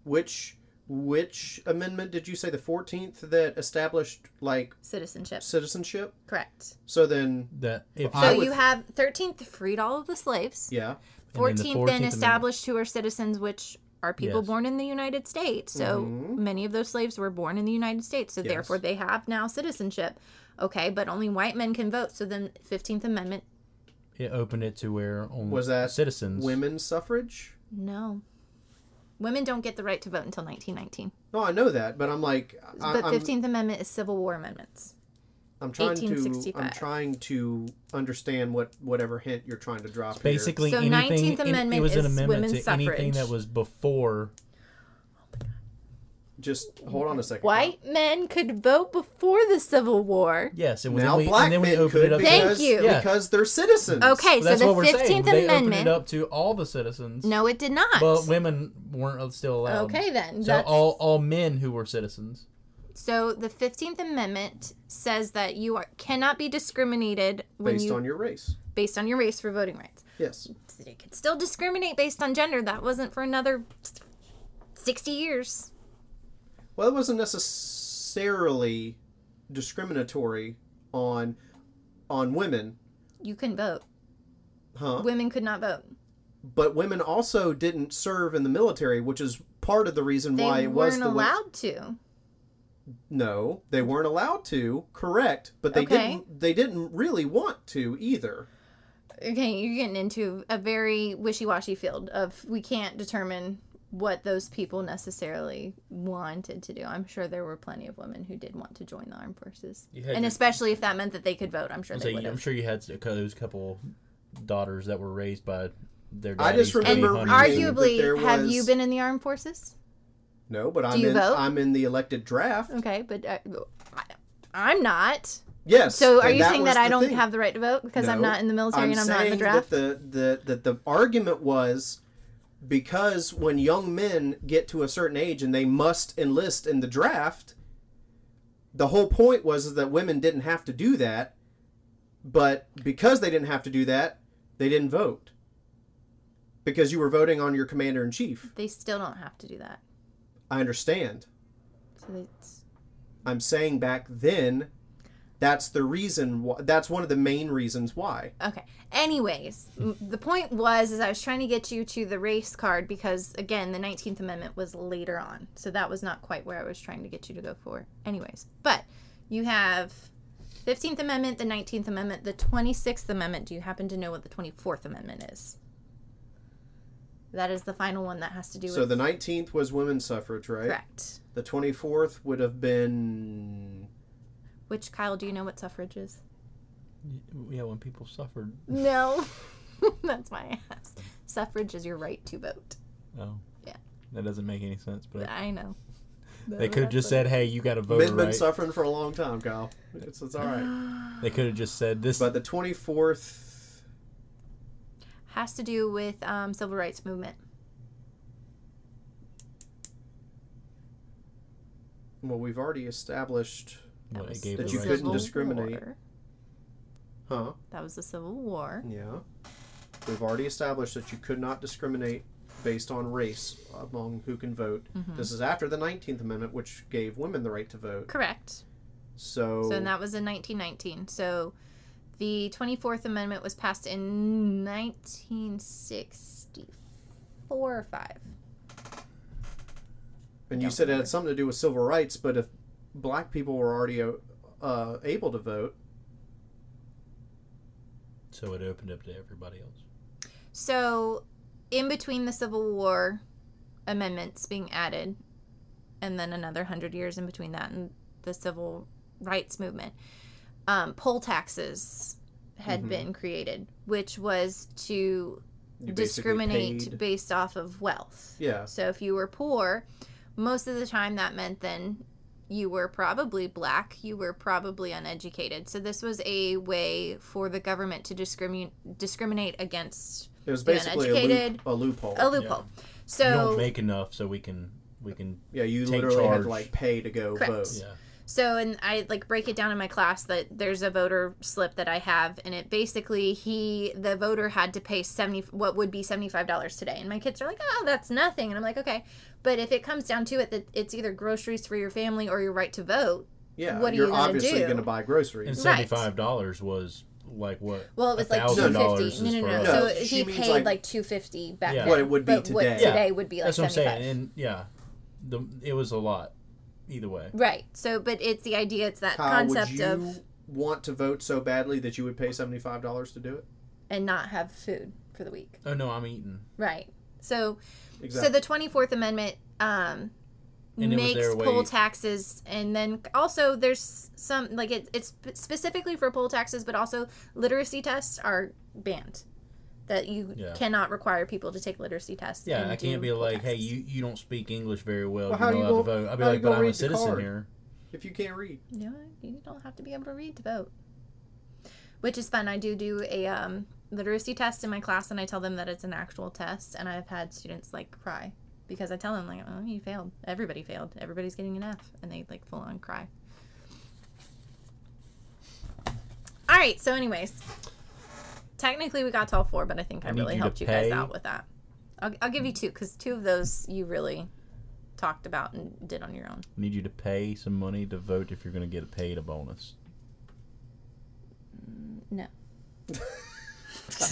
[SPEAKER 2] Which which amendment did you say the fourteenth that established like
[SPEAKER 3] Citizenship.
[SPEAKER 2] citizenship?
[SPEAKER 3] Correct.
[SPEAKER 2] So then,
[SPEAKER 1] that if
[SPEAKER 3] So
[SPEAKER 2] I would-
[SPEAKER 3] you have 13th freed all of the slaves.
[SPEAKER 1] then
[SPEAKER 2] yeah.
[SPEAKER 3] 14th
[SPEAKER 1] the
[SPEAKER 3] then,
[SPEAKER 1] 14th Amendment.
[SPEAKER 3] established who are citizens, which are people
[SPEAKER 1] Yes.
[SPEAKER 3] born in the United States. So many of those slaves were born in the United States. So
[SPEAKER 2] Yes.
[SPEAKER 3] therefore they have now citizenship. Okay, but only white men can vote. So then 15th Amendment,
[SPEAKER 1] it opened it to where only
[SPEAKER 2] Was that
[SPEAKER 1] citizens
[SPEAKER 2] Women's suffrage.
[SPEAKER 3] no. Women don't get the right to vote until 1919.
[SPEAKER 2] No, I know that, but I'm like, I,
[SPEAKER 3] But
[SPEAKER 2] I'm,
[SPEAKER 3] 15th Amendment is Civil War amendments.
[SPEAKER 2] I'm trying to, I'm
[SPEAKER 3] 1865.
[SPEAKER 2] trying to understand what whatever hint you're trying to drop. here.
[SPEAKER 1] basically
[SPEAKER 3] So
[SPEAKER 1] anything
[SPEAKER 3] 19th
[SPEAKER 1] any-
[SPEAKER 3] Amendment
[SPEAKER 1] it was an
[SPEAKER 3] is
[SPEAKER 1] amendment to
[SPEAKER 3] women's
[SPEAKER 1] anything
[SPEAKER 3] suffrage.
[SPEAKER 1] that was before
[SPEAKER 2] just hold on a second.
[SPEAKER 3] White men could vote before the Civil War.
[SPEAKER 1] yes and
[SPEAKER 2] now
[SPEAKER 1] then we,
[SPEAKER 2] black
[SPEAKER 1] and then we
[SPEAKER 2] men
[SPEAKER 1] opened
[SPEAKER 2] could
[SPEAKER 1] it up
[SPEAKER 3] Thank
[SPEAKER 2] because,
[SPEAKER 3] you.
[SPEAKER 1] Yeah.
[SPEAKER 2] because they're citizens.
[SPEAKER 3] Okay,
[SPEAKER 1] that's
[SPEAKER 3] so
[SPEAKER 1] what
[SPEAKER 3] the
[SPEAKER 1] we're saying
[SPEAKER 3] 15th
[SPEAKER 1] they opened
[SPEAKER 3] Amendment.
[SPEAKER 1] it up to all the citizens
[SPEAKER 3] No, it did not.
[SPEAKER 1] but women weren't still allowed
[SPEAKER 3] okay, then.
[SPEAKER 1] so
[SPEAKER 3] that's-
[SPEAKER 1] all all men who were citizens
[SPEAKER 3] So the Fifteenth Amendment says that you are cannot be discriminated when
[SPEAKER 2] based
[SPEAKER 3] you
[SPEAKER 2] on your race.
[SPEAKER 3] based on your race for voting rights.
[SPEAKER 2] Yes.
[SPEAKER 3] So they could still discriminate based on gender. That wasn't for another sixty years.
[SPEAKER 2] Well, it wasn't necessarily discriminatory on on women,
[SPEAKER 3] You couldn't vote.
[SPEAKER 2] huh?
[SPEAKER 3] Women could not vote.
[SPEAKER 2] But women also didn't serve in the military, which is part of the reason
[SPEAKER 3] They
[SPEAKER 2] why it was
[SPEAKER 3] weren't
[SPEAKER 2] the way.
[SPEAKER 3] allowed to.
[SPEAKER 2] No, they weren't allowed to. Correct, but they
[SPEAKER 3] Okay.
[SPEAKER 2] didn't. They didn't really want to either.
[SPEAKER 3] Okay, you're getting into a very wishy-washy field of we can't determine what those people necessarily wanted to do. I'm sure there were plenty of women who did want to join the armed forces,
[SPEAKER 1] You had
[SPEAKER 3] and
[SPEAKER 1] your-
[SPEAKER 3] especially if that meant that they could vote. I'm sure
[SPEAKER 1] I'm,
[SPEAKER 3] they
[SPEAKER 1] saying,
[SPEAKER 3] would
[SPEAKER 1] I'm
[SPEAKER 3] have.
[SPEAKER 1] sure you had a cou- those couple daughters that were raised by their.
[SPEAKER 2] I
[SPEAKER 1] daddies
[SPEAKER 2] just
[SPEAKER 1] to be
[SPEAKER 3] And
[SPEAKER 2] remember
[SPEAKER 1] hunters.
[SPEAKER 2] reading you-
[SPEAKER 3] arguably,
[SPEAKER 2] there
[SPEAKER 3] have
[SPEAKER 2] was-
[SPEAKER 3] you been in the armed forces?
[SPEAKER 2] No, but I'm
[SPEAKER 3] you
[SPEAKER 2] in.
[SPEAKER 3] vote?
[SPEAKER 2] I'm in the elected draft.
[SPEAKER 3] Okay, but uh, I, I'm not.
[SPEAKER 2] Yes.
[SPEAKER 3] So are
[SPEAKER 2] and
[SPEAKER 3] you saying
[SPEAKER 2] was
[SPEAKER 3] that I
[SPEAKER 2] the
[SPEAKER 3] don't
[SPEAKER 2] thing.
[SPEAKER 3] have the right to vote because I'm
[SPEAKER 2] No,
[SPEAKER 3] not in the military
[SPEAKER 2] I'm
[SPEAKER 3] and I'm not in the
[SPEAKER 2] saying
[SPEAKER 3] draft?
[SPEAKER 2] That the, the, that the argument was because when young men get to a certain age and they must enlist in the draft, the whole point was that women didn't have to do that, but because they didn't have to do that, they didn't vote. Because you were voting on your commander in chief.
[SPEAKER 3] They still don't have to do that.
[SPEAKER 2] I understand.
[SPEAKER 3] So it's,
[SPEAKER 2] I'm saying back then, that's the reason. Why, that's one of the main reasons why.
[SPEAKER 3] okay. Anyways, m- the point was is I was trying to get you to the race card because again, the 19th amendment was later on. So that was not quite where I was trying to get you to go for. Anyways, but you have 15th amendment, the 19th amendment, the 26th amendment. Do you happen to know what the 24th amendment is? That is the final one that has to do with
[SPEAKER 2] So the 19th was women's suffrage, right?
[SPEAKER 3] correct.
[SPEAKER 2] The 24th would have been.
[SPEAKER 3] Which Kyle, do you know what suffrage is?
[SPEAKER 1] yeah, when people suffered.
[SPEAKER 3] No. (laughs) That's why I asked. Suffrage is your right to vote.
[SPEAKER 1] Oh,
[SPEAKER 3] Yeah.
[SPEAKER 1] That doesn't make any sense, but
[SPEAKER 3] I know.
[SPEAKER 1] they could have just said, "Hey, you got a vote
[SPEAKER 2] Men's been
[SPEAKER 1] right."
[SPEAKER 2] suffering for a long time, Kyle. It's, it's
[SPEAKER 1] (gasps)
[SPEAKER 2] all right.
[SPEAKER 1] They could have just said this.
[SPEAKER 2] But the 24th.
[SPEAKER 3] Has to do with um, civil rights movement.
[SPEAKER 2] Well, we've already established.
[SPEAKER 1] Well, it
[SPEAKER 3] was
[SPEAKER 1] gave
[SPEAKER 3] the
[SPEAKER 1] the
[SPEAKER 2] you
[SPEAKER 1] right
[SPEAKER 2] couldn't
[SPEAKER 1] to-
[SPEAKER 3] Civil
[SPEAKER 2] discriminate.
[SPEAKER 3] War.
[SPEAKER 2] Huh?
[SPEAKER 3] That was the Civil War.
[SPEAKER 2] Yeah. We've already established that you could not discriminate based on race among who can vote. This is after the 19th Amendment, which gave women the right to vote.
[SPEAKER 3] Correct.
[SPEAKER 2] So.
[SPEAKER 3] So and that was in 1919. So the 24th Amendment was passed in 1964 or 5.
[SPEAKER 2] and you said it had something to do with civil rights, but if black people were already uh, able to vote,
[SPEAKER 1] so it opened up to everybody else.
[SPEAKER 3] So in between the Civil War amendments being added, and then another hundred years in between that and the civil rights movement, um, poll taxes had
[SPEAKER 2] Mhm.
[SPEAKER 3] been created, which was to
[SPEAKER 2] you basically
[SPEAKER 3] discriminate
[SPEAKER 2] paid-
[SPEAKER 3] based off of wealth.
[SPEAKER 2] Yeah.
[SPEAKER 3] So if you were poor, most of the time that meant then you were probably black, you were probably uneducated. So this was a way for the government to discriminate discriminate against
[SPEAKER 2] It was
[SPEAKER 3] the
[SPEAKER 2] basically a, loop,
[SPEAKER 3] uneducated-
[SPEAKER 2] a loophole.
[SPEAKER 3] a loophole.
[SPEAKER 1] you don't
[SPEAKER 3] So
[SPEAKER 1] make enough, so we can we can
[SPEAKER 2] Yeah, you
[SPEAKER 1] take
[SPEAKER 2] literally had
[SPEAKER 1] charge.
[SPEAKER 2] to like pay to go
[SPEAKER 3] Correct.
[SPEAKER 2] vote.
[SPEAKER 1] yeah.
[SPEAKER 3] So, and I like break it down in my class that there's a voter slip that I have, and it basically he the voter had to pay seventy what would be seventy five dollars today, and my kids are like, oh, that's nothing, and I'm like, okay, but if it comes down to it, that it's either groceries for your family or your right to vote.
[SPEAKER 2] Yeah,
[SPEAKER 3] What are
[SPEAKER 2] you're
[SPEAKER 3] you gonna
[SPEAKER 2] obviously
[SPEAKER 3] do?
[SPEAKER 2] going to buy
[SPEAKER 1] And
[SPEAKER 2] groceries.
[SPEAKER 1] seventy
[SPEAKER 3] Right.
[SPEAKER 1] five dollars was like what?
[SPEAKER 3] Well, it was like two
[SPEAKER 1] $1,000 is
[SPEAKER 3] fifty. No, no,
[SPEAKER 1] for
[SPEAKER 3] no.
[SPEAKER 1] us.
[SPEAKER 3] So
[SPEAKER 2] No, she
[SPEAKER 3] he
[SPEAKER 2] means,
[SPEAKER 3] paid
[SPEAKER 2] like,
[SPEAKER 3] like, two fifty back.
[SPEAKER 1] Yeah.
[SPEAKER 3] then,
[SPEAKER 2] what it would be
[SPEAKER 3] but What
[SPEAKER 2] today.
[SPEAKER 1] Yeah.
[SPEAKER 3] today would be like
[SPEAKER 1] That's what I'm
[SPEAKER 3] seventy five.
[SPEAKER 1] saying. And yeah, the, it was a lot. Either way,
[SPEAKER 3] Right. So, but it's the idea. It's that
[SPEAKER 2] Kyle,
[SPEAKER 3] concept
[SPEAKER 2] would you
[SPEAKER 3] of
[SPEAKER 2] want to vote so badly that you would pay seventy five dollars to do it?
[SPEAKER 3] and not have food for the week.
[SPEAKER 1] oh no, I'm eating.
[SPEAKER 3] Right. So.
[SPEAKER 2] Exactly.
[SPEAKER 3] So the Twenty Fourth Amendment um,
[SPEAKER 1] And it was
[SPEAKER 3] makes
[SPEAKER 1] their way-
[SPEAKER 3] poll taxes, and then also there's some like it, it's sp- specifically for poll taxes, but also literacy tests are banned. That you
[SPEAKER 1] Yeah.
[SPEAKER 3] cannot require people to take literacy tests.
[SPEAKER 1] Yeah,
[SPEAKER 3] and
[SPEAKER 1] I can't
[SPEAKER 3] do
[SPEAKER 1] be
[SPEAKER 3] poll
[SPEAKER 1] like, hey,
[SPEAKER 3] taxes.
[SPEAKER 1] you you don't speak English very well.
[SPEAKER 2] Well, how
[SPEAKER 1] you're
[SPEAKER 2] you
[SPEAKER 1] not allowed
[SPEAKER 2] gonna-
[SPEAKER 1] to vote. I'd be
[SPEAKER 2] how you
[SPEAKER 1] like,
[SPEAKER 2] gonna
[SPEAKER 1] but I'm
[SPEAKER 2] read
[SPEAKER 1] a
[SPEAKER 2] the
[SPEAKER 1] citizen
[SPEAKER 2] card?
[SPEAKER 1] here.
[SPEAKER 2] if you can't read, (laughs)
[SPEAKER 3] No, you don't have to be able to read to vote. Which is fun. I do do a um, literacy test in my class, and I tell them that it's an actual test, and I've had students like cry because I tell them like, "Oh, you failed. Everybody failed. Everybody's getting an F," and they like full on cry. All right. So, anyways, technically we got to all four, but I think I,
[SPEAKER 1] I need
[SPEAKER 3] really
[SPEAKER 1] you to
[SPEAKER 3] helped you guys
[SPEAKER 1] pay.
[SPEAKER 3] out with that. I'll, I'll give you two because two of those you really talked about and did on your own.
[SPEAKER 1] Need you to pay some money to vote if you're going to get paid a bonus.
[SPEAKER 3] No.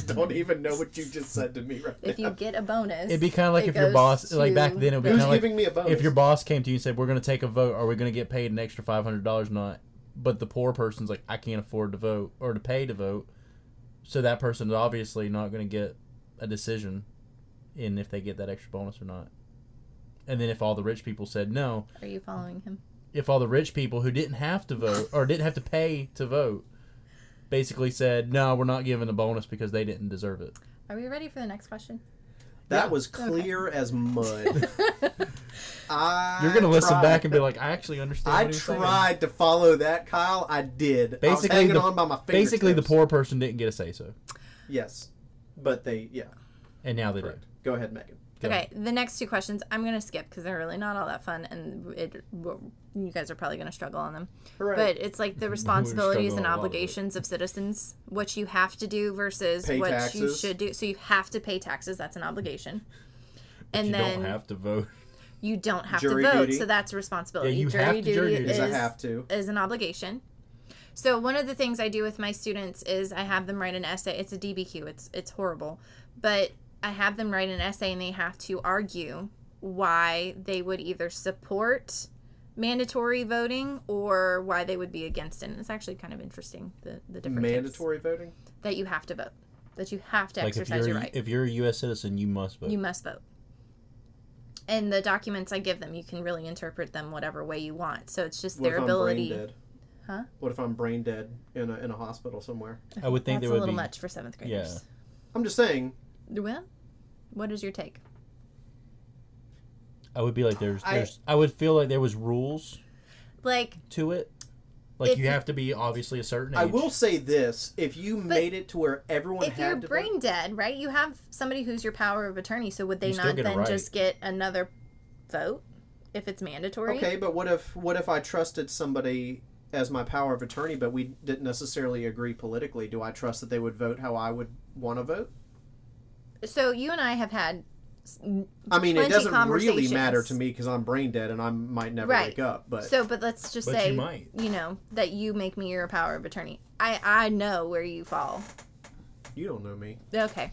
[SPEAKER 2] don't even know what you just said to me right
[SPEAKER 3] If
[SPEAKER 2] now.
[SPEAKER 3] you get a bonus,
[SPEAKER 4] It'd be kind of like
[SPEAKER 3] it
[SPEAKER 4] if your
[SPEAKER 3] goes
[SPEAKER 4] boss, like back
[SPEAKER 3] to-
[SPEAKER 4] then, it would be
[SPEAKER 2] (laughs)
[SPEAKER 4] kind
[SPEAKER 2] Who's
[SPEAKER 4] of
[SPEAKER 2] giving me
[SPEAKER 4] like
[SPEAKER 2] a bonus?
[SPEAKER 4] if your boss came to you and said, "We're going to take a vote. Are we going to get paid an extra five hundred dollars or not?" But the poor person's like, "I can't afford to vote or to pay to vote," so that person's obviously not going to get a decision in if they get that extra bonus or not. And then if all the rich people said no,
[SPEAKER 3] Are you following him?
[SPEAKER 4] if all the rich people who didn't have to vote or didn't have to pay to vote basically said, "No, we're not giving a bonus because they didn't deserve it."
[SPEAKER 3] Are we ready for the next question?
[SPEAKER 2] that was clear as
[SPEAKER 3] (laughs)
[SPEAKER 2] mud. I
[SPEAKER 4] You're going to listen
[SPEAKER 2] tried-
[SPEAKER 4] back and be like, "I actually understand."
[SPEAKER 2] I
[SPEAKER 4] what he was saying."
[SPEAKER 2] tried to follow that, Kyle. I did. I was
[SPEAKER 4] Basically
[SPEAKER 2] hanging
[SPEAKER 4] the-
[SPEAKER 2] on by my fingers.
[SPEAKER 4] Basically, the poor person didn't get a say so,
[SPEAKER 2] Yes, but they yeah.
[SPEAKER 4] and now they
[SPEAKER 2] Correct. Go ahead, Megan.
[SPEAKER 4] Go.
[SPEAKER 3] Okay, the next two questions I'm gonna skip because they're really not all that fun, and it you guys are probably gonna struggle on them.
[SPEAKER 2] Hooray.
[SPEAKER 3] But it's like the responsibilities and
[SPEAKER 4] on a lot of it.
[SPEAKER 3] obligations of citizens, what you have to do versus
[SPEAKER 2] Pay
[SPEAKER 3] what you
[SPEAKER 2] taxes.
[SPEAKER 3] should do. So you have to pay taxes. That's an obligation. and
[SPEAKER 4] do. You
[SPEAKER 3] then
[SPEAKER 4] don't have to vote. (laughs)
[SPEAKER 3] you don't have
[SPEAKER 2] Jury
[SPEAKER 3] to vote,
[SPEAKER 2] duty.
[SPEAKER 3] so that's a responsibility.
[SPEAKER 4] Yeah, you
[SPEAKER 3] jury
[SPEAKER 4] have to
[SPEAKER 3] duty
[SPEAKER 4] jury duty.
[SPEAKER 2] Because
[SPEAKER 3] is
[SPEAKER 2] I have to.
[SPEAKER 3] is an obligation. So one of the things I do with my students is I have them write an essay. It's a DBQ. It's it's horrible, but I have them write an essay and they have to argue why they would either support mandatory voting or why they would be against it. And it's actually kind of interesting the the different types.
[SPEAKER 2] Mandatory voting.
[SPEAKER 3] that you have to vote, that you have to
[SPEAKER 1] Like if
[SPEAKER 3] exercise
[SPEAKER 1] you're
[SPEAKER 3] your right.
[SPEAKER 1] if you're a U.S. citizen, you must vote.
[SPEAKER 3] You must vote. And the documents I give them, you can really interpret them whatever way you want. So it's just
[SPEAKER 2] What
[SPEAKER 3] their
[SPEAKER 2] if
[SPEAKER 3] ability.
[SPEAKER 2] I'm brain dead?
[SPEAKER 3] Huh?
[SPEAKER 2] What if I'm brain dead in a, in a hospital somewhere?
[SPEAKER 1] I would think there
[SPEAKER 3] That's a
[SPEAKER 1] would
[SPEAKER 3] little
[SPEAKER 1] be.
[SPEAKER 3] much for seventh graders.
[SPEAKER 2] I'm just saying.
[SPEAKER 3] Well, what is your take?
[SPEAKER 1] I would be like there's,
[SPEAKER 2] I-
[SPEAKER 1] there's. I would feel like there was rules
[SPEAKER 3] Like,
[SPEAKER 1] to it. Like
[SPEAKER 3] If
[SPEAKER 1] you
[SPEAKER 3] you-
[SPEAKER 1] have to be obviously a certain age.
[SPEAKER 2] I will say this: if you made it to where everyone
[SPEAKER 3] if
[SPEAKER 2] had
[SPEAKER 3] you're
[SPEAKER 2] to vote-
[SPEAKER 3] brain dead, right? You have somebody who's your power of attorney. So would they
[SPEAKER 1] You still
[SPEAKER 3] not
[SPEAKER 1] get a
[SPEAKER 3] then
[SPEAKER 1] right.
[SPEAKER 3] just get another vote if it's mandatory?
[SPEAKER 2] Okay, but what if what if I trusted somebody as my power of attorney, but we didn't necessarily agree politically? Do I trust that they would vote how I would want to vote?
[SPEAKER 3] So you and I have had.
[SPEAKER 2] I mean, it
[SPEAKER 3] Plenty
[SPEAKER 2] doesn't really
[SPEAKER 3] conversations.
[SPEAKER 2] matter to me because I'm brain dead and I might never
[SPEAKER 3] Right.
[SPEAKER 2] wake up. But
[SPEAKER 3] So, but let's just
[SPEAKER 1] But
[SPEAKER 3] say
[SPEAKER 1] you might.
[SPEAKER 3] you know that you make me your power of attorney. I I know where you fall.
[SPEAKER 2] you don't know me.
[SPEAKER 3] Okay.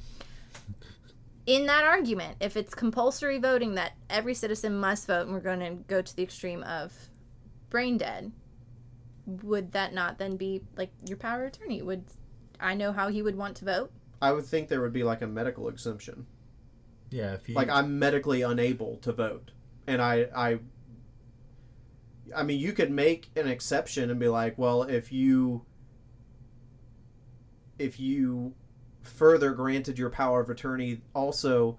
[SPEAKER 3] In that argument, if it's compulsory voting that every citizen must vote and we're going to go to the extreme of brain dead, would that not then be like your power of attorney? Would I know how he would want to vote? (laughs)
[SPEAKER 2] I would think there would be like a medical exemption,
[SPEAKER 1] Yeah, if you
[SPEAKER 2] like I'm medically unable to vote, and I I. I mean, you could make an exception and be like, well, if you if you further granted your power of attorney also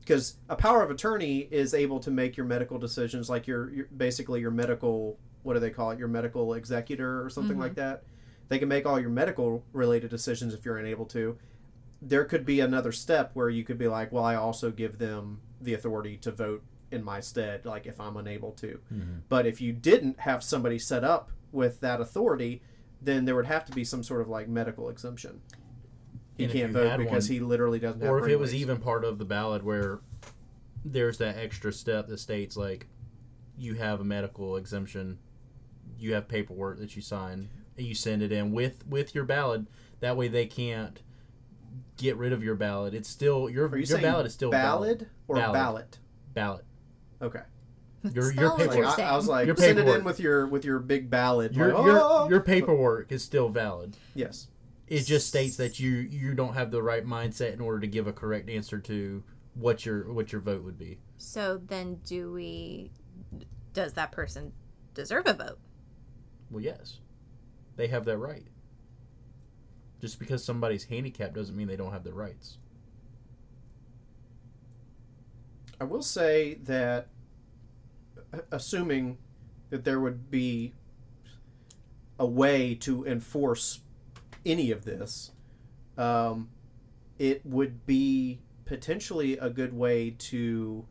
[SPEAKER 2] because a power of attorney is able to make your medical decisions like your, your basically your medical what do they call it your medical executor or something like that they can make all your medical related decisions if you're unable to there could be another step where you could be like well i also give them the authority to vote in my stead like if i'm unable to but if you didn't have somebody set up with that authority then there would have to be some sort of like medical exemption he
[SPEAKER 1] And if
[SPEAKER 2] can't
[SPEAKER 1] you
[SPEAKER 2] vote
[SPEAKER 1] had
[SPEAKER 2] because
[SPEAKER 1] one-
[SPEAKER 2] he literally doesn't have
[SPEAKER 4] Or if it was
[SPEAKER 2] brainwaves.
[SPEAKER 4] even part of the ballot where there's that extra step that states like you have a medical exemption, you have paperwork that you sign, and you send it in with with your ballot. That way they can't get rid of your ballot. It's still your
[SPEAKER 2] Are you
[SPEAKER 4] your
[SPEAKER 2] saying
[SPEAKER 4] ballot is still
[SPEAKER 2] ballot, or
[SPEAKER 4] Ballot.
[SPEAKER 2] ballot?
[SPEAKER 4] ballot.
[SPEAKER 2] Okay.
[SPEAKER 4] Your
[SPEAKER 3] Spell
[SPEAKER 4] your
[SPEAKER 3] it.
[SPEAKER 2] Like,
[SPEAKER 3] You're
[SPEAKER 4] paperwork
[SPEAKER 2] I, I was like,
[SPEAKER 4] Your
[SPEAKER 2] send it in
[SPEAKER 4] paperwork.
[SPEAKER 2] with your with your big ballot.
[SPEAKER 4] your,
[SPEAKER 2] like,
[SPEAKER 4] your,
[SPEAKER 2] oh!
[SPEAKER 4] your paperwork is still valid.
[SPEAKER 2] yes.
[SPEAKER 4] It just states that you you don't have the right mindset in order to give a correct answer to what your what your vote would be.
[SPEAKER 3] So then do we does that person deserve a vote?
[SPEAKER 4] Well, yes, they have that right. Just because somebody's handicapped doesn't mean they don't have their rights.
[SPEAKER 2] I will say that, assuming that there would be a way to enforce any of this, um, it would be potentially a good way to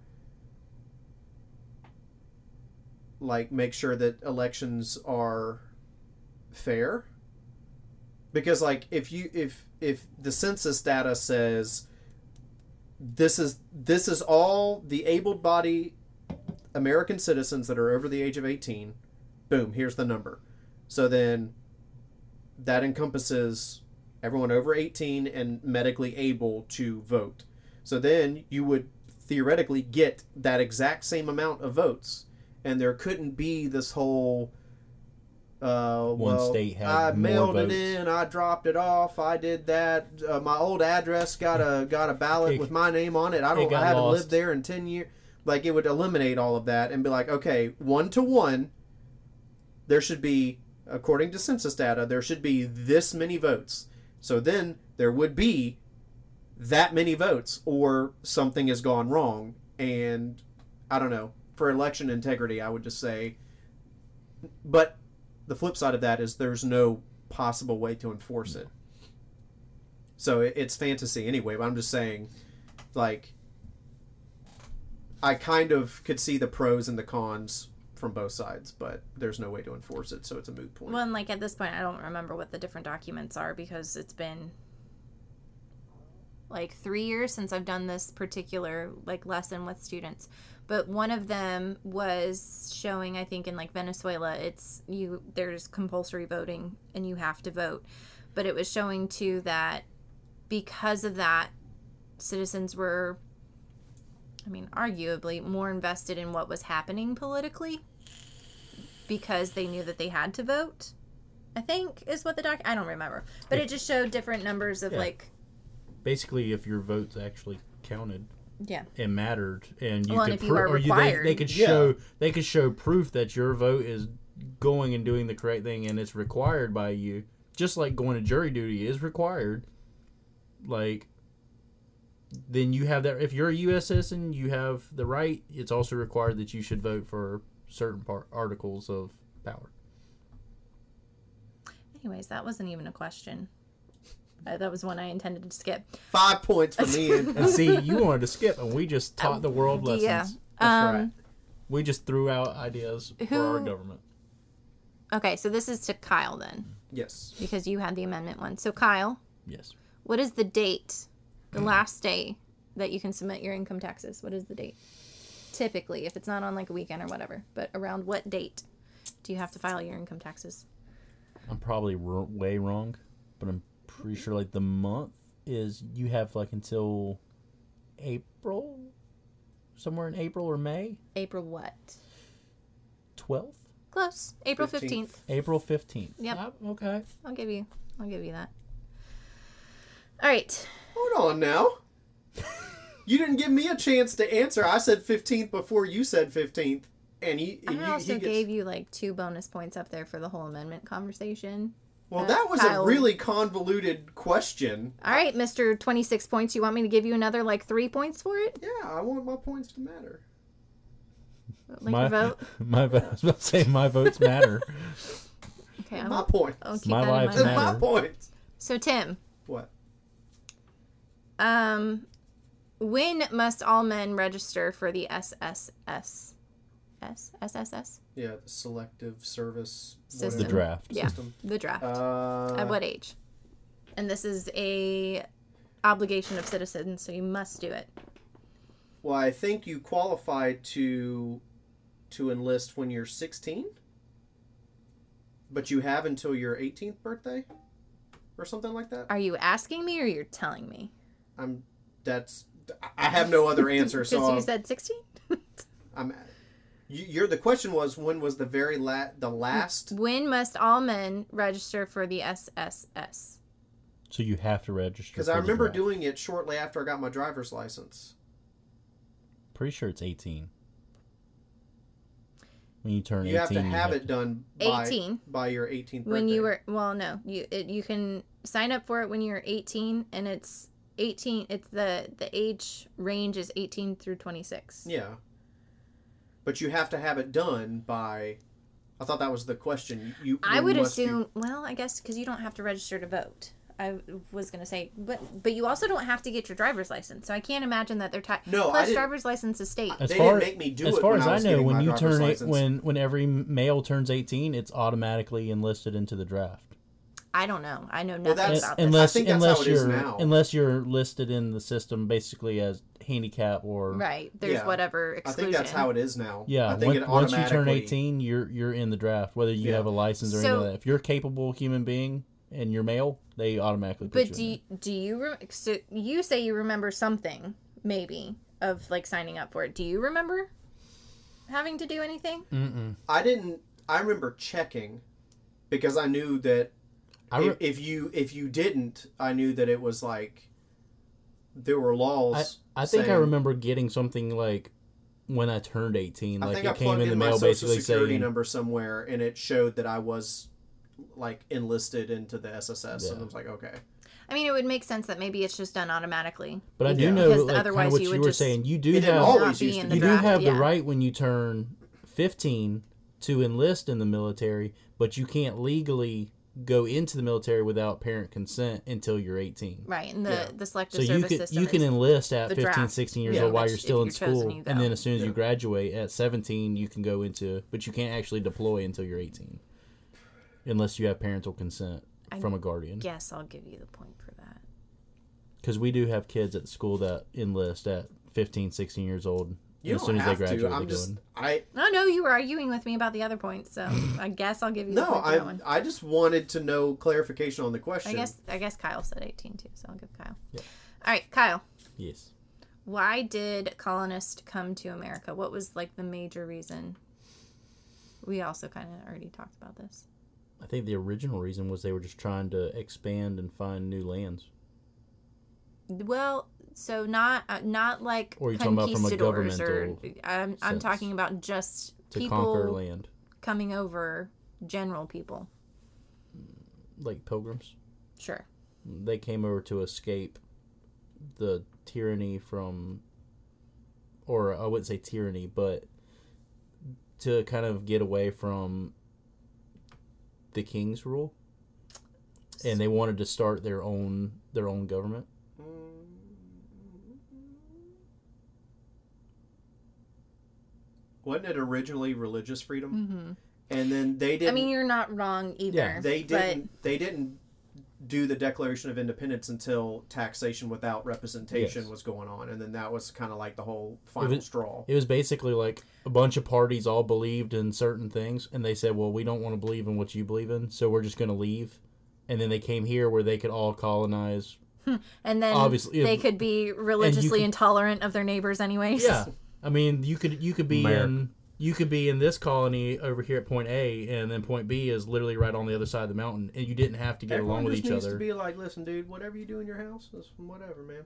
[SPEAKER 2] like make sure that elections are fair because like if you if if the census data says this is this is all the able-bodied American citizens that are over the age of 18. Boom, here's the number. So then that encompasses everyone over 18 and medically able to vote. So then you would theoretically get that exact same amount of votes, and there couldn't be this whole. Uh,
[SPEAKER 4] One
[SPEAKER 2] well,
[SPEAKER 4] state had
[SPEAKER 2] I
[SPEAKER 4] more
[SPEAKER 2] mailed
[SPEAKER 4] votes.
[SPEAKER 2] it in. I dropped it off. I did that. Uh, my old address got a got a ballot
[SPEAKER 4] It-
[SPEAKER 2] with my name on it. I don't.
[SPEAKER 4] got
[SPEAKER 2] I haven't
[SPEAKER 4] lost.
[SPEAKER 2] lived there in ten years. Like it would eliminate all of that and be like, okay, one to one. There should be, according to census data, there should be this many votes. So then there would be that many votes, or something has gone wrong. And I don't know. For election integrity, I would just say. But the flip side of that is there's no possible way to enforce it. So it, it's fantasy anyway, but I'm just saying, like, I kind of could see the pros and the cons from both sides, but there's no way to enforce it, so it's a moot point.
[SPEAKER 3] Well, and like at this point, I don't remember what the different documents are because it's been like three years since I've done this particular like lesson with students. But one of them was showing, I think, in like Venezuela, it's you there's compulsory voting and you have to vote. But it was showing too that because of that, citizens were, I mean, arguably more invested in what was happening politically because they knew that they had to vote. I think is what the doc. I don't remember, but it just showed different numbers of
[SPEAKER 4] Yeah.
[SPEAKER 3] like
[SPEAKER 4] Basically, if your votes actually counted
[SPEAKER 3] yeah.
[SPEAKER 4] and mattered, and you
[SPEAKER 3] Well, and
[SPEAKER 4] could
[SPEAKER 3] if you
[SPEAKER 4] pro-
[SPEAKER 3] are
[SPEAKER 4] or they, they
[SPEAKER 3] required.
[SPEAKER 4] could
[SPEAKER 2] Yeah.
[SPEAKER 4] show they could show proof that your vote is going and doing the correct thing, and it's required by you, just like going to jury duty is required. Like, then you have that. If you're a U.S. citizen, you have the right. It's also required that you should vote for certain par- articles of power.
[SPEAKER 3] Anyways, that wasn't even a question. Uh, that was one I intended to skip.
[SPEAKER 2] Five points for
[SPEAKER 3] (laughs)
[SPEAKER 2] me. And,
[SPEAKER 4] (laughs) And see, you wanted to skip, and we just taught the world lessons.
[SPEAKER 3] Um, Yeah.
[SPEAKER 2] That's
[SPEAKER 3] Um,
[SPEAKER 4] We just threw out ideas for our
[SPEAKER 3] Who-
[SPEAKER 4] government.
[SPEAKER 3] Okay, so this is to Kyle then,
[SPEAKER 2] yes.
[SPEAKER 3] because you had the amendment one. So Kyle,
[SPEAKER 4] Yes.
[SPEAKER 3] what is the date, the last day that you can submit your income taxes? What is the date? Typically, if it's not on like a weekend or whatever, but around what date do you have to file your income taxes?
[SPEAKER 4] I'm probably r- way wrong, but I'm pretty sure like the month is you have like until April, somewhere in April or May
[SPEAKER 3] April what?
[SPEAKER 4] 12th,
[SPEAKER 3] Close. April
[SPEAKER 2] 15th.
[SPEAKER 3] 15th.
[SPEAKER 4] April 15th.
[SPEAKER 3] Yep.
[SPEAKER 4] Ah, okay.
[SPEAKER 3] I'll give you I'll give you that. All right.
[SPEAKER 2] Hold on now. you didn't give me a chance to answer. I said 15th before you said 15th. And he,
[SPEAKER 3] I
[SPEAKER 2] you, he
[SPEAKER 3] also
[SPEAKER 2] gets-
[SPEAKER 3] gave you like two bonus points up there for the whole amendment conversation.
[SPEAKER 2] Well,
[SPEAKER 3] uh,
[SPEAKER 2] that was
[SPEAKER 3] Kyle.
[SPEAKER 2] a really convoluted question.
[SPEAKER 3] All right, Mr. 26 points. You want me to give you another like 3 points for it?
[SPEAKER 2] Yeah, I want my points to matter.
[SPEAKER 3] Like
[SPEAKER 4] my
[SPEAKER 3] your vote?
[SPEAKER 4] (laughs) my vote. I was about to say my
[SPEAKER 3] (laughs)
[SPEAKER 4] votes matter.
[SPEAKER 3] Okay. I
[SPEAKER 4] (laughs)
[SPEAKER 2] My
[SPEAKER 3] will,
[SPEAKER 2] points.
[SPEAKER 3] I'll keep
[SPEAKER 4] My
[SPEAKER 3] that
[SPEAKER 4] lives
[SPEAKER 3] in
[SPEAKER 2] It's
[SPEAKER 3] mind.
[SPEAKER 2] (laughs) my
[SPEAKER 4] matter.
[SPEAKER 2] points.
[SPEAKER 3] So Tim,
[SPEAKER 2] What?
[SPEAKER 3] um when must all men register for the SSS? S SSS?
[SPEAKER 2] Yeah, selective service
[SPEAKER 3] System.
[SPEAKER 4] The
[SPEAKER 2] whatever
[SPEAKER 4] draft.
[SPEAKER 3] Yeah.
[SPEAKER 2] system.
[SPEAKER 3] The draft.
[SPEAKER 2] Uh,
[SPEAKER 3] At what age? And this is a obligation of citizens, so you must do it.
[SPEAKER 2] Well, I think you qualify to to enlist when you're 16, but you have until your 18th birthday, or something like that.
[SPEAKER 3] Are you asking me or you're telling me?
[SPEAKER 2] I'm. That's. I- I have no
[SPEAKER 3] (laughs)
[SPEAKER 2] other answer.
[SPEAKER 3] Because
[SPEAKER 2] so
[SPEAKER 3] you
[SPEAKER 2] I'm, (laughs)
[SPEAKER 3] said 16?
[SPEAKER 2] I'm. You, your the question was when was the very la the last?
[SPEAKER 3] when must all men register for the SSS?
[SPEAKER 4] So you have to register.
[SPEAKER 2] Because
[SPEAKER 4] for
[SPEAKER 2] I
[SPEAKER 4] the
[SPEAKER 2] remember
[SPEAKER 4] draft.
[SPEAKER 2] doing it shortly after I got my driver's license.
[SPEAKER 4] Pretty sure it's 18. When you turn
[SPEAKER 2] You
[SPEAKER 4] 18,
[SPEAKER 2] have to
[SPEAKER 4] you
[SPEAKER 2] have it done by
[SPEAKER 3] 18.
[SPEAKER 2] by your 18th.
[SPEAKER 3] When you
[SPEAKER 2] birthday.
[SPEAKER 3] were, well, no, you it, you can sign up for it when you're 18, and it's 18. It's the the age range is 18 through 26.
[SPEAKER 2] Yeah. But you have to have it done by. I thought that was the question. You.
[SPEAKER 3] I
[SPEAKER 2] when
[SPEAKER 3] would
[SPEAKER 2] must you-
[SPEAKER 3] assume. Well, I guess because you don't have to register to vote. I was gonna say, but but you also don't have to get your driver's license. So I can't imagine that they're tied.
[SPEAKER 2] No, I
[SPEAKER 3] plus
[SPEAKER 2] didn't-
[SPEAKER 3] driver's license is state.
[SPEAKER 4] As
[SPEAKER 2] they
[SPEAKER 4] far-
[SPEAKER 2] didn't make me do
[SPEAKER 4] as
[SPEAKER 2] it
[SPEAKER 4] far
[SPEAKER 2] when
[SPEAKER 4] as
[SPEAKER 2] I
[SPEAKER 4] I,
[SPEAKER 2] was
[SPEAKER 4] know,
[SPEAKER 2] getting my
[SPEAKER 4] when you
[SPEAKER 2] driver's
[SPEAKER 4] turn it,
[SPEAKER 2] license.
[SPEAKER 4] when when every male turns 18, it's automatically enlisted into the draft.
[SPEAKER 3] I don't know. I know
[SPEAKER 2] Well,
[SPEAKER 3] nothing
[SPEAKER 2] that's-
[SPEAKER 3] about this.
[SPEAKER 4] unless
[SPEAKER 2] I think that's
[SPEAKER 4] unless
[SPEAKER 2] how it is
[SPEAKER 4] you're
[SPEAKER 2] now.
[SPEAKER 4] unless you're listed in the system basically as handicap or
[SPEAKER 3] right. There's
[SPEAKER 2] Yeah.
[SPEAKER 3] whatever
[SPEAKER 2] I
[SPEAKER 3] exclusion.
[SPEAKER 2] think that's how it is now.
[SPEAKER 4] yeah.
[SPEAKER 2] I think
[SPEAKER 4] on-
[SPEAKER 2] it
[SPEAKER 4] once you turn
[SPEAKER 2] automatically-
[SPEAKER 4] 18, you're you're in the draft whether you
[SPEAKER 2] Yeah.
[SPEAKER 4] have a license or
[SPEAKER 3] So-
[SPEAKER 4] anything like that. If you're a capable human being, and your mail, they automatically
[SPEAKER 3] But
[SPEAKER 4] put you
[SPEAKER 3] do
[SPEAKER 4] in
[SPEAKER 3] you, do you re- so you say you remember something maybe of like signing up for it? Do you remember having to do anything?
[SPEAKER 4] Mm.
[SPEAKER 2] I didn't. I remember checking because I knew that
[SPEAKER 4] I re-
[SPEAKER 2] if, if you if you didn't, I knew that it was like there were laws.
[SPEAKER 4] I think I
[SPEAKER 2] saying-
[SPEAKER 4] remember getting something like when I turned eighteen.
[SPEAKER 2] I
[SPEAKER 4] Like
[SPEAKER 2] think I
[SPEAKER 4] it came
[SPEAKER 2] plugged
[SPEAKER 4] in the
[SPEAKER 2] my
[SPEAKER 4] mail,
[SPEAKER 2] social
[SPEAKER 4] basically
[SPEAKER 2] security
[SPEAKER 4] saying,
[SPEAKER 2] number somewhere, and it showed that I was like enlisted into the SSS, and I
[SPEAKER 4] Yeah.
[SPEAKER 2] was like, okay,
[SPEAKER 3] I mean, it would make sense that maybe it's just done automatically.
[SPEAKER 4] "But I do
[SPEAKER 2] Yeah.
[SPEAKER 4] know,
[SPEAKER 3] Because
[SPEAKER 4] like, kind
[SPEAKER 3] otherwise
[SPEAKER 4] of what
[SPEAKER 3] you
[SPEAKER 4] you,
[SPEAKER 3] would
[SPEAKER 4] were
[SPEAKER 3] just-
[SPEAKER 4] saying. You
[SPEAKER 2] It
[SPEAKER 4] do
[SPEAKER 2] didn't
[SPEAKER 4] have
[SPEAKER 2] always
[SPEAKER 3] Not be
[SPEAKER 2] used to
[SPEAKER 3] in
[SPEAKER 2] be
[SPEAKER 4] you
[SPEAKER 3] the
[SPEAKER 4] do
[SPEAKER 3] draft,
[SPEAKER 4] have
[SPEAKER 3] yeah.
[SPEAKER 4] the right when you turn 15 to enlist in the military but you can't legally go into the military without parent consent until you're 18
[SPEAKER 3] Right, and the
[SPEAKER 2] Yeah.
[SPEAKER 3] the selective
[SPEAKER 4] so you
[SPEAKER 3] service
[SPEAKER 4] can
[SPEAKER 3] system.
[SPEAKER 4] you can
[SPEAKER 3] is-
[SPEAKER 4] enlist at
[SPEAKER 3] the
[SPEAKER 4] 15
[SPEAKER 3] draft.
[SPEAKER 4] 16 years
[SPEAKER 2] Yeah.
[SPEAKER 4] old while
[SPEAKER 3] Which
[SPEAKER 4] you're
[SPEAKER 3] if
[SPEAKER 4] still in
[SPEAKER 3] you're chosen,
[SPEAKER 4] school
[SPEAKER 3] you
[SPEAKER 4] and
[SPEAKER 3] go.
[SPEAKER 4] then as soon as
[SPEAKER 2] Yeah.
[SPEAKER 4] you graduate at 17 you can go into but you can't actually deploy until you're 18 unless you have parental consent from a guardian
[SPEAKER 3] guess I'll give you the point for that.
[SPEAKER 4] because we do have kids at school that enlist at 15 16 years old
[SPEAKER 2] you
[SPEAKER 4] as
[SPEAKER 2] don't
[SPEAKER 4] soon as
[SPEAKER 2] have
[SPEAKER 4] they graduate
[SPEAKER 2] to.
[SPEAKER 4] they're
[SPEAKER 2] I'm just
[SPEAKER 4] doing.
[SPEAKER 2] I
[SPEAKER 3] No, no, you were arguing with me about the other point,
[SPEAKER 4] (laughs)
[SPEAKER 3] so I guess I'll give you the
[SPEAKER 2] no
[SPEAKER 3] point for that
[SPEAKER 2] I
[SPEAKER 3] one.
[SPEAKER 2] I just wanted to know clarification on the
[SPEAKER 3] I
[SPEAKER 2] question.
[SPEAKER 3] guess I guess Kyle said eighteen too, so I'll give Kyle. All right, Kyle.
[SPEAKER 4] yes
[SPEAKER 3] Why did colonists come to America? What was like the major reason? We also kind of already talked about this.
[SPEAKER 4] I think the original reason was they were just trying to expand and find new lands.
[SPEAKER 3] Well, so not uh, not like
[SPEAKER 4] Or you're talking about from a
[SPEAKER 3] conquistadors or
[SPEAKER 4] governmental
[SPEAKER 3] I'm I'm
[SPEAKER 4] sense.
[SPEAKER 3] talking about just
[SPEAKER 4] To conquer
[SPEAKER 3] people
[SPEAKER 4] land.
[SPEAKER 3] coming over, general people.
[SPEAKER 4] Like pilgrims.
[SPEAKER 3] Sure.
[SPEAKER 4] They came over to escape the tyranny from or I wouldn't say tyranny, but to kind of get away from the king's rule. And they wanted to start their own their own government.
[SPEAKER 2] Wasn't it originally religious freedom?
[SPEAKER 3] hmm
[SPEAKER 2] And then they didn't.
[SPEAKER 3] I mean, you're not wrong either.
[SPEAKER 4] Yeah.
[SPEAKER 2] Mm-hmm. they
[SPEAKER 3] but-
[SPEAKER 2] didn't they didn't do the declaration of independence until taxation without representation
[SPEAKER 4] Yes.
[SPEAKER 2] was going on and then that was kind of like the whole final
[SPEAKER 4] was-
[SPEAKER 2] straw
[SPEAKER 4] It was basically like a bunch of parties all believed in certain things, and they said, "Well, we don't want to believe in what you believe in, so we're just going to leave." And then they came here where they could all colonize.
[SPEAKER 3] and then
[SPEAKER 4] Obviously,
[SPEAKER 3] they
[SPEAKER 4] if-
[SPEAKER 3] could be religiously intolerant of their neighbors anyways.
[SPEAKER 4] Yeah, I mean, you could you could be
[SPEAKER 1] America.
[SPEAKER 4] in you could be in this colony over here at point A, and then point B is literally right on the other side of the mountain, and you didn't have to get along with each other,
[SPEAKER 2] be like listen dude whatever you do in your house is whatever man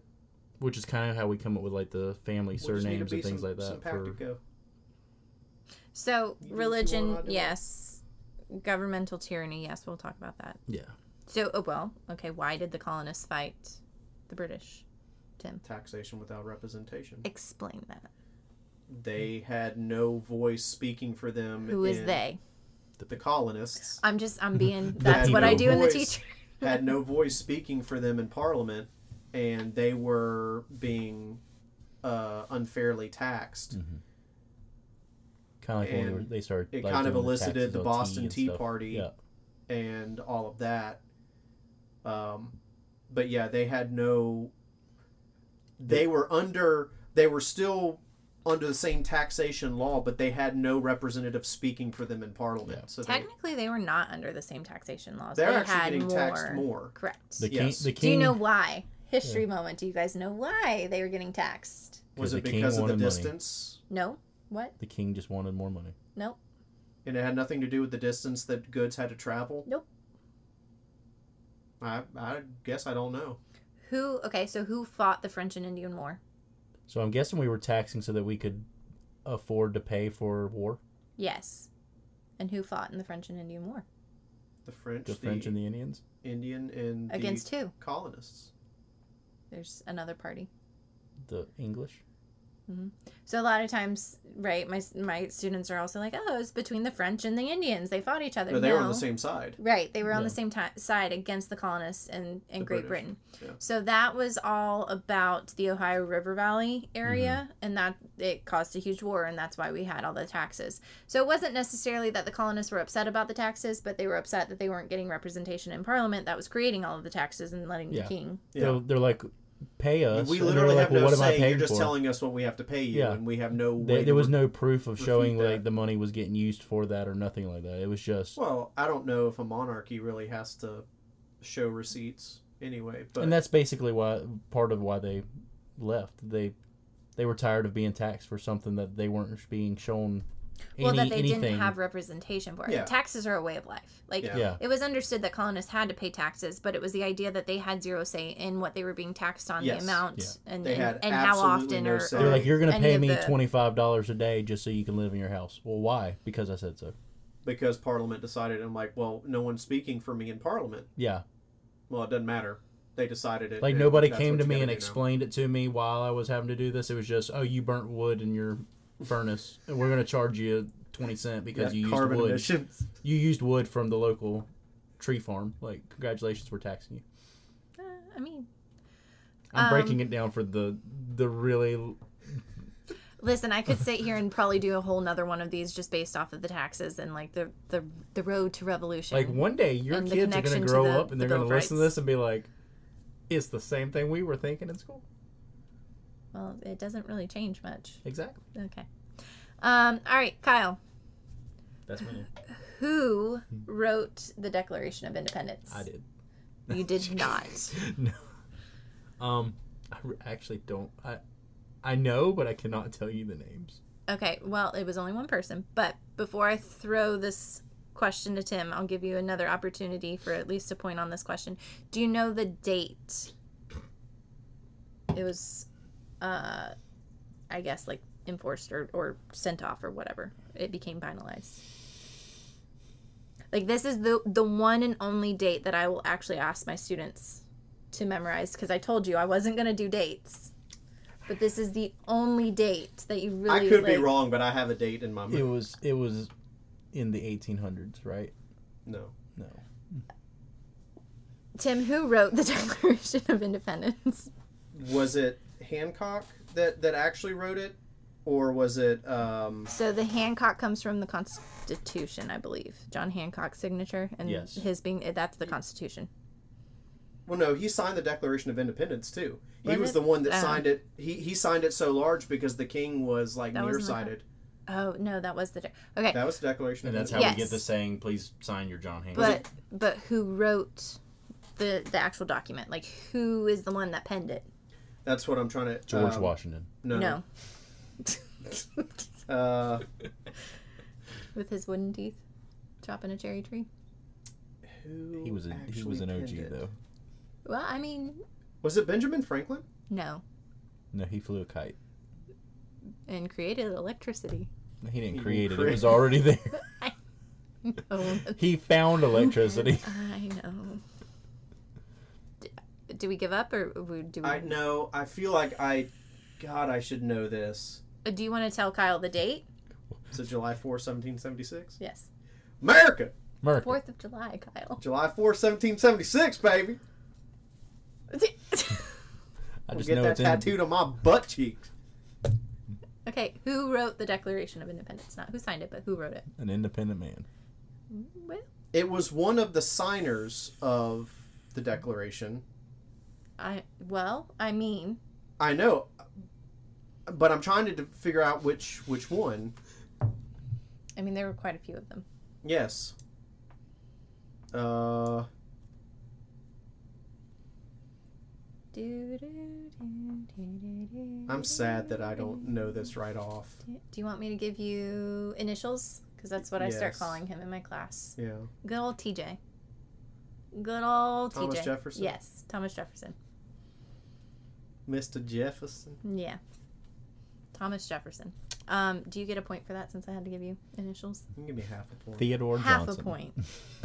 [SPEAKER 4] which is kind of how we come up with like the family surnames and things like that. For,
[SPEAKER 3] So
[SPEAKER 2] You do what you
[SPEAKER 3] religion,
[SPEAKER 2] wanna do.
[SPEAKER 3] yes. Governmental tyranny, yes. We'll talk about that.
[SPEAKER 4] yeah,
[SPEAKER 3] So, oh well, okay. Why did the colonists fight the British?
[SPEAKER 2] taxation without representation
[SPEAKER 3] Explain that.
[SPEAKER 2] they had no voice speaking for them
[SPEAKER 3] Mm-hmm. Who is
[SPEAKER 2] in-
[SPEAKER 3] they?
[SPEAKER 2] the colonists
[SPEAKER 3] I'm just
[SPEAKER 2] (laughs)
[SPEAKER 3] I'm being. That's
[SPEAKER 4] had
[SPEAKER 3] what
[SPEAKER 4] no
[SPEAKER 3] I do in the
[SPEAKER 2] voice.
[SPEAKER 3] teacher.
[SPEAKER 2] had no voice speaking for them in Parliament, and they were being uh, unfairly taxed.
[SPEAKER 4] Mm-hmm. kind of like when we were-
[SPEAKER 2] And
[SPEAKER 4] they started.
[SPEAKER 2] it
[SPEAKER 4] like,
[SPEAKER 2] kind of
[SPEAKER 4] doing the
[SPEAKER 2] elicited
[SPEAKER 4] taxes
[SPEAKER 2] the
[SPEAKER 4] on
[SPEAKER 2] Boston
[SPEAKER 4] and
[SPEAKER 2] Tea
[SPEAKER 4] stuff.
[SPEAKER 2] Party.
[SPEAKER 4] Yeah,
[SPEAKER 2] and all of that. Um, but yeah, they had no. They were under. They were still under the same taxation law, but they had no representative speaking for them in Parliament.
[SPEAKER 4] Yeah.
[SPEAKER 2] So (laughs) they,
[SPEAKER 3] Technically, they were not under the same taxation laws.
[SPEAKER 2] they're
[SPEAKER 3] they
[SPEAKER 2] actually
[SPEAKER 3] had
[SPEAKER 2] getting
[SPEAKER 3] more.
[SPEAKER 2] taxed more.
[SPEAKER 3] Correct.
[SPEAKER 4] the king.
[SPEAKER 2] Yes.
[SPEAKER 4] The
[SPEAKER 3] do
[SPEAKER 4] king.
[SPEAKER 3] you know why? History moment. Do you guys know why they were getting taxed?
[SPEAKER 2] Was
[SPEAKER 4] the
[SPEAKER 2] it
[SPEAKER 4] king
[SPEAKER 2] because of the
[SPEAKER 4] wanted money.
[SPEAKER 2] distance?
[SPEAKER 3] No. What?
[SPEAKER 4] the king just wanted more money.
[SPEAKER 3] Nope.
[SPEAKER 2] And it had nothing to do with the distance that goods had to travel?
[SPEAKER 3] Nope.
[SPEAKER 2] I, I guess I don't know.
[SPEAKER 3] Who? Okay, so who fought the French and Indian War?
[SPEAKER 4] So I'm guessing we were taxing so that we could afford to pay for war,
[SPEAKER 3] Yes. And who fought in the French and Indian War?
[SPEAKER 2] The French,
[SPEAKER 4] the
[SPEAKER 2] the,
[SPEAKER 4] French and the Indians.
[SPEAKER 2] Indian, and
[SPEAKER 3] Against
[SPEAKER 2] the
[SPEAKER 3] who?
[SPEAKER 2] colonists.
[SPEAKER 3] There's another party.
[SPEAKER 4] the English.
[SPEAKER 3] So a lot of times, right? My my students are also like, "Oh, it's between the French and the Indians. They fought each other."
[SPEAKER 2] No, they were on
[SPEAKER 3] No.
[SPEAKER 2] the same side.
[SPEAKER 3] Right, they were on
[SPEAKER 4] Yeah.
[SPEAKER 3] the same ti side against the colonists and, and
[SPEAKER 2] The British,
[SPEAKER 3] Great Britain.
[SPEAKER 2] yeah.
[SPEAKER 3] So that was all about the Ohio River Valley area,
[SPEAKER 2] Mm-hmm.
[SPEAKER 3] and that it caused a huge war, and that's why we had all the taxes. So it wasn't necessarily that the colonists were upset about the taxes, but they were upset that they weren't getting representation in Parliament that was creating all of the taxes and letting
[SPEAKER 4] Yeah.
[SPEAKER 3] the king.
[SPEAKER 2] Yeah.
[SPEAKER 4] They're, they're like, pay us.
[SPEAKER 2] We
[SPEAKER 4] and they're
[SPEAKER 2] literally
[SPEAKER 4] like,
[SPEAKER 2] have
[SPEAKER 4] "Well,
[SPEAKER 2] no
[SPEAKER 4] what am I
[SPEAKER 2] say. You're
[SPEAKER 4] paying
[SPEAKER 2] just
[SPEAKER 4] for?"
[SPEAKER 2] telling us what we have to pay you,
[SPEAKER 4] Yeah.
[SPEAKER 2] and we have no
[SPEAKER 4] They-
[SPEAKER 2] way.
[SPEAKER 4] there
[SPEAKER 2] to
[SPEAKER 4] was
[SPEAKER 2] re-
[SPEAKER 4] no proof of showing
[SPEAKER 2] that.
[SPEAKER 4] like the money was getting used for that or nothing like that. It was just
[SPEAKER 2] Well, I don't know if a monarchy really has to show receipts anyway. But
[SPEAKER 1] and that's basically why part of why they left. They they were tired of being taxed for something that they weren't being shown.
[SPEAKER 3] well,
[SPEAKER 1] any-
[SPEAKER 3] that they
[SPEAKER 1] anything.
[SPEAKER 3] didn't have representation for it.
[SPEAKER 2] Yeah.
[SPEAKER 3] Taxes are a way of life. Like
[SPEAKER 2] Yeah.
[SPEAKER 1] Yeah.
[SPEAKER 3] it was understood that colonists had to pay taxes, but it was the idea that they had zero say in what they were being taxed on,
[SPEAKER 2] Yes.
[SPEAKER 3] the amount,
[SPEAKER 1] Yeah.
[SPEAKER 3] and
[SPEAKER 2] They
[SPEAKER 3] and,
[SPEAKER 2] had
[SPEAKER 3] and how
[SPEAKER 2] absolutely
[SPEAKER 3] often.
[SPEAKER 2] no
[SPEAKER 3] or,
[SPEAKER 2] say.
[SPEAKER 1] They're like, you're going to
[SPEAKER 3] any
[SPEAKER 1] pay
[SPEAKER 3] of
[SPEAKER 1] me
[SPEAKER 3] the-
[SPEAKER 1] $25 a day just so you can live in your house. Well, why? Because I said so.
[SPEAKER 2] because Parliament decided, I'm like, well, no one's speaking for me in Parliament.
[SPEAKER 1] Yeah.
[SPEAKER 2] Well, it doesn't matter. They decided it.
[SPEAKER 1] Like,
[SPEAKER 2] and
[SPEAKER 1] nobody
[SPEAKER 2] that's
[SPEAKER 1] came
[SPEAKER 2] what
[SPEAKER 1] to
[SPEAKER 2] you
[SPEAKER 1] me
[SPEAKER 2] gotta
[SPEAKER 1] and
[SPEAKER 2] do now.
[SPEAKER 1] explained it to me while I was having to do this. It was just, oh, you burnt wood in your furnace, and we're going to charge you 20 cent because
[SPEAKER 2] Yeah,
[SPEAKER 1] you used
[SPEAKER 2] carbon
[SPEAKER 1] wood.
[SPEAKER 2] emissions.
[SPEAKER 1] You used wood from the local tree farm. Like, congratulations, we're taxing you.
[SPEAKER 3] I mean,
[SPEAKER 1] I'm
[SPEAKER 3] Um,
[SPEAKER 1] breaking it down for the the really
[SPEAKER 3] listen, I could sit here and probably do a whole nother one of these just based off of the taxes and like the the, the road to revolution.
[SPEAKER 1] like one day your
[SPEAKER 3] And
[SPEAKER 1] kids
[SPEAKER 3] the
[SPEAKER 1] are going
[SPEAKER 3] connection
[SPEAKER 1] to
[SPEAKER 3] to
[SPEAKER 1] grow
[SPEAKER 3] the-
[SPEAKER 1] up and
[SPEAKER 3] the
[SPEAKER 1] they're going
[SPEAKER 3] Bill
[SPEAKER 1] to
[SPEAKER 3] of
[SPEAKER 1] listen to
[SPEAKER 3] Rights.
[SPEAKER 1] this and be like, it's the same thing we were thinking in school.
[SPEAKER 3] well, it doesn't really change much.
[SPEAKER 1] Exactly.
[SPEAKER 3] Okay. Um, all right, Kyle,
[SPEAKER 4] That's my name.
[SPEAKER 3] who
[SPEAKER 1] Hmm.
[SPEAKER 3] wrote the Declaration of Independence?
[SPEAKER 4] I did.
[SPEAKER 3] You did not.
[SPEAKER 1] (laughs)
[SPEAKER 4] no. Um, I re- actually don't. I I know, but I cannot tell you the names.
[SPEAKER 3] Okay, well, it was only one person, but before I throw this question to Tim, I'll give you another opportunity for at least a point on this question. Do you know the date? It was, uh, I guess, like enforced or, or sent off or whatever. It became finalized. Like, this is the, the one and only date that I will actually ask my students to memorize because I told you I wasn't going to do dates. But this is the only date that you really
[SPEAKER 2] I could be
[SPEAKER 3] like-
[SPEAKER 2] wrong, but I have a date in my
[SPEAKER 1] It
[SPEAKER 2] mind.
[SPEAKER 1] was it was in the 1800s, right?
[SPEAKER 2] No.
[SPEAKER 1] No.
[SPEAKER 3] Tim, who wrote the (laughs) Declaration of Independence?
[SPEAKER 2] Was it Hancock that that actually wrote it, or was it? Um,
[SPEAKER 3] So the Hancock comes from the Constitution, I believe. John Hancock's signature and
[SPEAKER 1] Yes.
[SPEAKER 3] his being eh, that's the Constitution.
[SPEAKER 2] well, no, he signed the Declaration of Independence too. He
[SPEAKER 3] Was
[SPEAKER 2] was
[SPEAKER 3] it?
[SPEAKER 2] the one that
[SPEAKER 3] Uh.
[SPEAKER 2] signed it. He he signed it so large because the king was like
[SPEAKER 3] That wasn't the-
[SPEAKER 2] nearsighted.
[SPEAKER 3] Oh no, that was the de- okay.
[SPEAKER 2] That was the Declaration
[SPEAKER 4] And
[SPEAKER 2] of
[SPEAKER 4] that's how
[SPEAKER 2] Independence.
[SPEAKER 3] Yes.
[SPEAKER 4] we get the saying, please sign your John Hancock.
[SPEAKER 3] but but who wrote the the actual document? Like who is the one that penned it?
[SPEAKER 2] That's what I'm trying to.
[SPEAKER 1] George
[SPEAKER 2] um,
[SPEAKER 1] Washington.
[SPEAKER 2] No.
[SPEAKER 3] No,
[SPEAKER 2] Uh,
[SPEAKER 3] with his wooden teeth, chopping a cherry tree.
[SPEAKER 2] who
[SPEAKER 1] He was a, he was
[SPEAKER 2] actually
[SPEAKER 1] an
[SPEAKER 2] penned
[SPEAKER 1] OG
[SPEAKER 2] it?
[SPEAKER 1] though.
[SPEAKER 3] Well, I mean,
[SPEAKER 2] Was it Benjamin Franklin?
[SPEAKER 3] no,
[SPEAKER 1] No, he flew a kite.
[SPEAKER 3] and created electricity. (laughs)
[SPEAKER 1] He didn't
[SPEAKER 2] He
[SPEAKER 1] create it.
[SPEAKER 2] created-
[SPEAKER 1] It was already there. (laughs)
[SPEAKER 3] Oh,
[SPEAKER 1] he found
[SPEAKER 3] (laughs)
[SPEAKER 1] electricity.
[SPEAKER 3] I know. Do, do we give up or we- do we?
[SPEAKER 2] I know. I feel like I. God, I should know this.
[SPEAKER 3] Uh, Do you want to tell Kyle the date?
[SPEAKER 2] Is it July 4, 1776?
[SPEAKER 3] Yes.
[SPEAKER 2] America!
[SPEAKER 1] Merc.
[SPEAKER 3] Fourth of July,
[SPEAKER 2] (laughs)
[SPEAKER 3] Kyle. (laughs)
[SPEAKER 2] July 4, 1776, baby!
[SPEAKER 1] I
[SPEAKER 2] I'll
[SPEAKER 1] just
[SPEAKER 2] get
[SPEAKER 1] know
[SPEAKER 2] that
[SPEAKER 1] it's in
[SPEAKER 2] tattooed on my butt cheeks.
[SPEAKER 3] okay, who wrote the Declaration of Independence? Not who signed it, but who wrote it?
[SPEAKER 1] an independent man.
[SPEAKER 3] Well,
[SPEAKER 2] It was one of the signers of the Declaration.
[SPEAKER 3] I well, I mean,
[SPEAKER 2] I know, but I'm trying to d- figure out which which one.
[SPEAKER 3] I mean there were quite a few of them.
[SPEAKER 2] Yes. Uh,
[SPEAKER 3] Do, do, do, do, do, do,
[SPEAKER 2] I'm sad that I don't
[SPEAKER 3] do,
[SPEAKER 2] know this right off.
[SPEAKER 3] do. Do you want me to give you initials? Because that's what I start
[SPEAKER 2] Yes.
[SPEAKER 3] calling him in my class.
[SPEAKER 2] Yeah.
[SPEAKER 3] Good old TJ. Good old
[SPEAKER 2] Thomas
[SPEAKER 3] TJ.
[SPEAKER 2] Jefferson?
[SPEAKER 3] Yes, Thomas Jefferson.
[SPEAKER 2] Mr. Jefferson.
[SPEAKER 3] Yeah. Thomas Jefferson. Um, do you get a point for that since I had to give you initials?
[SPEAKER 2] You can give me half a point.
[SPEAKER 1] Theodore
[SPEAKER 3] Half
[SPEAKER 1] Johnson.
[SPEAKER 3] a point.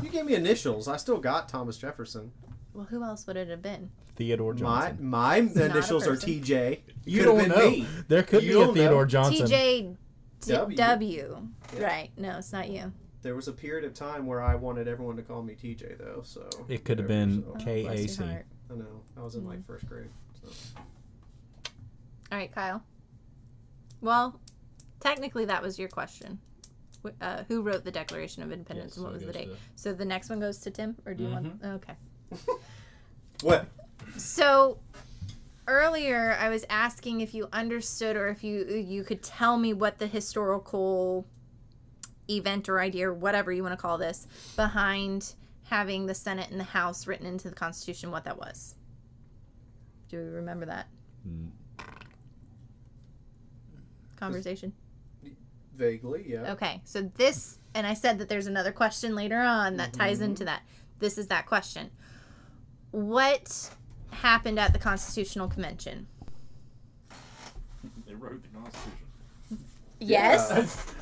[SPEAKER 2] You gave me initials. I still got Thomas Jefferson.
[SPEAKER 3] Well, who else would it have been?
[SPEAKER 1] Theodore
[SPEAKER 2] My
[SPEAKER 1] Johnson.
[SPEAKER 2] my
[SPEAKER 3] a
[SPEAKER 2] initials are
[SPEAKER 3] person.
[SPEAKER 2] TJ.
[SPEAKER 1] you
[SPEAKER 2] Could've
[SPEAKER 1] don't
[SPEAKER 2] been
[SPEAKER 1] know.
[SPEAKER 2] me.
[SPEAKER 1] There could
[SPEAKER 2] You
[SPEAKER 1] be
[SPEAKER 2] don't
[SPEAKER 1] a
[SPEAKER 2] know.
[SPEAKER 1] Theodore Johnson.
[SPEAKER 3] TJ D-
[SPEAKER 2] W.
[SPEAKER 3] W.
[SPEAKER 2] Yeah.
[SPEAKER 3] Right. No, it's not you.
[SPEAKER 2] There was a period of time where I wanted everyone to call me TJ though, so
[SPEAKER 1] It could have
[SPEAKER 2] whatever,
[SPEAKER 1] been
[SPEAKER 2] so.
[SPEAKER 3] Oh,
[SPEAKER 1] K A
[SPEAKER 3] bless
[SPEAKER 1] C.
[SPEAKER 3] your heart.
[SPEAKER 2] I know. I was in
[SPEAKER 3] Mm.
[SPEAKER 2] like first grade. So.
[SPEAKER 3] All right, Kyle. Well, technically that was your question. Wh- Uh, who wrote the Declaration of Independence
[SPEAKER 4] Yes,
[SPEAKER 3] and what
[SPEAKER 4] so
[SPEAKER 3] was
[SPEAKER 4] it
[SPEAKER 3] the
[SPEAKER 4] goes
[SPEAKER 3] date? So the next one goes to Tim, or do you want? Okay.
[SPEAKER 2] What?
[SPEAKER 3] So earlier I was asking if you understood or if you you could tell me what the historical event or idea or whatever you want to call this behind having the Senate and the House written into the Constitution what that was. Do we remember that conversation?
[SPEAKER 2] Vaguely, yeah.
[SPEAKER 3] Okay, so this, and I said that there's another question later on that ties
[SPEAKER 2] Mm-hmm.
[SPEAKER 3] into that. This is that question. What happened at the Constitutional Convention?
[SPEAKER 5] They wrote the Constitution.
[SPEAKER 3] Yes.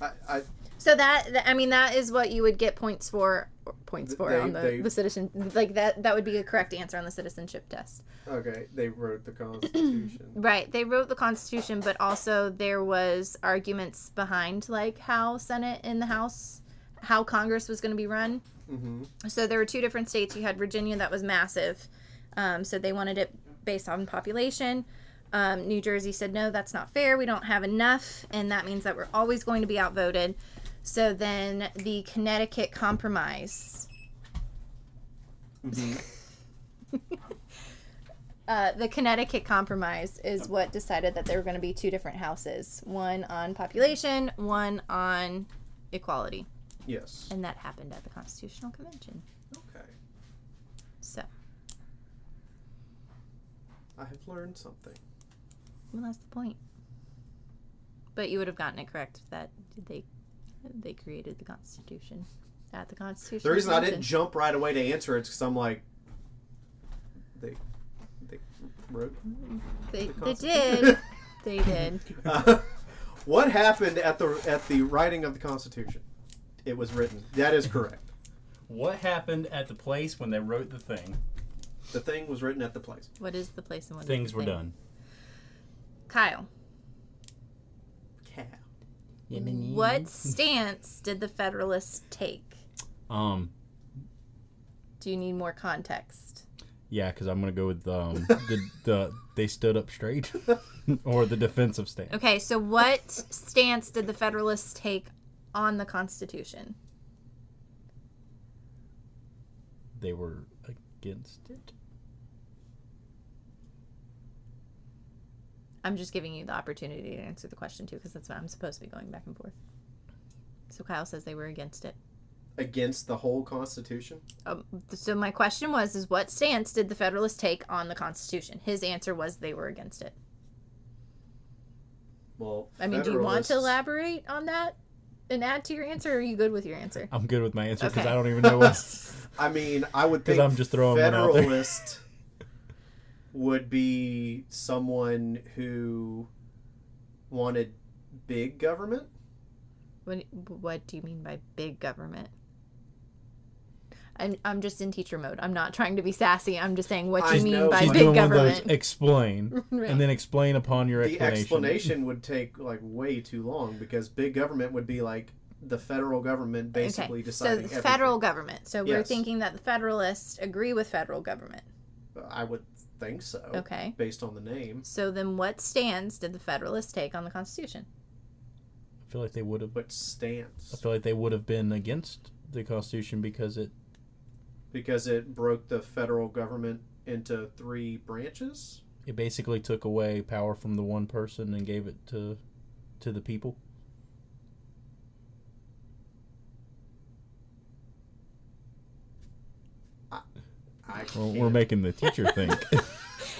[SPEAKER 2] I, I,
[SPEAKER 3] So that th- I mean that is what you would get points for or points
[SPEAKER 2] Th-
[SPEAKER 3] for
[SPEAKER 2] they-
[SPEAKER 3] on the,
[SPEAKER 2] they-
[SPEAKER 3] the citizen like that that would be a correct answer on the citizenship test.
[SPEAKER 2] okay, they wrote the
[SPEAKER 3] (coughs)
[SPEAKER 2] Constitution.
[SPEAKER 3] Right. They wrote the constitution but also there was arguments behind like how Senate and the House how Congress was going to be run.
[SPEAKER 2] hmm
[SPEAKER 3] So there were two different states. You had Virginia that was massive. Um, so they wanted it based on population. Um, New Jersey said, no, that's not fair. We don't have enough. And that means that we're always going to be outvoted. So then the Connecticut Compromise.
[SPEAKER 2] mm-hmm.
[SPEAKER 3] Uh, the Connecticut Compromise is what decided that there were going to be two different houses one on population, one on equality.
[SPEAKER 2] Yes.
[SPEAKER 3] And that happened at the Constitutional Convention.
[SPEAKER 2] Okay.
[SPEAKER 3] So.
[SPEAKER 2] I have learned something.
[SPEAKER 3] Well, that's the point. But you would have gotten it correct that they they created the Constitution at the Constitution.
[SPEAKER 2] The reason I didn't jump right away to answer it's because I'm like, they, they wrote. the
[SPEAKER 3] they, they
[SPEAKER 2] Constitution.
[SPEAKER 3] did. they did.
[SPEAKER 2] (laughs) Uh, what happened at the at the writing of the Constitution? It was written. That is correct.
[SPEAKER 5] What happened at the place when they wrote the thing?
[SPEAKER 2] The thing was written at the place.
[SPEAKER 3] What is the place and what is
[SPEAKER 4] Things
[SPEAKER 3] the
[SPEAKER 4] were
[SPEAKER 3] thing?
[SPEAKER 4] done.
[SPEAKER 3] Kyle,
[SPEAKER 2] Cow.
[SPEAKER 3] what stance did the Federalists take?
[SPEAKER 4] Um.
[SPEAKER 3] Do you need more context?
[SPEAKER 4] Yeah, because I'm gonna go with um, the the they stood up straight, (laughs) or the defensive stance.
[SPEAKER 3] Okay, so what stance did the Federalists take on the Constitution?
[SPEAKER 4] They were against it.
[SPEAKER 3] I'm just giving you the opportunity to answer the question too, because that's what I'm supposed to be going back and forth. So Kyle says they were against it.
[SPEAKER 2] Against the whole Constitution.
[SPEAKER 3] Um, so my question was: Is what stance did the Federalists take on the Constitution? His answer was they were against it.
[SPEAKER 2] Well,
[SPEAKER 3] I mean, do you want to
[SPEAKER 2] Federalists-
[SPEAKER 3] elaborate on that and add to your answer? Or are you good with your answer?
[SPEAKER 4] I'm good with my answer because
[SPEAKER 3] Okay.
[SPEAKER 4] I don't even
[SPEAKER 3] (laughs)
[SPEAKER 4] know what.
[SPEAKER 2] (laughs) I mean, I would
[SPEAKER 4] 'Cause
[SPEAKER 2] think
[SPEAKER 4] I'm just throwing one out there.
[SPEAKER 2] Federalist would be someone who wanted big government.
[SPEAKER 3] What What do you mean by big government? I'm, I'm just in teacher mode. I'm not trying to be sassy. I'm just saying what
[SPEAKER 2] I
[SPEAKER 3] you mean
[SPEAKER 2] know,
[SPEAKER 3] by
[SPEAKER 2] she's
[SPEAKER 4] She's
[SPEAKER 3] big
[SPEAKER 4] doing one of those
[SPEAKER 2] (laughs)
[SPEAKER 3] government. (laughs)
[SPEAKER 4] explain,
[SPEAKER 3] Right.
[SPEAKER 4] and then explain upon your
[SPEAKER 2] The
[SPEAKER 4] explanation.
[SPEAKER 2] explanation would take like way too long because big government would be like the federal government basically
[SPEAKER 3] so
[SPEAKER 2] deciding.
[SPEAKER 3] the
[SPEAKER 2] everything.
[SPEAKER 3] federal government. So we're
[SPEAKER 2] Yes.
[SPEAKER 3] thinking that the Federalists agree with federal government.
[SPEAKER 2] I would think so.
[SPEAKER 3] Okay.
[SPEAKER 2] Based on the name,
[SPEAKER 3] So then, what stance did the Federalists take on
[SPEAKER 2] (laughs)
[SPEAKER 3] the Constitution?
[SPEAKER 4] I feel like they would have.
[SPEAKER 2] but
[SPEAKER 4] I
[SPEAKER 2] stance
[SPEAKER 4] feel like they would have been against the Constitution because it.
[SPEAKER 2] because it broke the federal government into three branches.
[SPEAKER 4] it basically took away power from the one person and gave it to to the people.
[SPEAKER 2] I
[SPEAKER 4] Well, we're
[SPEAKER 2] can't-
[SPEAKER 4] making the teacher think.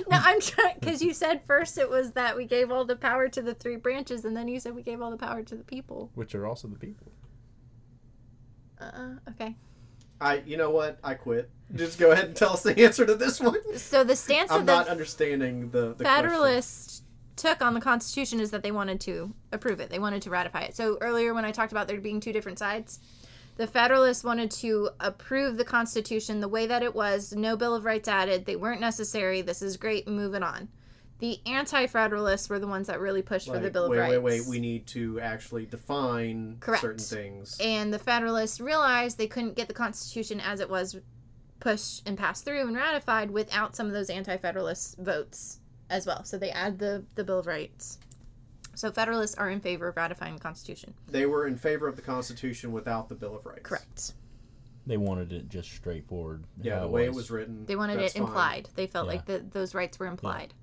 [SPEAKER 3] No, I'm trying because you said first it was that we gave all the power to the three branches, and then you said we gave all the power to the people.
[SPEAKER 4] (laughs) Which are also the people.
[SPEAKER 3] Uh, okay.
[SPEAKER 2] I you know what? I quit. Just go ahead and tell us the answer to this one.
[SPEAKER 3] So the
[SPEAKER 2] (laughs)
[SPEAKER 3] stance
[SPEAKER 2] I'm
[SPEAKER 3] of
[SPEAKER 2] not
[SPEAKER 3] the
[SPEAKER 2] understanding the, the Question.
[SPEAKER 3] Federalists took on the Constitution is that they wanted to approve it. They wanted to ratify it. So earlier when I talked about there being two different sides, the Federalists wanted to approve the Constitution the way that it was, no Bill of Rights added. They weren't necessary. This is great. Move it on. The anti-Federalists were the ones that really pushed for the
[SPEAKER 2] Like,
[SPEAKER 3] Bill of
[SPEAKER 2] wait,
[SPEAKER 3] Rights.
[SPEAKER 2] wait, wait. We need to actually define
[SPEAKER 3] Correct.
[SPEAKER 2] certain things.
[SPEAKER 3] and the Federalists realized they couldn't get the Constitution as it was pushed and passed through and ratified without some of those anti-Federalist votes as well. So they add the the Bill of Rights. So Federalists are in favor of ratifying the Constitution.
[SPEAKER 2] They were in favor of the Constitution without the Bill of Rights.
[SPEAKER 3] Correct.
[SPEAKER 4] They wanted it just straightforward.
[SPEAKER 2] Yeah,
[SPEAKER 4] how
[SPEAKER 2] the way it was written.
[SPEAKER 3] They wanted
[SPEAKER 2] that's
[SPEAKER 3] it
[SPEAKER 2] fine.
[SPEAKER 3] implied. They felt
[SPEAKER 4] Yeah.
[SPEAKER 3] like the, those rights were implied.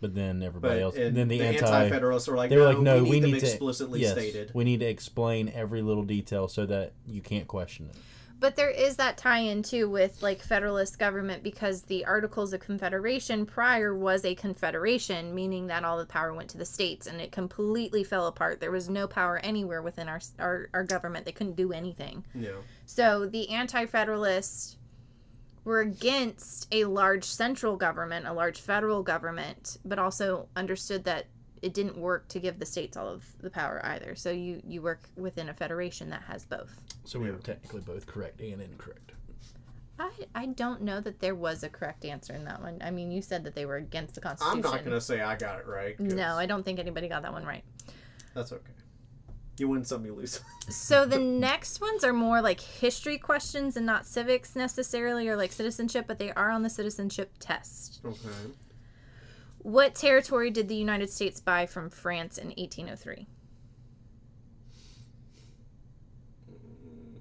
[SPEAKER 4] But then everybody
[SPEAKER 2] But
[SPEAKER 4] else.
[SPEAKER 2] and
[SPEAKER 4] then the, anti.
[SPEAKER 2] anti-federalists were like,
[SPEAKER 4] They were
[SPEAKER 2] no,
[SPEAKER 4] like, no,
[SPEAKER 2] we need them
[SPEAKER 4] to
[SPEAKER 2] explicitly
[SPEAKER 4] yes,
[SPEAKER 2] stated.
[SPEAKER 4] We need to explain every little detail so that you can't question it.
[SPEAKER 3] But there is that tie in too with like Federalist government because the Articles of Confederation prior was a confederation, meaning that all the power went to the states and it completely fell apart. There was no power anywhere within our our, our government. They couldn't do anything.
[SPEAKER 2] Yeah.
[SPEAKER 3] So the anti federalists were against a large central government, a large federal government, but also understood that it didn't work to give the states all of the power either. So you, you work within a federation that has both.
[SPEAKER 4] So we were technically both correct and incorrect.
[SPEAKER 3] I, I don't know that there was a correct answer in that one. I mean, you said that they were against the Constitution.
[SPEAKER 2] I'm not gonna say I got it right. 'cause
[SPEAKER 3] No, I don't think anybody got that one right.
[SPEAKER 2] that's okay. You win some, you lose. (laughs) some.
[SPEAKER 3] So the next ones are more like history questions and not civics necessarily or like citizenship, but they are on the citizenship test. (laughs)
[SPEAKER 2] okay.
[SPEAKER 3] What territory did the United States buy from France in 1803?
[SPEAKER 2] Mm.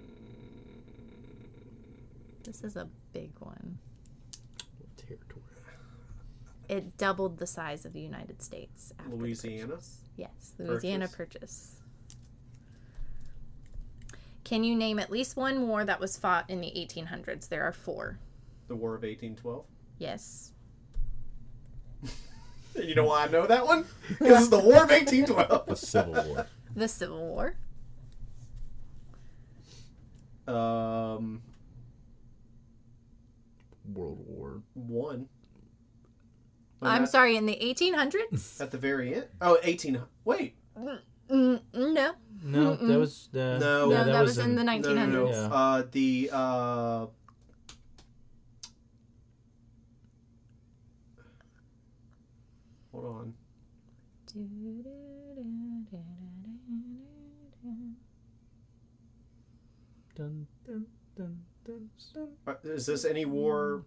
[SPEAKER 3] This is a big one.
[SPEAKER 4] What territory?
[SPEAKER 3] It doubled the size of the United States. after the
[SPEAKER 2] Louisiana?
[SPEAKER 3] purchase. Yes, Louisiana
[SPEAKER 2] Purchase?
[SPEAKER 3] purchase. Can you name at least one war that was fought in the 1800s? There are four.
[SPEAKER 2] The War of 1812.
[SPEAKER 3] Yes.
[SPEAKER 2] You know why I know that one? Because it's the War of 1812.
[SPEAKER 4] The Civil War. (laughs)
[SPEAKER 3] The Civil War.
[SPEAKER 2] Um,
[SPEAKER 4] World War.
[SPEAKER 2] one.
[SPEAKER 3] I'm
[SPEAKER 2] At-
[SPEAKER 3] sorry, in the
[SPEAKER 2] (laughs)
[SPEAKER 3] 1800s?
[SPEAKER 2] At the very end. Oh, 18. Wait.
[SPEAKER 3] Mm, no.
[SPEAKER 4] No, that was uh,
[SPEAKER 2] No.
[SPEAKER 3] No, that, was, in the
[SPEAKER 2] No, no,
[SPEAKER 3] 1900s.
[SPEAKER 2] no.
[SPEAKER 4] Yeah.
[SPEAKER 2] Uh, the uh, hold on.
[SPEAKER 4] Dun, dun, dun, dun, dun.
[SPEAKER 2] Uh, Is this any war?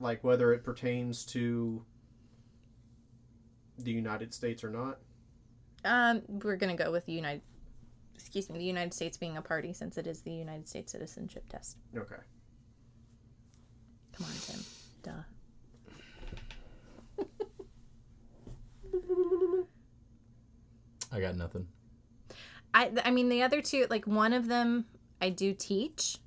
[SPEAKER 2] Like whether it pertains to the United States or not?
[SPEAKER 3] Um, we're gonna go with the United. Excuse me, the United States being a party since it is the United States citizenship test.
[SPEAKER 2] Okay.
[SPEAKER 3] Come on, Tim. Duh.
[SPEAKER 4] I got nothing. (laughs)
[SPEAKER 3] I I mean the other two, like one of them I do teach,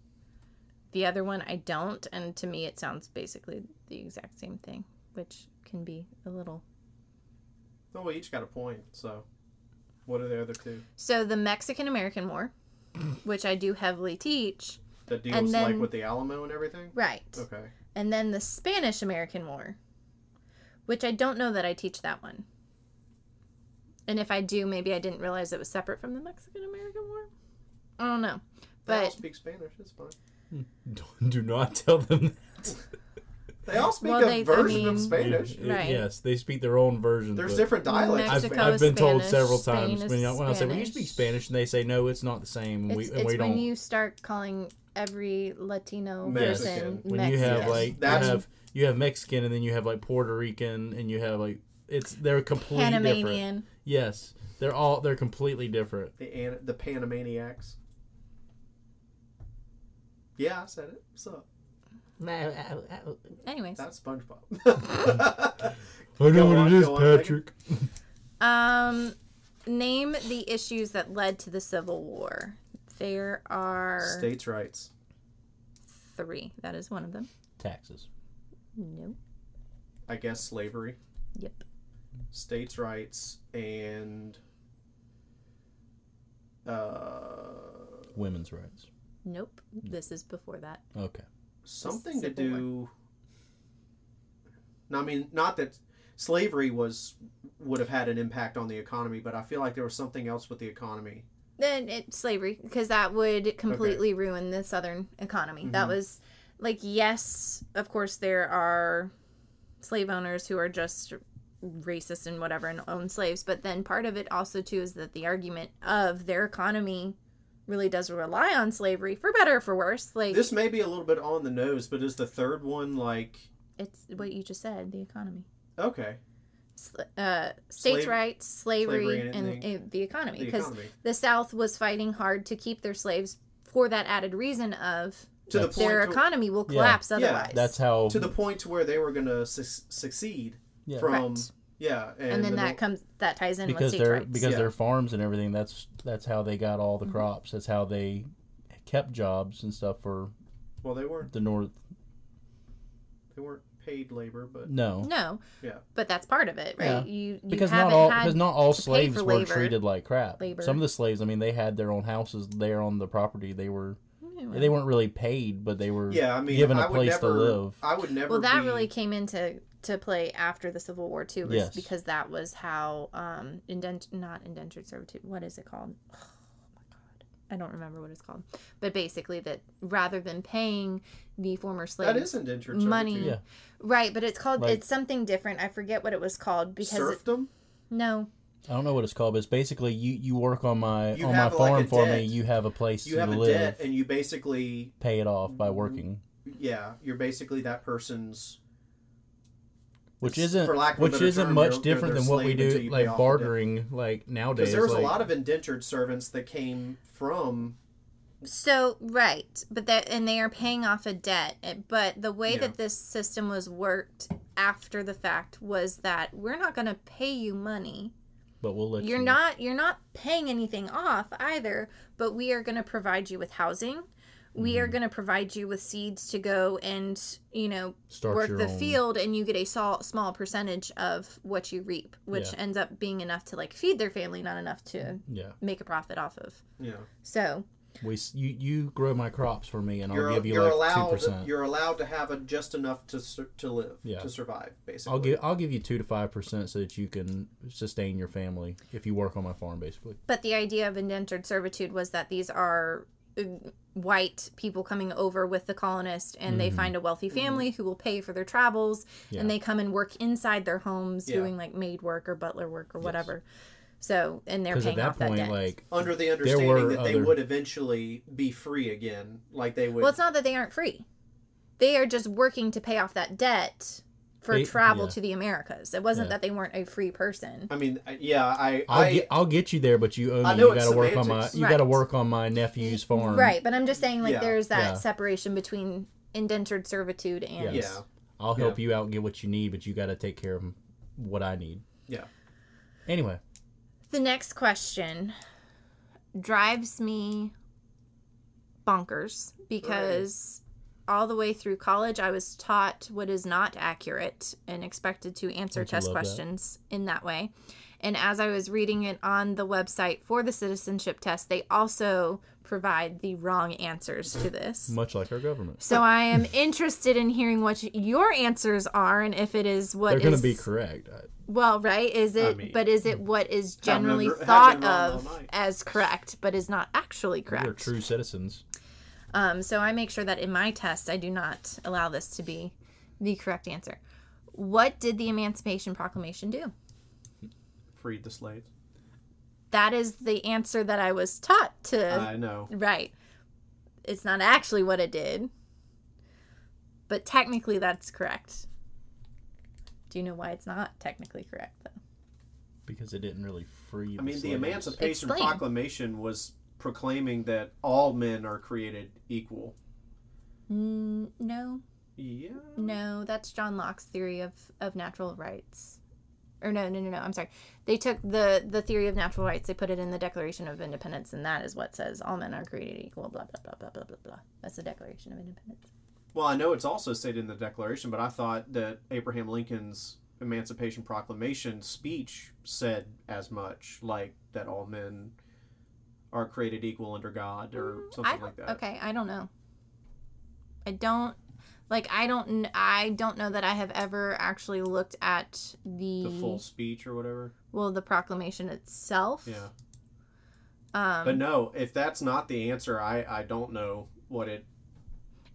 [SPEAKER 3] the other one I don't, and to me it sounds basically the exact same thing, which can be a little.
[SPEAKER 2] No, we each got a point. So, what are the other two
[SPEAKER 3] So the Mexican American War, which I do heavily teach,
[SPEAKER 2] that deals
[SPEAKER 3] And
[SPEAKER 2] like
[SPEAKER 3] then-
[SPEAKER 2] with the Alamo and everything?
[SPEAKER 3] right?
[SPEAKER 2] Okay.
[SPEAKER 3] And then the Spanish American War, which I don't know that I teach that one. And if I do, maybe I didn't realize it was separate from the Mexican American War. I don't know.
[SPEAKER 2] They all
[SPEAKER 3] But
[SPEAKER 2] speak Spanish. It's fine.
[SPEAKER 4] Don't- Do not tell them. That.
[SPEAKER 2] They all speak
[SPEAKER 3] Well,
[SPEAKER 2] a
[SPEAKER 3] they- I
[SPEAKER 2] version
[SPEAKER 3] mean-
[SPEAKER 2] of Spanish.
[SPEAKER 3] Right.
[SPEAKER 4] Yes, they speak their own version.
[SPEAKER 2] There's
[SPEAKER 4] but
[SPEAKER 2] different dialects.
[SPEAKER 4] I've,
[SPEAKER 2] of
[SPEAKER 3] Mexico
[SPEAKER 2] Spanish.
[SPEAKER 3] is
[SPEAKER 4] I've been told
[SPEAKER 3] Spanish,
[SPEAKER 4] several
[SPEAKER 3] Spain
[SPEAKER 4] times
[SPEAKER 3] is
[SPEAKER 4] when, I- when I say, "Well, you speak
[SPEAKER 3] Spanish."
[SPEAKER 4] Spanish," and they say, "No, it's not the same." And we
[SPEAKER 3] it's,
[SPEAKER 4] and
[SPEAKER 3] it's
[SPEAKER 4] we
[SPEAKER 3] when
[SPEAKER 4] don't.
[SPEAKER 3] you start calling every Latino
[SPEAKER 2] Mexican.
[SPEAKER 3] person
[SPEAKER 4] when you have
[SPEAKER 3] Mexican.
[SPEAKER 4] like
[SPEAKER 2] That's-
[SPEAKER 4] you have you have Mexican, and then you have like Puerto Rican, and you have like it's they're completely different.
[SPEAKER 3] Panamanian.
[SPEAKER 4] Yes, they're all they're completely different.
[SPEAKER 2] The An- the Panamaniacs. Yeah, I said it. What's up?
[SPEAKER 3] Anyways,
[SPEAKER 2] That's
[SPEAKER 3] (laughs)
[SPEAKER 2] SpongeBob. (laughs)
[SPEAKER 4] I
[SPEAKER 2] Go on, go on, Megan.
[SPEAKER 3] um, name the issues that led to the Civil War. There are
[SPEAKER 2] States' rights.
[SPEAKER 3] three. That is one of them.
[SPEAKER 4] Taxes.
[SPEAKER 3] No.
[SPEAKER 2] I guess slavery.
[SPEAKER 3] Yep.
[SPEAKER 2] States' rights and. Uh,
[SPEAKER 4] Women's rights.
[SPEAKER 3] Nope. This is before that.
[SPEAKER 4] Okay.
[SPEAKER 2] something to
[SPEAKER 3] Civil War.
[SPEAKER 2] do. No, I mean, not that slavery was would have had an impact on the economy, but I feel like there was something else with the economy.
[SPEAKER 3] Then it slavery because that would completely ruin the southern economy. That
[SPEAKER 2] Mm-hmm.
[SPEAKER 3] was like yes, of course there are slave owners who are just racist and whatever and own slaves, but then part of it also too is that the argument of their economy really does rely on slavery for better or for worse. Like
[SPEAKER 2] This may be a little bit on the nose, but is the third one like
[SPEAKER 3] it's what you just said, the economy.
[SPEAKER 2] okay?
[SPEAKER 3] Sl- Uh, states'
[SPEAKER 2] Slave-
[SPEAKER 3] rights, slavery,
[SPEAKER 2] slavery and
[SPEAKER 3] and,
[SPEAKER 2] the-
[SPEAKER 3] uh, the economy.
[SPEAKER 2] The
[SPEAKER 3] Because
[SPEAKER 2] economy
[SPEAKER 3] the South was fighting hard to keep their slaves for that added reason of
[SPEAKER 2] to the
[SPEAKER 4] That's-
[SPEAKER 2] point
[SPEAKER 3] their
[SPEAKER 2] to-
[SPEAKER 3] economy will
[SPEAKER 4] Yeah,
[SPEAKER 3] collapse
[SPEAKER 2] yeah,
[SPEAKER 3] otherwise.
[SPEAKER 4] That's how.
[SPEAKER 2] to the point to where they were going to su- succeed
[SPEAKER 4] Yeah.
[SPEAKER 2] from
[SPEAKER 3] Correct.
[SPEAKER 2] yeah, and,
[SPEAKER 3] and then
[SPEAKER 2] the
[SPEAKER 3] that
[SPEAKER 2] mil-
[SPEAKER 3] comes that ties in with
[SPEAKER 4] because
[SPEAKER 3] states'
[SPEAKER 4] they're
[SPEAKER 3] rights.
[SPEAKER 4] because
[SPEAKER 2] Yeah.
[SPEAKER 3] Mm-hmm.
[SPEAKER 4] their farms and everything. That's that's how they got all the crops. That's how they
[SPEAKER 1] kept jobs and stuff for
[SPEAKER 2] Well, they weren't
[SPEAKER 1] the North.
[SPEAKER 2] they weren't paid labor, but
[SPEAKER 1] No,
[SPEAKER 3] No.
[SPEAKER 2] Yeah.
[SPEAKER 3] But that's part of it,
[SPEAKER 1] Yeah.
[SPEAKER 3] right? You, you
[SPEAKER 1] because not
[SPEAKER 3] haven't
[SPEAKER 1] all
[SPEAKER 3] had Mm,
[SPEAKER 1] because not all
[SPEAKER 3] to pay
[SPEAKER 1] slaves
[SPEAKER 3] for
[SPEAKER 1] were
[SPEAKER 3] labor.
[SPEAKER 1] treated like crap.
[SPEAKER 3] labor.
[SPEAKER 1] Some of the slaves, I mean, they had their own houses there on the property. They were
[SPEAKER 3] Anyway.
[SPEAKER 1] they weren't really paid, but they were
[SPEAKER 2] yeah, I mean,
[SPEAKER 1] given
[SPEAKER 2] I
[SPEAKER 1] a
[SPEAKER 2] would
[SPEAKER 1] place to
[SPEAKER 2] never,
[SPEAKER 1] live.
[SPEAKER 2] I would never.
[SPEAKER 3] Well, that
[SPEAKER 2] be-
[SPEAKER 3] really came into to play after the Civil War too, was
[SPEAKER 1] Yes.
[SPEAKER 3] because that was how um indent not indentured servitude. What is it called? (sighs) Oh my god, I don't remember what it's called. But basically, that rather than paying the former slaves
[SPEAKER 2] that is indentured
[SPEAKER 3] money,
[SPEAKER 2] servitude.
[SPEAKER 1] Yeah.
[SPEAKER 3] right? But it's called
[SPEAKER 1] Like-
[SPEAKER 3] it's something different. I forget what it was called because it,
[SPEAKER 2] serfdom.
[SPEAKER 3] no,
[SPEAKER 1] I don't know what it's called, but it's basically you, you work on my
[SPEAKER 2] You
[SPEAKER 1] on my
[SPEAKER 2] have, like,
[SPEAKER 1] farm
[SPEAKER 2] a
[SPEAKER 1] for me.
[SPEAKER 2] debt.
[SPEAKER 1] You have a place
[SPEAKER 2] You
[SPEAKER 1] to
[SPEAKER 2] have a
[SPEAKER 1] live,
[SPEAKER 2] debt, Mm-hmm. and you basically,
[SPEAKER 1] pay it off by working,
[SPEAKER 2] yeah, you're basically that person's.
[SPEAKER 1] which
[SPEAKER 2] It's-
[SPEAKER 1] isn't
[SPEAKER 2] for lack of a
[SPEAKER 1] which
[SPEAKER 2] better
[SPEAKER 1] isn't
[SPEAKER 2] term,
[SPEAKER 1] much
[SPEAKER 2] they're- they're
[SPEAKER 1] different
[SPEAKER 2] their
[SPEAKER 1] than what we
[SPEAKER 2] slave until
[SPEAKER 1] do
[SPEAKER 2] you pay
[SPEAKER 1] like
[SPEAKER 2] off the debt.
[SPEAKER 1] bartering like
[SPEAKER 2] Because
[SPEAKER 1] nowadays.
[SPEAKER 2] there was
[SPEAKER 1] like,
[SPEAKER 2] a lot of indentured servants that came from
[SPEAKER 3] So right, but that and they are paying off a debt. eh, But the way
[SPEAKER 2] Yeah.
[SPEAKER 3] that this system was worked after the fact was that we're not going to pay you money.
[SPEAKER 1] but we'll let
[SPEAKER 3] You're
[SPEAKER 1] you-
[SPEAKER 3] not you're not paying anything off either. But we are going to provide you with housing. We
[SPEAKER 1] Mm-hmm.
[SPEAKER 3] are going to provide you with seeds to go and you know
[SPEAKER 1] start
[SPEAKER 3] work
[SPEAKER 1] your
[SPEAKER 3] the
[SPEAKER 1] own.
[SPEAKER 3] field, and you get a small small percentage of what you reap, which
[SPEAKER 1] Yeah.
[SPEAKER 3] ends up being enough to like feed their family, not enough to
[SPEAKER 1] Yeah,
[SPEAKER 3] make a profit off of.
[SPEAKER 2] you know
[SPEAKER 3] So
[SPEAKER 1] we s- you you grow my crops for me, and
[SPEAKER 2] you're
[SPEAKER 1] I'll give you
[SPEAKER 2] you're
[SPEAKER 1] like two
[SPEAKER 2] allowed
[SPEAKER 1] percent.
[SPEAKER 2] you're allowed to have a, just enough to sur- to live
[SPEAKER 1] Yeah.
[SPEAKER 2] to survive basically.
[SPEAKER 1] I'll give I'll give you two to five percent so that you can sustain your family if you work on my farm, basically.
[SPEAKER 3] But the idea of indentured servitude was that these are uh, white people coming over with the colonists and they find a wealthy
[SPEAKER 2] Mm-hmm.
[SPEAKER 3] family who will pay for their travels
[SPEAKER 1] Mm-hmm. Yeah.
[SPEAKER 3] and they come and work inside their homes
[SPEAKER 2] Yeah.
[SPEAKER 3] doing like maid work or butler work or whatever. So, and they're
[SPEAKER 1] Because at
[SPEAKER 3] paying
[SPEAKER 1] that
[SPEAKER 3] off that
[SPEAKER 1] point,
[SPEAKER 3] debt.
[SPEAKER 1] like
[SPEAKER 2] under the understanding
[SPEAKER 1] were
[SPEAKER 2] that they
[SPEAKER 1] other-
[SPEAKER 2] would eventually be free again, like they would.
[SPEAKER 3] well, it's not that they aren't free. They are just working to pay off that debt for
[SPEAKER 1] They-
[SPEAKER 3] travel
[SPEAKER 1] yeah.
[SPEAKER 3] to the Americas. It wasn't
[SPEAKER 1] Yeah.
[SPEAKER 3] that they weren't a free person.
[SPEAKER 2] I mean, I- yeah, I
[SPEAKER 1] I'll
[SPEAKER 2] I
[SPEAKER 1] get I'll get you there, but you owe
[SPEAKER 2] I
[SPEAKER 1] me.
[SPEAKER 2] know
[SPEAKER 1] You
[SPEAKER 2] it's
[SPEAKER 1] gotta work on my
[SPEAKER 2] semantics.
[SPEAKER 1] you gotta
[SPEAKER 3] Right.
[SPEAKER 1] work on my nephew's farm.
[SPEAKER 3] Right, but I'm just saying like
[SPEAKER 2] Yeah.
[SPEAKER 3] there's that
[SPEAKER 1] Um, Yeah.
[SPEAKER 3] separation between indentured servitude and
[SPEAKER 1] Yes.
[SPEAKER 2] yeah
[SPEAKER 1] I'll help you out and get what you need, but you got to take care of what I need.
[SPEAKER 2] yeah.
[SPEAKER 1] Anyway,
[SPEAKER 3] The next question drives me bonkers because all the way through college, I was taught what is not accurate and expected to answer
[SPEAKER 1] Don't you
[SPEAKER 3] test
[SPEAKER 1] love that?
[SPEAKER 3] questions in that way. And as I was reading it on the website for the citizenship test, they also provide the wrong answers to this.
[SPEAKER 1] much like our government,
[SPEAKER 3] So I am interested in hearing what your answers are and if it is what
[SPEAKER 1] they're going
[SPEAKER 3] is-
[SPEAKER 1] to be correct. I-
[SPEAKER 3] well, right? Is it?
[SPEAKER 2] mean- hmm.
[SPEAKER 3] but is it what is generally
[SPEAKER 2] remember- I've
[SPEAKER 3] thought
[SPEAKER 2] been wrong all
[SPEAKER 3] of
[SPEAKER 2] night.
[SPEAKER 3] as correct, but is not actually
[SPEAKER 1] We're
[SPEAKER 3] correct?
[SPEAKER 1] true citizens.
[SPEAKER 3] Um, so I make sure that in my test, I do not allow this to be the correct answer. What did the Emancipation Proclamation do?
[SPEAKER 2] Freed the slaves.
[SPEAKER 3] That is the answer that I was taught to.
[SPEAKER 2] I know.
[SPEAKER 3] right. It's not actually what it did, but technically that's correct. Do you know why it's not technically correct though?
[SPEAKER 1] Because it didn't really free.
[SPEAKER 2] I mean, the
[SPEAKER 1] slaves.
[SPEAKER 2] Emancipation
[SPEAKER 3] Explain.
[SPEAKER 2] Proclamation was proclaiming that all men are created equal.
[SPEAKER 3] Mm, no,
[SPEAKER 2] Yeah.
[SPEAKER 3] No, that's John Locke's theory of, of natural rights. Or no, no, no, no. I'm sorry. They took the the theory of natural rights. They put it in the Declaration of Independence, and that is what says all men are created equal. Blah blah blah blah blah blah blah. That's the Declaration of Independence.
[SPEAKER 2] Well, I know it's also stated in the Declaration, but I thought that Abraham Lincoln's Emancipation Proclamation speech said as much, like that all men are created equal under God or
[SPEAKER 3] Mm, I
[SPEAKER 2] something
[SPEAKER 3] don't,
[SPEAKER 2] like that.
[SPEAKER 3] okay. I don't know. I don't like. I don't. kn- I don't know that I have ever actually looked at the,
[SPEAKER 2] The full speech or whatever.
[SPEAKER 3] well the proclamation itself.
[SPEAKER 2] Yeah.
[SPEAKER 3] Um,
[SPEAKER 2] But no, if that's not the answer, I, I don't know what it.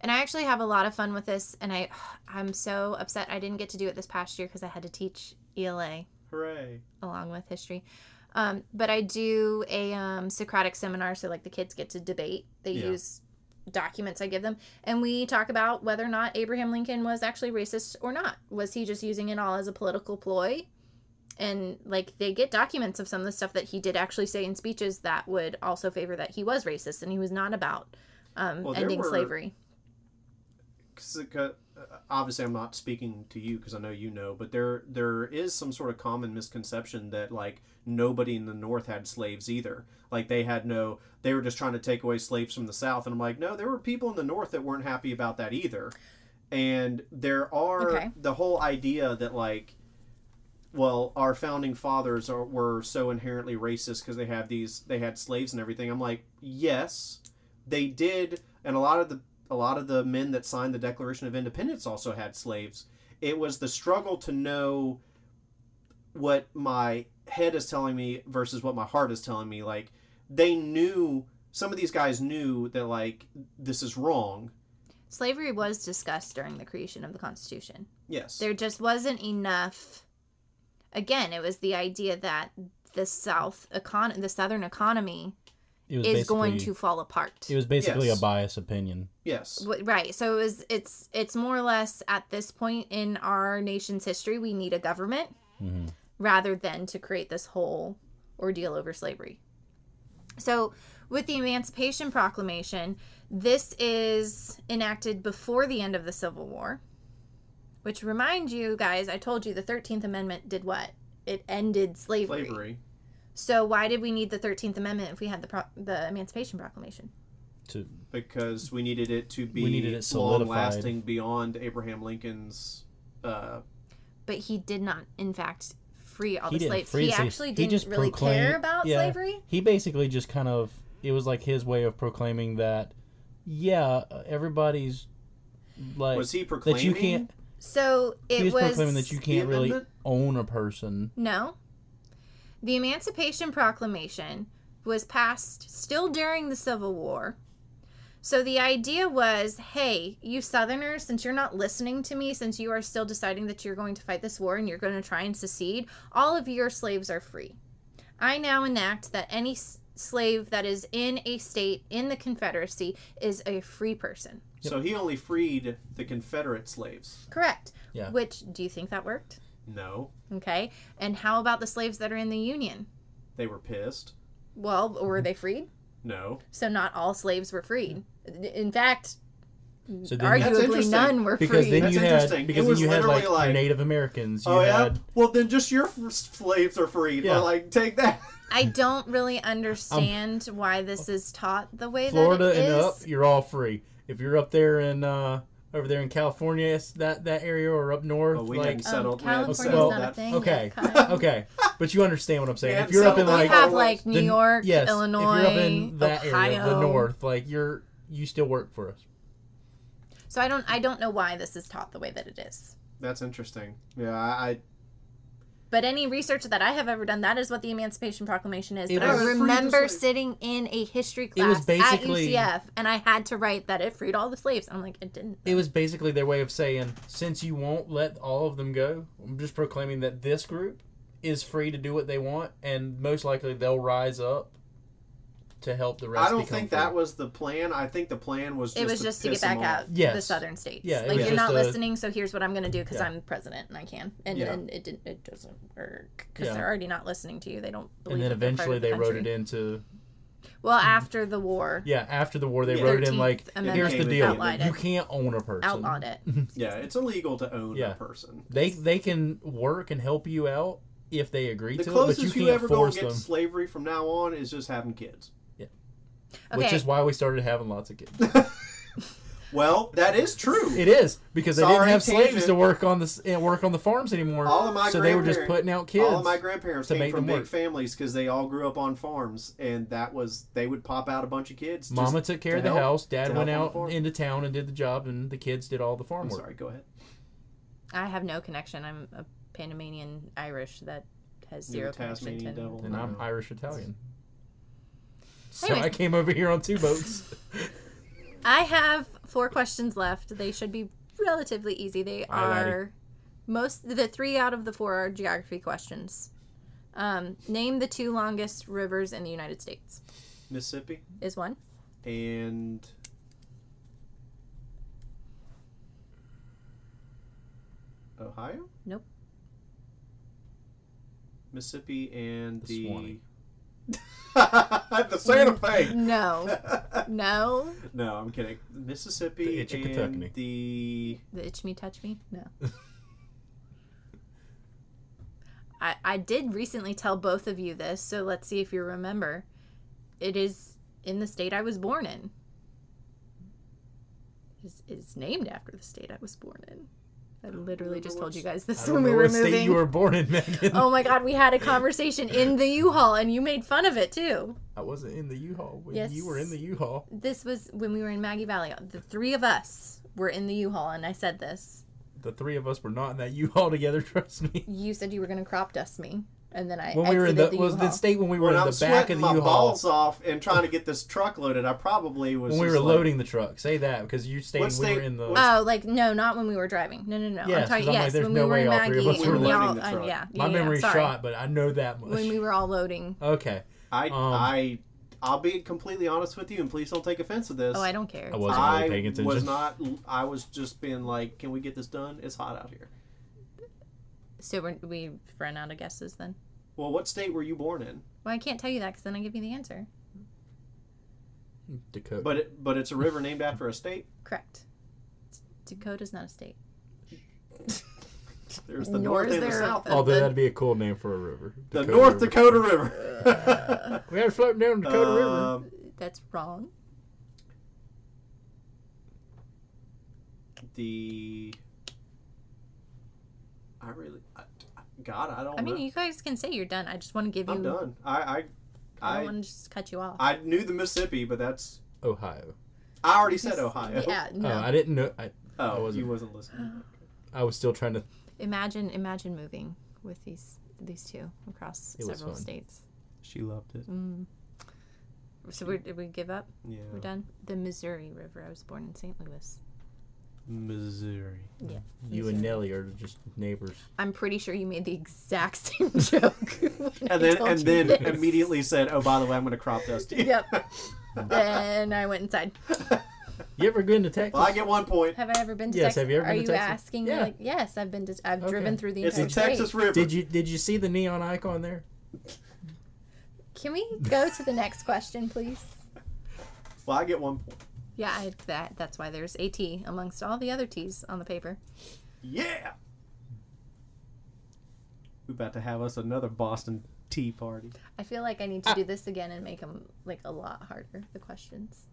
[SPEAKER 3] and I actually have a lot of fun with this, and I (sighs) I'm so upset I didn't get to do it this past year because I had to teach ELA
[SPEAKER 2] Hooray.
[SPEAKER 3] along with history. Um, but I do a um, Socratic seminar, so like the kids get to debate. They
[SPEAKER 2] Yeah.
[SPEAKER 3] use documents I give them, and we talk about whether or not Abraham Lincoln was actually racist or not. Was he just using it all as a political ploy? And like they get documents of some of the stuff that he did actually say in speeches that would also favor that he was racist and he was not about um,
[SPEAKER 2] Well, there
[SPEAKER 3] ending
[SPEAKER 2] were-
[SPEAKER 3] slavery.
[SPEAKER 2] Because uh, obviously I'm not speaking to you because I know you know, but there there is some sort of common misconception that like nobody in the North had slaves either. Like they had no, they were just trying to take away slaves from the South, and I'm like, no, there were people in the North that weren't happy about that either. And there are
[SPEAKER 3] Okay.
[SPEAKER 2] the whole idea that like well, our founding fathers are, were so inherently racist because they have these, they had slaves and everything. I'm like, yes, they did, and a lot of the a lot of the men that signed the Declaration of Independence also had slaves. It was the struggle to know what my head is telling me versus what my heart is telling me. Like they knew, some of these guys knew that like this is wrong.
[SPEAKER 3] Slavery was discussed during the creation of the Constitution.
[SPEAKER 2] Yes,
[SPEAKER 3] There just wasn't enough. Again, it was the idea that the South econ- the Southern economy
[SPEAKER 4] It was
[SPEAKER 3] is going to
[SPEAKER 4] basically-
[SPEAKER 3] fall apart.
[SPEAKER 4] It was basically
[SPEAKER 2] Yes.
[SPEAKER 4] a biased opinion.
[SPEAKER 2] yes,
[SPEAKER 3] W- Right. So it was, it's it's more or less at this point in our nation's history, we need a government rather than to create this whole ordeal over slavery. So with the Emancipation Proclamation, this is enacted before the end of the Civil War, which remind you guys, I told you the 13th Amendment did what? It ended slavery.
[SPEAKER 2] slavery.
[SPEAKER 3] So why did we need the 13th Amendment if we had the pro- the Emancipation Proclamation?
[SPEAKER 4] To
[SPEAKER 2] because we needed it to be
[SPEAKER 4] We needed it
[SPEAKER 2] long
[SPEAKER 4] solidified.
[SPEAKER 2] lasting beyond Abraham Lincoln's. Uh,
[SPEAKER 3] but he did not, in fact, free all
[SPEAKER 4] he
[SPEAKER 3] the
[SPEAKER 4] didn't
[SPEAKER 3] slaves.
[SPEAKER 4] freeze
[SPEAKER 3] He
[SPEAKER 4] it.
[SPEAKER 3] actually
[SPEAKER 4] He
[SPEAKER 3] didn't
[SPEAKER 4] just
[SPEAKER 3] really
[SPEAKER 4] proclaimed-
[SPEAKER 3] care about
[SPEAKER 4] yeah,
[SPEAKER 3] slavery.
[SPEAKER 4] He basically just kind of it was like his way of proclaiming that yeah, everybody's like
[SPEAKER 2] was he
[SPEAKER 4] that
[SPEAKER 2] proclaiming?
[SPEAKER 4] you can't
[SPEAKER 3] So it
[SPEAKER 4] he was,
[SPEAKER 3] was
[SPEAKER 4] proclaiming that you can't
[SPEAKER 2] The
[SPEAKER 4] really
[SPEAKER 2] amendment?
[SPEAKER 4] own a person.
[SPEAKER 3] no. The Emancipation Proclamation was passed still during the Civil War. So the idea was, hey, you Southerners, since you're not listening to me, since you are still deciding that you're going to fight this war and you're going to try and secede, all of your slaves are free. I now enact that any s- slave that is in a state in the Confederacy is a free person.
[SPEAKER 2] So he only freed the Confederate slaves.
[SPEAKER 3] Correct.
[SPEAKER 4] Yeah.
[SPEAKER 3] Which do you think that worked?
[SPEAKER 2] No,
[SPEAKER 3] Okay. And how about the slaves that are in the Union?
[SPEAKER 2] they were pissed.
[SPEAKER 3] Well, were they freed?
[SPEAKER 2] No,
[SPEAKER 3] So not all slaves were freed. In fact,
[SPEAKER 4] So then you,
[SPEAKER 2] That's
[SPEAKER 3] arguably
[SPEAKER 2] interesting,
[SPEAKER 3] none were
[SPEAKER 4] because
[SPEAKER 3] freed.
[SPEAKER 4] then
[SPEAKER 2] That's
[SPEAKER 4] you had
[SPEAKER 2] interesting.
[SPEAKER 4] because
[SPEAKER 2] It
[SPEAKER 4] then
[SPEAKER 2] was
[SPEAKER 4] you had
[SPEAKER 2] literally
[SPEAKER 4] like,
[SPEAKER 2] like-
[SPEAKER 4] your Native Americans, you
[SPEAKER 2] oh yeah.
[SPEAKER 4] had
[SPEAKER 2] Well, then just your f- slaves are freed.
[SPEAKER 4] Yeah.
[SPEAKER 2] Well, like take
[SPEAKER 3] (laughs)
[SPEAKER 2] that.
[SPEAKER 3] I don't really understand why this is taught the way
[SPEAKER 4] Um, Florida
[SPEAKER 3] that it
[SPEAKER 4] and
[SPEAKER 3] is.
[SPEAKER 4] up, you're all free. If you're up there in uh over there in California, it's that that area or up north,
[SPEAKER 2] Oh, we
[SPEAKER 4] like
[SPEAKER 2] hadn't settled. we hadn't
[SPEAKER 3] um, California's
[SPEAKER 2] settled
[SPEAKER 4] not
[SPEAKER 3] a
[SPEAKER 2] that.
[SPEAKER 3] thing.
[SPEAKER 4] okay,
[SPEAKER 3] Yeah, kind
[SPEAKER 2] (laughs)
[SPEAKER 3] of.
[SPEAKER 4] okay, but you understand what I'm saying.
[SPEAKER 2] Yeah,
[SPEAKER 4] if you're up
[SPEAKER 2] so
[SPEAKER 4] in
[SPEAKER 2] we
[SPEAKER 4] like
[SPEAKER 3] you have
[SPEAKER 2] oh,
[SPEAKER 3] like New
[SPEAKER 4] the-
[SPEAKER 3] York,
[SPEAKER 4] yes,
[SPEAKER 3] Illinois,
[SPEAKER 4] if you're up in that
[SPEAKER 3] Ohio.
[SPEAKER 4] area, the north, like you're you still work for us.
[SPEAKER 3] So I don't I don't know why this is taught the way that it is.
[SPEAKER 2] That's interesting. Yeah, I. I
[SPEAKER 3] But any research that I have ever done, that is what the Emancipation Proclamation is.
[SPEAKER 4] It
[SPEAKER 3] But I
[SPEAKER 4] was
[SPEAKER 2] free to
[SPEAKER 3] remember
[SPEAKER 2] slave.
[SPEAKER 3] sitting in a history
[SPEAKER 4] It was
[SPEAKER 3] class at
[SPEAKER 4] basically-
[SPEAKER 3] UCF, and I had to write that it freed all the slaves. I'm like, it didn't.
[SPEAKER 4] It was basically their way of saying, since you won't let all of them go, I'm just proclaiming that this group is free to do what they want, and most likely they'll rise up to help the rest.
[SPEAKER 2] I don't
[SPEAKER 4] become
[SPEAKER 2] think
[SPEAKER 4] free.
[SPEAKER 2] that was the plan. I think the plan was just
[SPEAKER 3] it was
[SPEAKER 2] to
[SPEAKER 3] just to
[SPEAKER 2] piss
[SPEAKER 3] get back
[SPEAKER 2] them off.
[SPEAKER 3] out the
[SPEAKER 4] Yes.
[SPEAKER 3] southern states.
[SPEAKER 4] Yeah, it
[SPEAKER 3] like
[SPEAKER 4] was
[SPEAKER 3] you're not
[SPEAKER 4] just a-
[SPEAKER 3] listening, so here's what I'm going to do because
[SPEAKER 4] Yeah.
[SPEAKER 3] I'm president and I can. And,
[SPEAKER 2] Yeah.
[SPEAKER 3] and it didn't. It doesn't work because
[SPEAKER 4] Yeah.
[SPEAKER 3] they're already not listening to you. They don't. Believe
[SPEAKER 4] And then
[SPEAKER 3] that they're part
[SPEAKER 4] eventually
[SPEAKER 3] of the
[SPEAKER 4] they wrote it
[SPEAKER 3] country.
[SPEAKER 4] into
[SPEAKER 3] Well, after the war,
[SPEAKER 4] (laughs) yeah after the war they
[SPEAKER 2] Yeah.
[SPEAKER 4] wrote it in
[SPEAKER 3] 13th
[SPEAKER 4] like
[SPEAKER 3] Amendment
[SPEAKER 4] here's the
[SPEAKER 3] outlawed
[SPEAKER 4] deal
[SPEAKER 3] it.
[SPEAKER 4] you can't own a person
[SPEAKER 3] outlawed
[SPEAKER 4] (laughs)
[SPEAKER 3] it.
[SPEAKER 2] Yeah, it's illegal to own
[SPEAKER 4] Yeah.
[SPEAKER 2] a person.
[SPEAKER 4] they they can work and help you out if they agree
[SPEAKER 2] The
[SPEAKER 4] to it but you
[SPEAKER 2] closest you,
[SPEAKER 4] can't
[SPEAKER 2] ever gonna
[SPEAKER 4] force
[SPEAKER 2] get
[SPEAKER 4] them
[SPEAKER 2] to slavery from now on is just having kids.
[SPEAKER 4] which
[SPEAKER 3] Okay.
[SPEAKER 4] is why we started having lots of kids
[SPEAKER 2] Well, that is true.
[SPEAKER 4] It is because they
[SPEAKER 2] Sorry,
[SPEAKER 4] didn't have slaves
[SPEAKER 2] tangent.
[SPEAKER 4] to work on the s- and work on the farms anymore.
[SPEAKER 2] All of my
[SPEAKER 4] so they were just
[SPEAKER 2] grandparents-
[SPEAKER 4] putting out kids.
[SPEAKER 2] All of my grandparents
[SPEAKER 4] to
[SPEAKER 2] came
[SPEAKER 4] make
[SPEAKER 2] from
[SPEAKER 4] them
[SPEAKER 2] big
[SPEAKER 4] work.
[SPEAKER 2] families because they all grew up on farms, and that was they would pop out a bunch of kids. just
[SPEAKER 4] Mama took care
[SPEAKER 2] to
[SPEAKER 4] of the
[SPEAKER 2] help-
[SPEAKER 4] house.
[SPEAKER 2] to
[SPEAKER 4] Dad
[SPEAKER 2] help
[SPEAKER 4] went
[SPEAKER 2] on the
[SPEAKER 4] out
[SPEAKER 2] farm.
[SPEAKER 4] into town and did the job, and the kids did all the farm
[SPEAKER 2] I'm
[SPEAKER 4] work.
[SPEAKER 2] sorry, go ahead.
[SPEAKER 3] I have no connection. I'm a Panamanian Irish that has
[SPEAKER 2] You're
[SPEAKER 3] zero
[SPEAKER 2] a
[SPEAKER 3] connection
[SPEAKER 2] Tasmanian
[SPEAKER 3] to.
[SPEAKER 2] devil.
[SPEAKER 4] And I'm
[SPEAKER 2] No.
[SPEAKER 4] Irish Italian. So
[SPEAKER 3] Anyways.
[SPEAKER 4] I came over here on two boats.
[SPEAKER 3] (laughs) I have four questions left. They should be relatively easy. They
[SPEAKER 4] Aye, laddie.
[SPEAKER 3] are most the three out of the four are geography questions. Um, name the two longest rivers in the United States.
[SPEAKER 2] Mississippi
[SPEAKER 3] Is one
[SPEAKER 2] and Ohio.
[SPEAKER 3] Nope.
[SPEAKER 2] Mississippi and
[SPEAKER 4] The
[SPEAKER 2] the,
[SPEAKER 4] Swanee.
[SPEAKER 2] (laughs) the Santa Fe. (laughs)
[SPEAKER 3] No. No.
[SPEAKER 2] No, I'm kidding. Mississippi
[SPEAKER 4] The itch of
[SPEAKER 2] and
[SPEAKER 4] Kentucky.
[SPEAKER 2] the
[SPEAKER 3] The itch me, touch me? No.
[SPEAKER 4] (laughs)
[SPEAKER 3] I, I did recently tell both of you this, so let's see if you remember. It is in the state I was born in. It's, it's named after the state I was born in. I literally just told you guys this when we were
[SPEAKER 4] What state
[SPEAKER 3] moving.
[SPEAKER 4] you were born in, (laughs) Megan?
[SPEAKER 3] Oh my god, we had
[SPEAKER 4] (laughs)
[SPEAKER 3] a conversation in the U-Haul and you made fun of it too.
[SPEAKER 4] I wasn't in the U-Haul. When
[SPEAKER 3] Yes.
[SPEAKER 4] You were in the U-Haul.
[SPEAKER 3] This was when we were in Maggie Valley. The three of us were in the U-Haul and I said this.
[SPEAKER 4] The three of us were not in that U-Haul together. (laughs) Trust me.
[SPEAKER 3] You said you were going to crop dust me and then I
[SPEAKER 4] When we
[SPEAKER 3] exited
[SPEAKER 4] were in the,
[SPEAKER 3] the
[SPEAKER 4] was
[SPEAKER 3] U-Haul.
[SPEAKER 4] the state when we were
[SPEAKER 2] when
[SPEAKER 4] in
[SPEAKER 2] I'm
[SPEAKER 4] the back
[SPEAKER 2] sweating
[SPEAKER 4] of the
[SPEAKER 2] my
[SPEAKER 4] U-Haul
[SPEAKER 2] balls off and trying to get this truck loaded, I probably was.
[SPEAKER 4] when we
[SPEAKER 2] just
[SPEAKER 4] were
[SPEAKER 2] like-
[SPEAKER 4] loading the truck. Say that because you stayed.
[SPEAKER 2] What
[SPEAKER 4] We were
[SPEAKER 2] state-
[SPEAKER 4] in the.
[SPEAKER 2] what-
[SPEAKER 3] Oh, like no, not when we were driving. No, no, no.
[SPEAKER 4] Yes,
[SPEAKER 3] I'm talking
[SPEAKER 4] 'cause I'm like,
[SPEAKER 3] yes,
[SPEAKER 4] there's
[SPEAKER 3] when
[SPEAKER 4] no
[SPEAKER 3] we were
[SPEAKER 4] way
[SPEAKER 3] in
[SPEAKER 4] all three
[SPEAKER 3] Maggie
[SPEAKER 4] of us
[SPEAKER 3] and
[SPEAKER 2] were
[SPEAKER 3] we all,
[SPEAKER 2] loading the
[SPEAKER 3] uh,
[SPEAKER 2] truck.
[SPEAKER 3] yeah,
[SPEAKER 4] my
[SPEAKER 3] yeah, yeah,
[SPEAKER 4] memory's
[SPEAKER 3] sorry.
[SPEAKER 4] shot, but I know that much.
[SPEAKER 3] When we were all loading.
[SPEAKER 4] (laughs) okay,
[SPEAKER 2] I
[SPEAKER 4] Um,
[SPEAKER 2] I I'll be completely honest with you, and please don't take offense to this.
[SPEAKER 3] Oh, I don't care.
[SPEAKER 4] I wasn't really paying attention.
[SPEAKER 2] was not. I was just being like, "Can we get this done? It's hot out here."
[SPEAKER 3] So we're, we ran out of guesses then.
[SPEAKER 2] Well, what state were you born in?
[SPEAKER 3] Well, I can't tell you that because then I give you the answer.
[SPEAKER 4] Dakota.
[SPEAKER 2] But it, but it's a river named after a state.
[SPEAKER 3] Correct. Dakota's not a state.
[SPEAKER 2] There's the
[SPEAKER 3] Nor
[SPEAKER 2] north
[SPEAKER 3] is
[SPEAKER 2] and the
[SPEAKER 3] there
[SPEAKER 2] south.
[SPEAKER 3] a-
[SPEAKER 4] Although
[SPEAKER 3] the-
[SPEAKER 4] that'd be a cool name for a river.
[SPEAKER 2] The
[SPEAKER 4] Dakota
[SPEAKER 2] North
[SPEAKER 4] River.
[SPEAKER 2] Dakota River.
[SPEAKER 3] (laughs)
[SPEAKER 4] We gotta float down the Dakota River.
[SPEAKER 2] Um,
[SPEAKER 3] That's wrong.
[SPEAKER 2] the I really, I, God, I don't.
[SPEAKER 3] I mean,
[SPEAKER 2] know.
[SPEAKER 3] you guys can say you're done. I just want to give
[SPEAKER 2] I'm
[SPEAKER 3] you.
[SPEAKER 2] done. I
[SPEAKER 3] I
[SPEAKER 2] I
[SPEAKER 3] don't
[SPEAKER 2] I,
[SPEAKER 3] want to just cut you off.
[SPEAKER 2] I knew the Mississippi, but that's
[SPEAKER 4] Ohio.
[SPEAKER 2] I already said Ohio.
[SPEAKER 3] Yeah. Uh-huh. No.
[SPEAKER 4] Oh, I didn't know. I,
[SPEAKER 2] Oh,
[SPEAKER 4] I wasn't-
[SPEAKER 2] you wasn't listening.
[SPEAKER 4] I was still trying to.
[SPEAKER 3] imagine, imagine moving with these these two across
[SPEAKER 4] It was
[SPEAKER 3] several
[SPEAKER 4] fun.
[SPEAKER 3] states.
[SPEAKER 2] She loved it.
[SPEAKER 3] Mm. So we're, did we give up? We're
[SPEAKER 2] Yeah,
[SPEAKER 3] done. The Missouri River. I was born in St. Louis.
[SPEAKER 2] Missouri.
[SPEAKER 4] You and Nelly are just neighbors.
[SPEAKER 3] I'm pretty sure you made the exact (laughs) same joke. when I
[SPEAKER 2] And then
[SPEAKER 3] told
[SPEAKER 2] and
[SPEAKER 3] you
[SPEAKER 2] then
[SPEAKER 3] this.
[SPEAKER 2] immediately (laughs) said, "Oh, by the way, I'm going to crop dust you."
[SPEAKER 3] Yep. then I went inside.
[SPEAKER 4] You ever been to
[SPEAKER 2] (laughs)
[SPEAKER 4] Texas?
[SPEAKER 2] Well, I get one point.
[SPEAKER 3] Have I ever been to
[SPEAKER 4] Yes,
[SPEAKER 3] Texas?
[SPEAKER 4] have you ever
[SPEAKER 3] Are
[SPEAKER 4] been to
[SPEAKER 3] you
[SPEAKER 4] Texas?
[SPEAKER 3] asking me?
[SPEAKER 4] Yeah.
[SPEAKER 3] Like, yes, I've been to. I've
[SPEAKER 4] Okay.
[SPEAKER 3] driven through the
[SPEAKER 2] It's
[SPEAKER 3] entire
[SPEAKER 2] the Texas
[SPEAKER 3] state.
[SPEAKER 2] River.
[SPEAKER 4] Did you did you see the neon icon there?
[SPEAKER 3] Can we go to the next question, please?
[SPEAKER 2] Well, I get one point.
[SPEAKER 3] Yeah, I, that that's why there's a T amongst all the other T's on the paper.
[SPEAKER 2] Yeah. We're about to have us another Boston tea party.
[SPEAKER 3] I feel like I need to do this again and make them like a lot harder. The questions,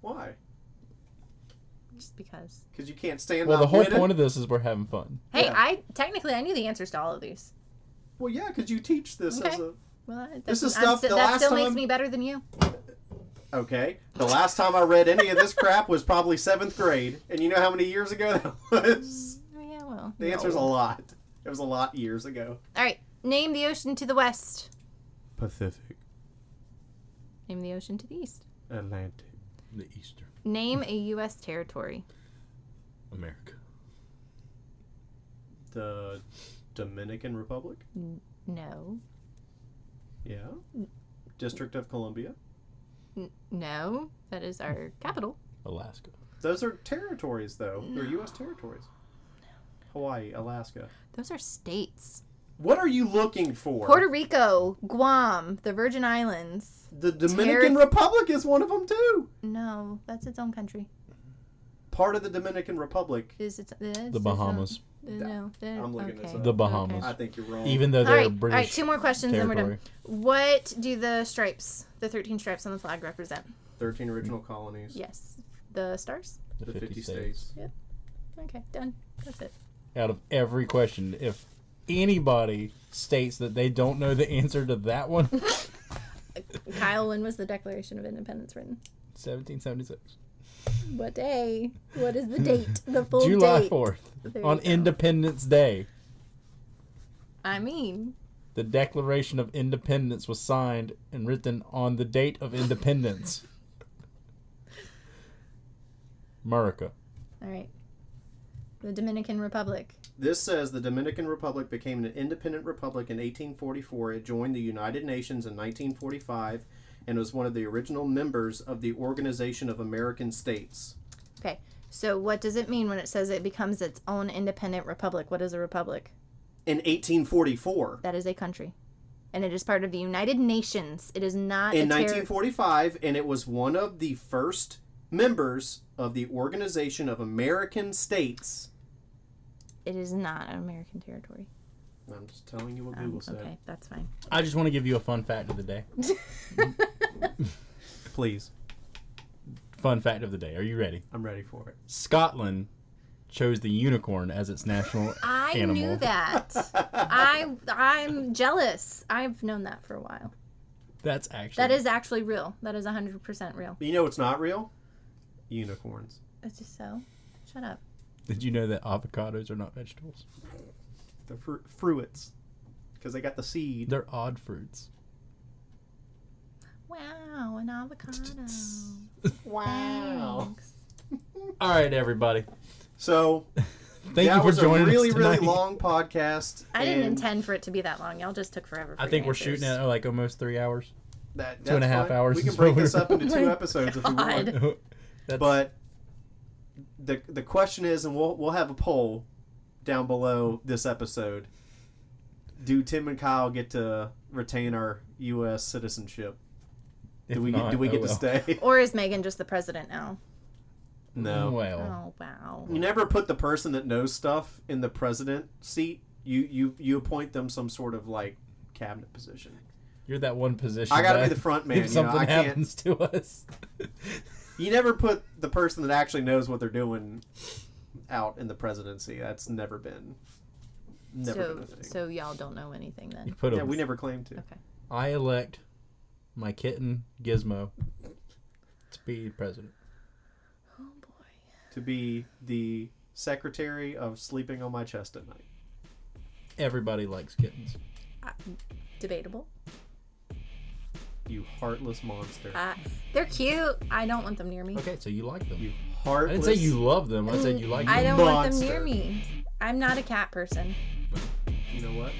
[SPEAKER 2] Why?
[SPEAKER 3] just because.
[SPEAKER 2] Because you can't stand
[SPEAKER 4] Well,
[SPEAKER 2] out
[SPEAKER 4] the whole
[SPEAKER 2] winning?
[SPEAKER 4] point of this is we're having fun.
[SPEAKER 3] Hey,
[SPEAKER 2] Yeah.
[SPEAKER 3] I technically I knew the answers to all of these.
[SPEAKER 2] Well, yeah, because you teach this as
[SPEAKER 3] Okay.
[SPEAKER 2] a.
[SPEAKER 3] Well, that-
[SPEAKER 2] This
[SPEAKER 3] that's-
[SPEAKER 2] is
[SPEAKER 3] I'm
[SPEAKER 2] stuff
[SPEAKER 3] sti-
[SPEAKER 2] the
[SPEAKER 3] that
[SPEAKER 2] last
[SPEAKER 3] still makes
[SPEAKER 2] time-
[SPEAKER 3] me better than you.
[SPEAKER 2] Okay. The last time I read any of this crap was probably seventh grade, and you know how many years ago that (laughs) was.
[SPEAKER 3] Oh, yeah, well.
[SPEAKER 2] The answer's a lot. It was a lot years ago.
[SPEAKER 3] All right. Name the ocean to the west.
[SPEAKER 2] Pacific,
[SPEAKER 3] Name the ocean to the east.
[SPEAKER 2] Atlantic,
[SPEAKER 4] The Eastern
[SPEAKER 3] Name a U.S. territory.
[SPEAKER 4] America.
[SPEAKER 2] the Dominican Republic.
[SPEAKER 3] No.
[SPEAKER 2] Yeah. District of Columbia.
[SPEAKER 3] N- no. That is our capital.
[SPEAKER 4] Alaska.
[SPEAKER 2] Those are territories, though. They're U.S. territories. Hawaii, Alaska.
[SPEAKER 3] Those are states.
[SPEAKER 2] What are you looking for?
[SPEAKER 3] Puerto Rico, Guam, the Virgin Islands.
[SPEAKER 2] the Dominican
[SPEAKER 3] Terri-
[SPEAKER 2] Republic is one of them too.
[SPEAKER 3] No, that's its own country.
[SPEAKER 2] Part of the Dominican Republic.
[SPEAKER 3] Is its, it is its
[SPEAKER 4] The
[SPEAKER 3] own-
[SPEAKER 4] Bahamas.
[SPEAKER 3] uh, no, they're-
[SPEAKER 2] I'm looking this
[SPEAKER 3] okay.
[SPEAKER 2] up.
[SPEAKER 4] The Bahamas.
[SPEAKER 2] I think you're wrong.
[SPEAKER 4] Even though
[SPEAKER 3] All
[SPEAKER 4] they're
[SPEAKER 3] right, all
[SPEAKER 4] British.
[SPEAKER 3] right. Two more questions, and we're
[SPEAKER 4] territory.
[SPEAKER 3] done. What do the stripes, the thirteen stripes on the flag, represent?
[SPEAKER 2] Thirteen original colonies.
[SPEAKER 3] Yes, the stars.
[SPEAKER 4] The,
[SPEAKER 2] The
[SPEAKER 4] 50,
[SPEAKER 2] 50
[SPEAKER 4] states.
[SPEAKER 2] states.
[SPEAKER 3] Okay, done. That's
[SPEAKER 4] (laughs)
[SPEAKER 3] it.
[SPEAKER 4] Out of every question, if anybody states that they don't know the answer to that one, (laughs)
[SPEAKER 3] Kyle, when was the Declaration of Independence written?
[SPEAKER 4] 1776.
[SPEAKER 3] What day? What
[SPEAKER 4] (laughs)
[SPEAKER 3] is the date? The full
[SPEAKER 4] July
[SPEAKER 3] date.
[SPEAKER 4] 4th.
[SPEAKER 3] There
[SPEAKER 4] On
[SPEAKER 3] you go.
[SPEAKER 4] Independence Day,
[SPEAKER 3] I mean,
[SPEAKER 4] the Declaration of Independence was signed and written on the date of independence. (laughs) America.
[SPEAKER 3] all right. The Dominican Republic.
[SPEAKER 2] This says the Dominican Republic became an independent republic in 1844. It joined the United Nations in 1945 and was one of the original members of the Organization of American States.
[SPEAKER 3] Okay. So what does it mean when it says it becomes its own independent republic? What is a republic?
[SPEAKER 2] In 1844.
[SPEAKER 3] That is a country. and it is part of the United Nations. It is not
[SPEAKER 2] in
[SPEAKER 3] a terror-
[SPEAKER 2] 1945, and it was one of the first members of the Organization of American States.
[SPEAKER 3] It is not an American territory.
[SPEAKER 2] I'm just telling you what
[SPEAKER 3] Um,
[SPEAKER 2] Google said.
[SPEAKER 3] okay, that's fine.
[SPEAKER 4] I just want to give you a fun fact of the day.
[SPEAKER 2] Please,
[SPEAKER 4] Fun fact of the day. Are you ready?
[SPEAKER 2] I'm ready for (laughs) it.
[SPEAKER 4] Scotland chose the unicorn as
[SPEAKER 3] (laughs)
[SPEAKER 4] its national
[SPEAKER 3] I
[SPEAKER 4] animal.
[SPEAKER 3] knew that.
[SPEAKER 4] (laughs)
[SPEAKER 3] I I'm jealous. I've known that for a while.
[SPEAKER 4] That's actually
[SPEAKER 3] That is actually real. That is 100% real.
[SPEAKER 2] You know it's not real? Unicorns.
[SPEAKER 3] It's just so. Shut up.
[SPEAKER 4] Did you know that avocados are not vegetables?
[SPEAKER 2] They're fru- fruits. Because they got the seed.
[SPEAKER 4] They're odd fruits.
[SPEAKER 3] Wow, an avocado.
[SPEAKER 2] Wow.
[SPEAKER 4] All right, everybody.
[SPEAKER 2] So,
[SPEAKER 4] Thank
[SPEAKER 2] that
[SPEAKER 4] you for
[SPEAKER 2] was
[SPEAKER 4] joining
[SPEAKER 2] a really,
[SPEAKER 4] us
[SPEAKER 2] really
[SPEAKER 4] tonight.
[SPEAKER 2] long podcast.
[SPEAKER 3] I didn't
[SPEAKER 2] and
[SPEAKER 3] intend for it to be that long. Y'all just took forever. For
[SPEAKER 4] I
[SPEAKER 3] your
[SPEAKER 4] think we're
[SPEAKER 3] answers.
[SPEAKER 4] shooting at oh, like almost three (laughs) hours.
[SPEAKER 2] that,
[SPEAKER 4] two and a
[SPEAKER 2] that's
[SPEAKER 4] half
[SPEAKER 2] fine.
[SPEAKER 4] hours
[SPEAKER 2] We can
[SPEAKER 4] is what
[SPEAKER 2] break this
[SPEAKER 4] we're-
[SPEAKER 2] up into
[SPEAKER 3] (laughs) Oh
[SPEAKER 2] two
[SPEAKER 3] my
[SPEAKER 2] episodes if we
[SPEAKER 3] God.
[SPEAKER 2] want.
[SPEAKER 4] That's-
[SPEAKER 2] But the the question is, and we'll we'll have a poll down below this episode. Do Tim and Kyle get to retain our U.S. citizenship?
[SPEAKER 4] if
[SPEAKER 2] Do we
[SPEAKER 4] not,
[SPEAKER 2] get, do we
[SPEAKER 4] oh
[SPEAKER 2] get
[SPEAKER 4] well.
[SPEAKER 2] to
[SPEAKER 4] (laughs)
[SPEAKER 2] stay?
[SPEAKER 3] Or is Megan just the president now?
[SPEAKER 2] No.
[SPEAKER 4] Well,
[SPEAKER 3] Oh wow.
[SPEAKER 2] You never put the person that knows stuff in the president seat. You you you appoint them some sort of like cabinet position.
[SPEAKER 4] you're that one position.
[SPEAKER 2] I gotta
[SPEAKER 4] that (laughs)
[SPEAKER 2] be the front man.
[SPEAKER 4] If
[SPEAKER 2] You know,
[SPEAKER 4] something
[SPEAKER 2] I can't.
[SPEAKER 4] happens to us,
[SPEAKER 2] (laughs) You never put the person that actually knows what they're doing out in the presidency. That's never been. Never been
[SPEAKER 3] So
[SPEAKER 2] a thing.
[SPEAKER 3] so y'all don't know anything
[SPEAKER 4] you
[SPEAKER 3] then.
[SPEAKER 4] put
[SPEAKER 2] yeah,
[SPEAKER 4] a-
[SPEAKER 2] we never claimed to.
[SPEAKER 3] Okay.
[SPEAKER 4] I elect my kitten Gizmo to be president.
[SPEAKER 3] Oh boy.
[SPEAKER 2] To be the secretary of sleeping on my chest at night.
[SPEAKER 4] Everybody likes kittens.
[SPEAKER 3] Debatable.
[SPEAKER 2] You heartless monster.
[SPEAKER 3] Uh, they're cute. I don't want them near me.
[SPEAKER 4] Okay, so you like them.
[SPEAKER 2] You
[SPEAKER 4] I didn't
[SPEAKER 2] heartless.
[SPEAKER 4] say you love them. I said you like
[SPEAKER 3] I
[SPEAKER 4] them.
[SPEAKER 3] don't want them near
[SPEAKER 2] Monster.
[SPEAKER 3] me. I'm not a cat person.
[SPEAKER 2] You know what?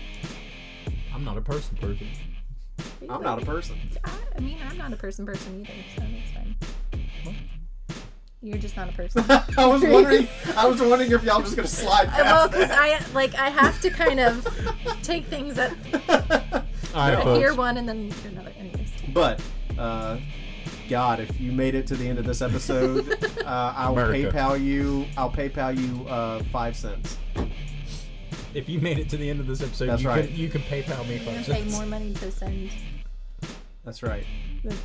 [SPEAKER 4] I'm not a person person.
[SPEAKER 2] I'm not a person. (laughs)
[SPEAKER 3] I, I mean, I'm not a person person either, so that's fine. You're just not
[SPEAKER 2] (laughs)
[SPEAKER 3] a person.
[SPEAKER 2] I was wondering. I was wondering if y'all just gonna slide
[SPEAKER 3] I- well,
[SPEAKER 2] past
[SPEAKER 3] because
[SPEAKER 2] that.
[SPEAKER 3] I like I have to kind of take
[SPEAKER 2] (laughs)
[SPEAKER 3] things at
[SPEAKER 4] All right, folks.
[SPEAKER 3] year one and then year another. Anyways,
[SPEAKER 2] But, uh, God, if you made it to the end of this
[SPEAKER 3] (laughs)
[SPEAKER 2] episode, uh, I'll
[SPEAKER 4] America.
[SPEAKER 2] PayPal you. I'll PayPal you uh, five cents.
[SPEAKER 4] If you made it to the end of this episode,
[SPEAKER 2] That's
[SPEAKER 4] you
[SPEAKER 2] right.
[SPEAKER 4] can you can PayPal me
[SPEAKER 3] I'm gonna
[SPEAKER 4] five
[SPEAKER 3] pay
[SPEAKER 4] cents.
[SPEAKER 3] more money to send.
[SPEAKER 2] That's right.
[SPEAKER 3] Okay.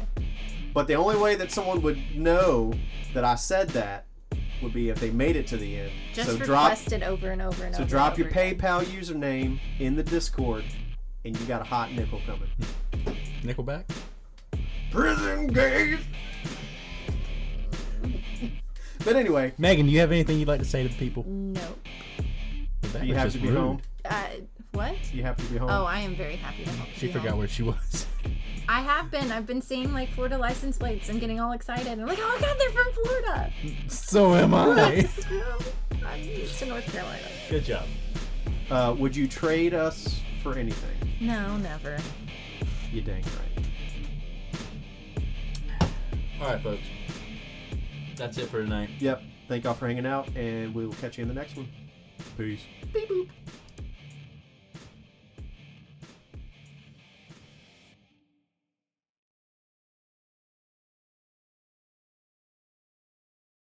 [SPEAKER 2] But the only way that someone would know that I said that would be if they made it to the end.
[SPEAKER 3] Just
[SPEAKER 2] so drop.
[SPEAKER 3] request it over and over and
[SPEAKER 2] So
[SPEAKER 3] over.
[SPEAKER 2] drop
[SPEAKER 3] and
[SPEAKER 2] your
[SPEAKER 3] over again.
[SPEAKER 2] PayPal username in the Discord, and you got a hot nickel
[SPEAKER 4] (laughs)
[SPEAKER 2] coming.
[SPEAKER 4] (laughs) Nickelback.
[SPEAKER 2] Prison gate. but anyway,
[SPEAKER 4] Megan, do you have anything you'd like to say to the people?
[SPEAKER 3] No.
[SPEAKER 4] That
[SPEAKER 2] you
[SPEAKER 4] was
[SPEAKER 2] have
[SPEAKER 4] just
[SPEAKER 2] to be
[SPEAKER 4] rude.
[SPEAKER 2] home.
[SPEAKER 3] Uh, what?
[SPEAKER 2] You have to be home.
[SPEAKER 3] Oh, I am very happy to help.
[SPEAKER 4] She
[SPEAKER 3] you
[SPEAKER 4] forgot
[SPEAKER 3] all.
[SPEAKER 4] where she was. (laughs)
[SPEAKER 3] I have been. I've been seeing like Florida license plates and getting all excited. I'm like, oh my god, they're from Florida.
[SPEAKER 4] so am I.
[SPEAKER 3] (laughs) I'm used to North Carolina.
[SPEAKER 4] Good job.
[SPEAKER 2] Uh, would you trade us for anything?
[SPEAKER 3] No, never.
[SPEAKER 2] You dang right.
[SPEAKER 4] All right, folks. That's it for tonight.
[SPEAKER 2] Yep. Thank y'all for hanging out, and we will catch you in the next one. Peace.
[SPEAKER 3] Beep boop.